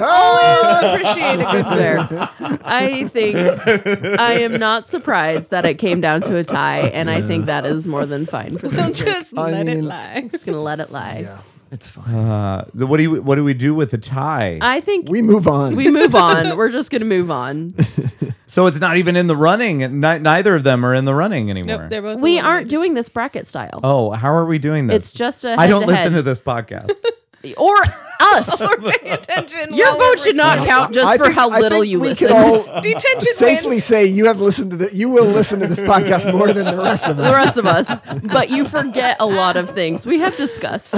Speaker 2: always
Speaker 3: pants.
Speaker 2: appreciate a good
Speaker 4: there. I think I am not surprised that it came down to a tie, and I think that is more than fine for this.
Speaker 2: Just
Speaker 3: I
Speaker 2: let it
Speaker 3: mean- *laughs*
Speaker 2: lie. I'm
Speaker 4: just gonna let it lie.
Speaker 3: *laughs* It's fine.
Speaker 1: Uh, so what do you what do we do with the tie?
Speaker 4: I think
Speaker 3: We move on.
Speaker 4: we move on. We're just gonna move on.
Speaker 1: so it's not even in the running. Ni- neither of them are in the running anymore.
Speaker 2: Nope, they're both.
Speaker 4: We
Speaker 2: *laughs*
Speaker 4: aren't doing this bracket style,
Speaker 1: oh, how are we doing this?
Speaker 4: It's just a
Speaker 1: I don't
Speaker 4: head-to-head.
Speaker 1: listen to this podcast.
Speaker 4: or us.
Speaker 2: Detention.
Speaker 4: Your
Speaker 2: while we're
Speaker 4: vote should not
Speaker 2: recording.
Speaker 4: count just
Speaker 3: I
Speaker 4: for
Speaker 3: think-
Speaker 4: how
Speaker 3: I
Speaker 4: little
Speaker 3: think
Speaker 4: you
Speaker 3: we
Speaker 4: listen.
Speaker 3: Could *laughs*
Speaker 4: *laughs*
Speaker 2: *laughs*
Speaker 3: all
Speaker 2: Detention
Speaker 3: safely
Speaker 2: wins.
Speaker 3: say you have listened to the you will listen to this podcast more than the rest of
Speaker 4: the
Speaker 3: us.
Speaker 4: rest of us, but you forget a lot of things. We
Speaker 3: *sighs*
Speaker 4: have discussed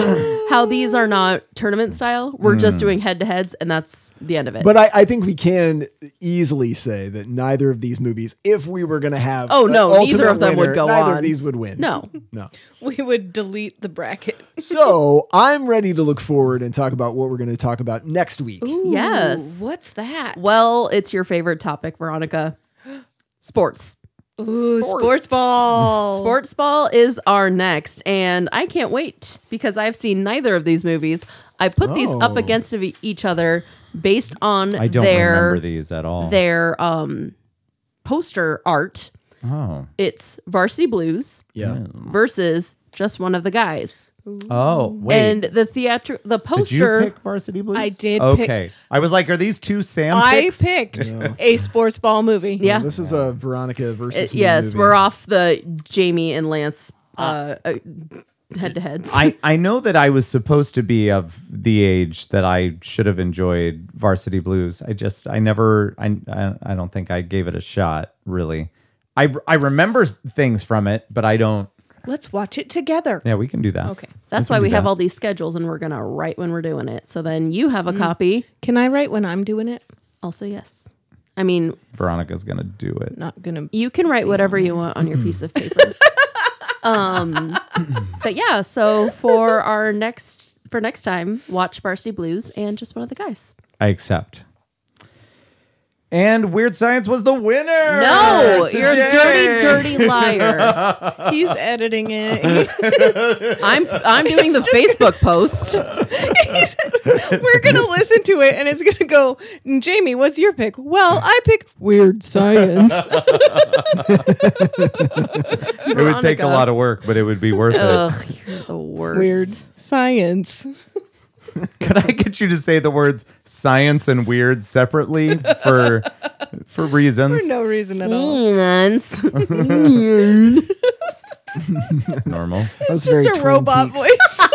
Speaker 4: how these are not tournament style. We're just doing head to heads, and that's the end of it.
Speaker 3: Hmm. But I, I think we can easily say that neither of these movies, if we were going to have,
Speaker 4: Oh,
Speaker 3: an
Speaker 4: no,
Speaker 3: ultimate
Speaker 4: neither of them would
Speaker 3: winner,
Speaker 4: go
Speaker 3: Neither
Speaker 4: on.
Speaker 3: of these would win.
Speaker 4: no,
Speaker 3: no.
Speaker 2: We would delete the bracket.
Speaker 3: So I'm ready to look forward and talk about what we're going to talk about next week.
Speaker 4: Yes.
Speaker 2: Ooh, What's that?
Speaker 4: well, it's your favorite topic, Veronica. Sports.
Speaker 2: Ooh, sports ball.
Speaker 4: *laughs* Sports ball is our next, and I can't wait because I've seen neither of these movies. I put these up
Speaker 3: Oh.
Speaker 4: against of e- each other based on
Speaker 1: I don't
Speaker 4: their
Speaker 1: remember these at all.
Speaker 4: their um poster art.
Speaker 1: oh.
Speaker 4: It's Varsity Blues
Speaker 3: Yeah.
Speaker 1: Mm.
Speaker 4: versus just one of the guys.
Speaker 1: Oh, wait.
Speaker 4: And the theater, the
Speaker 1: did you
Speaker 4: poster.
Speaker 1: pick Varsity Blues?
Speaker 2: I did pick-
Speaker 1: Okay. I was like, are these two Sam
Speaker 2: I
Speaker 1: picks?
Speaker 2: picked a sports ball movie.
Speaker 4: yeah.
Speaker 3: This is a Veronica versus.
Speaker 4: It-
Speaker 3: me
Speaker 4: yes,
Speaker 3: movie.
Speaker 4: we're off the Jamie and Lance uh, uh, head to heads.
Speaker 1: I, I know that I was supposed to be of the age that I should have enjoyed Varsity Blues. I just I never I I, I don't think I gave it a shot really. I I remember s- things from it, but I don't.
Speaker 2: Let's watch it together.
Speaker 1: Yeah, we can do that.
Speaker 2: Okay.
Speaker 4: That's
Speaker 1: can
Speaker 4: why
Speaker 1: do
Speaker 4: we have
Speaker 1: that.
Speaker 4: all these schedules and we're going to write when we're doing it. So then you have a
Speaker 1: Mm.
Speaker 4: copy.
Speaker 2: Can I write when I'm doing it?
Speaker 4: Also, yes. I mean,
Speaker 1: Veronica's gonna do it.
Speaker 2: Not gonna.
Speaker 4: you can write whatever you want on your piece of
Speaker 1: *laughs*
Speaker 4: paper. um, but yeah, so for our next for next time, watch Varsity Blues and just one of the guys.
Speaker 1: I accept. And Weird Science was the winner.
Speaker 4: No, you're a
Speaker 1: Today.
Speaker 4: dirty, dirty liar.
Speaker 3: *laughs*
Speaker 2: He's editing it. *laughs*
Speaker 4: I'm I'm doing the Facebook post.
Speaker 2: We're gonna listen to it, and it's gonna go. Jamie, what's your pick? Well, I pick Weird
Speaker 4: *laughs*
Speaker 2: Science.
Speaker 1: It would take a lot of work, but it would be worth
Speaker 2: *laughs*
Speaker 1: it.
Speaker 4: Ugh, you're the worst.
Speaker 2: Weird Science.
Speaker 1: Could I get you to say the words science and weird separately for for reasons?
Speaker 2: For no reason at all.
Speaker 4: Demons.
Speaker 1: It's normal.
Speaker 2: It's
Speaker 3: That's
Speaker 2: just a robot
Speaker 4: *laughs*
Speaker 2: voice.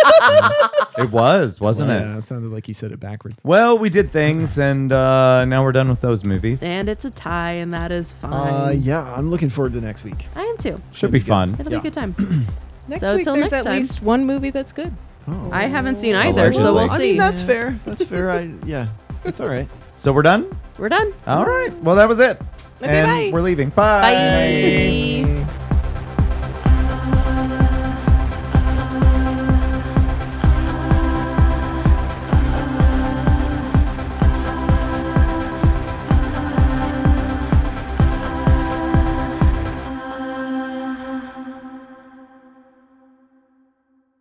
Speaker 1: It was, wasn't
Speaker 3: Yeah,
Speaker 1: it?
Speaker 3: it sounded like you said it backwards.
Speaker 1: Well, we did things, and uh, now we're done with those movies.
Speaker 4: And it's a tie, and that is fine.
Speaker 3: Uh, yeah, I'm looking forward to next week.
Speaker 4: I am too.
Speaker 1: Should be fun.
Speaker 4: It'll be
Speaker 3: Yeah.
Speaker 4: a good time.
Speaker 2: next
Speaker 4: So
Speaker 2: week,
Speaker 4: till
Speaker 2: there's
Speaker 4: next
Speaker 2: at
Speaker 4: time.
Speaker 2: least one movie that's good.
Speaker 4: I haven't seen either,
Speaker 1: Allegedly.
Speaker 4: so we'll
Speaker 1: I
Speaker 4: see.
Speaker 3: that's fair. That's fair. I yeah, that's all right.
Speaker 1: So we're done.
Speaker 4: We're done.
Speaker 1: All right. Well, that was it.
Speaker 2: Okay,
Speaker 1: and
Speaker 2: bye.
Speaker 1: we're leaving.
Speaker 4: Bye.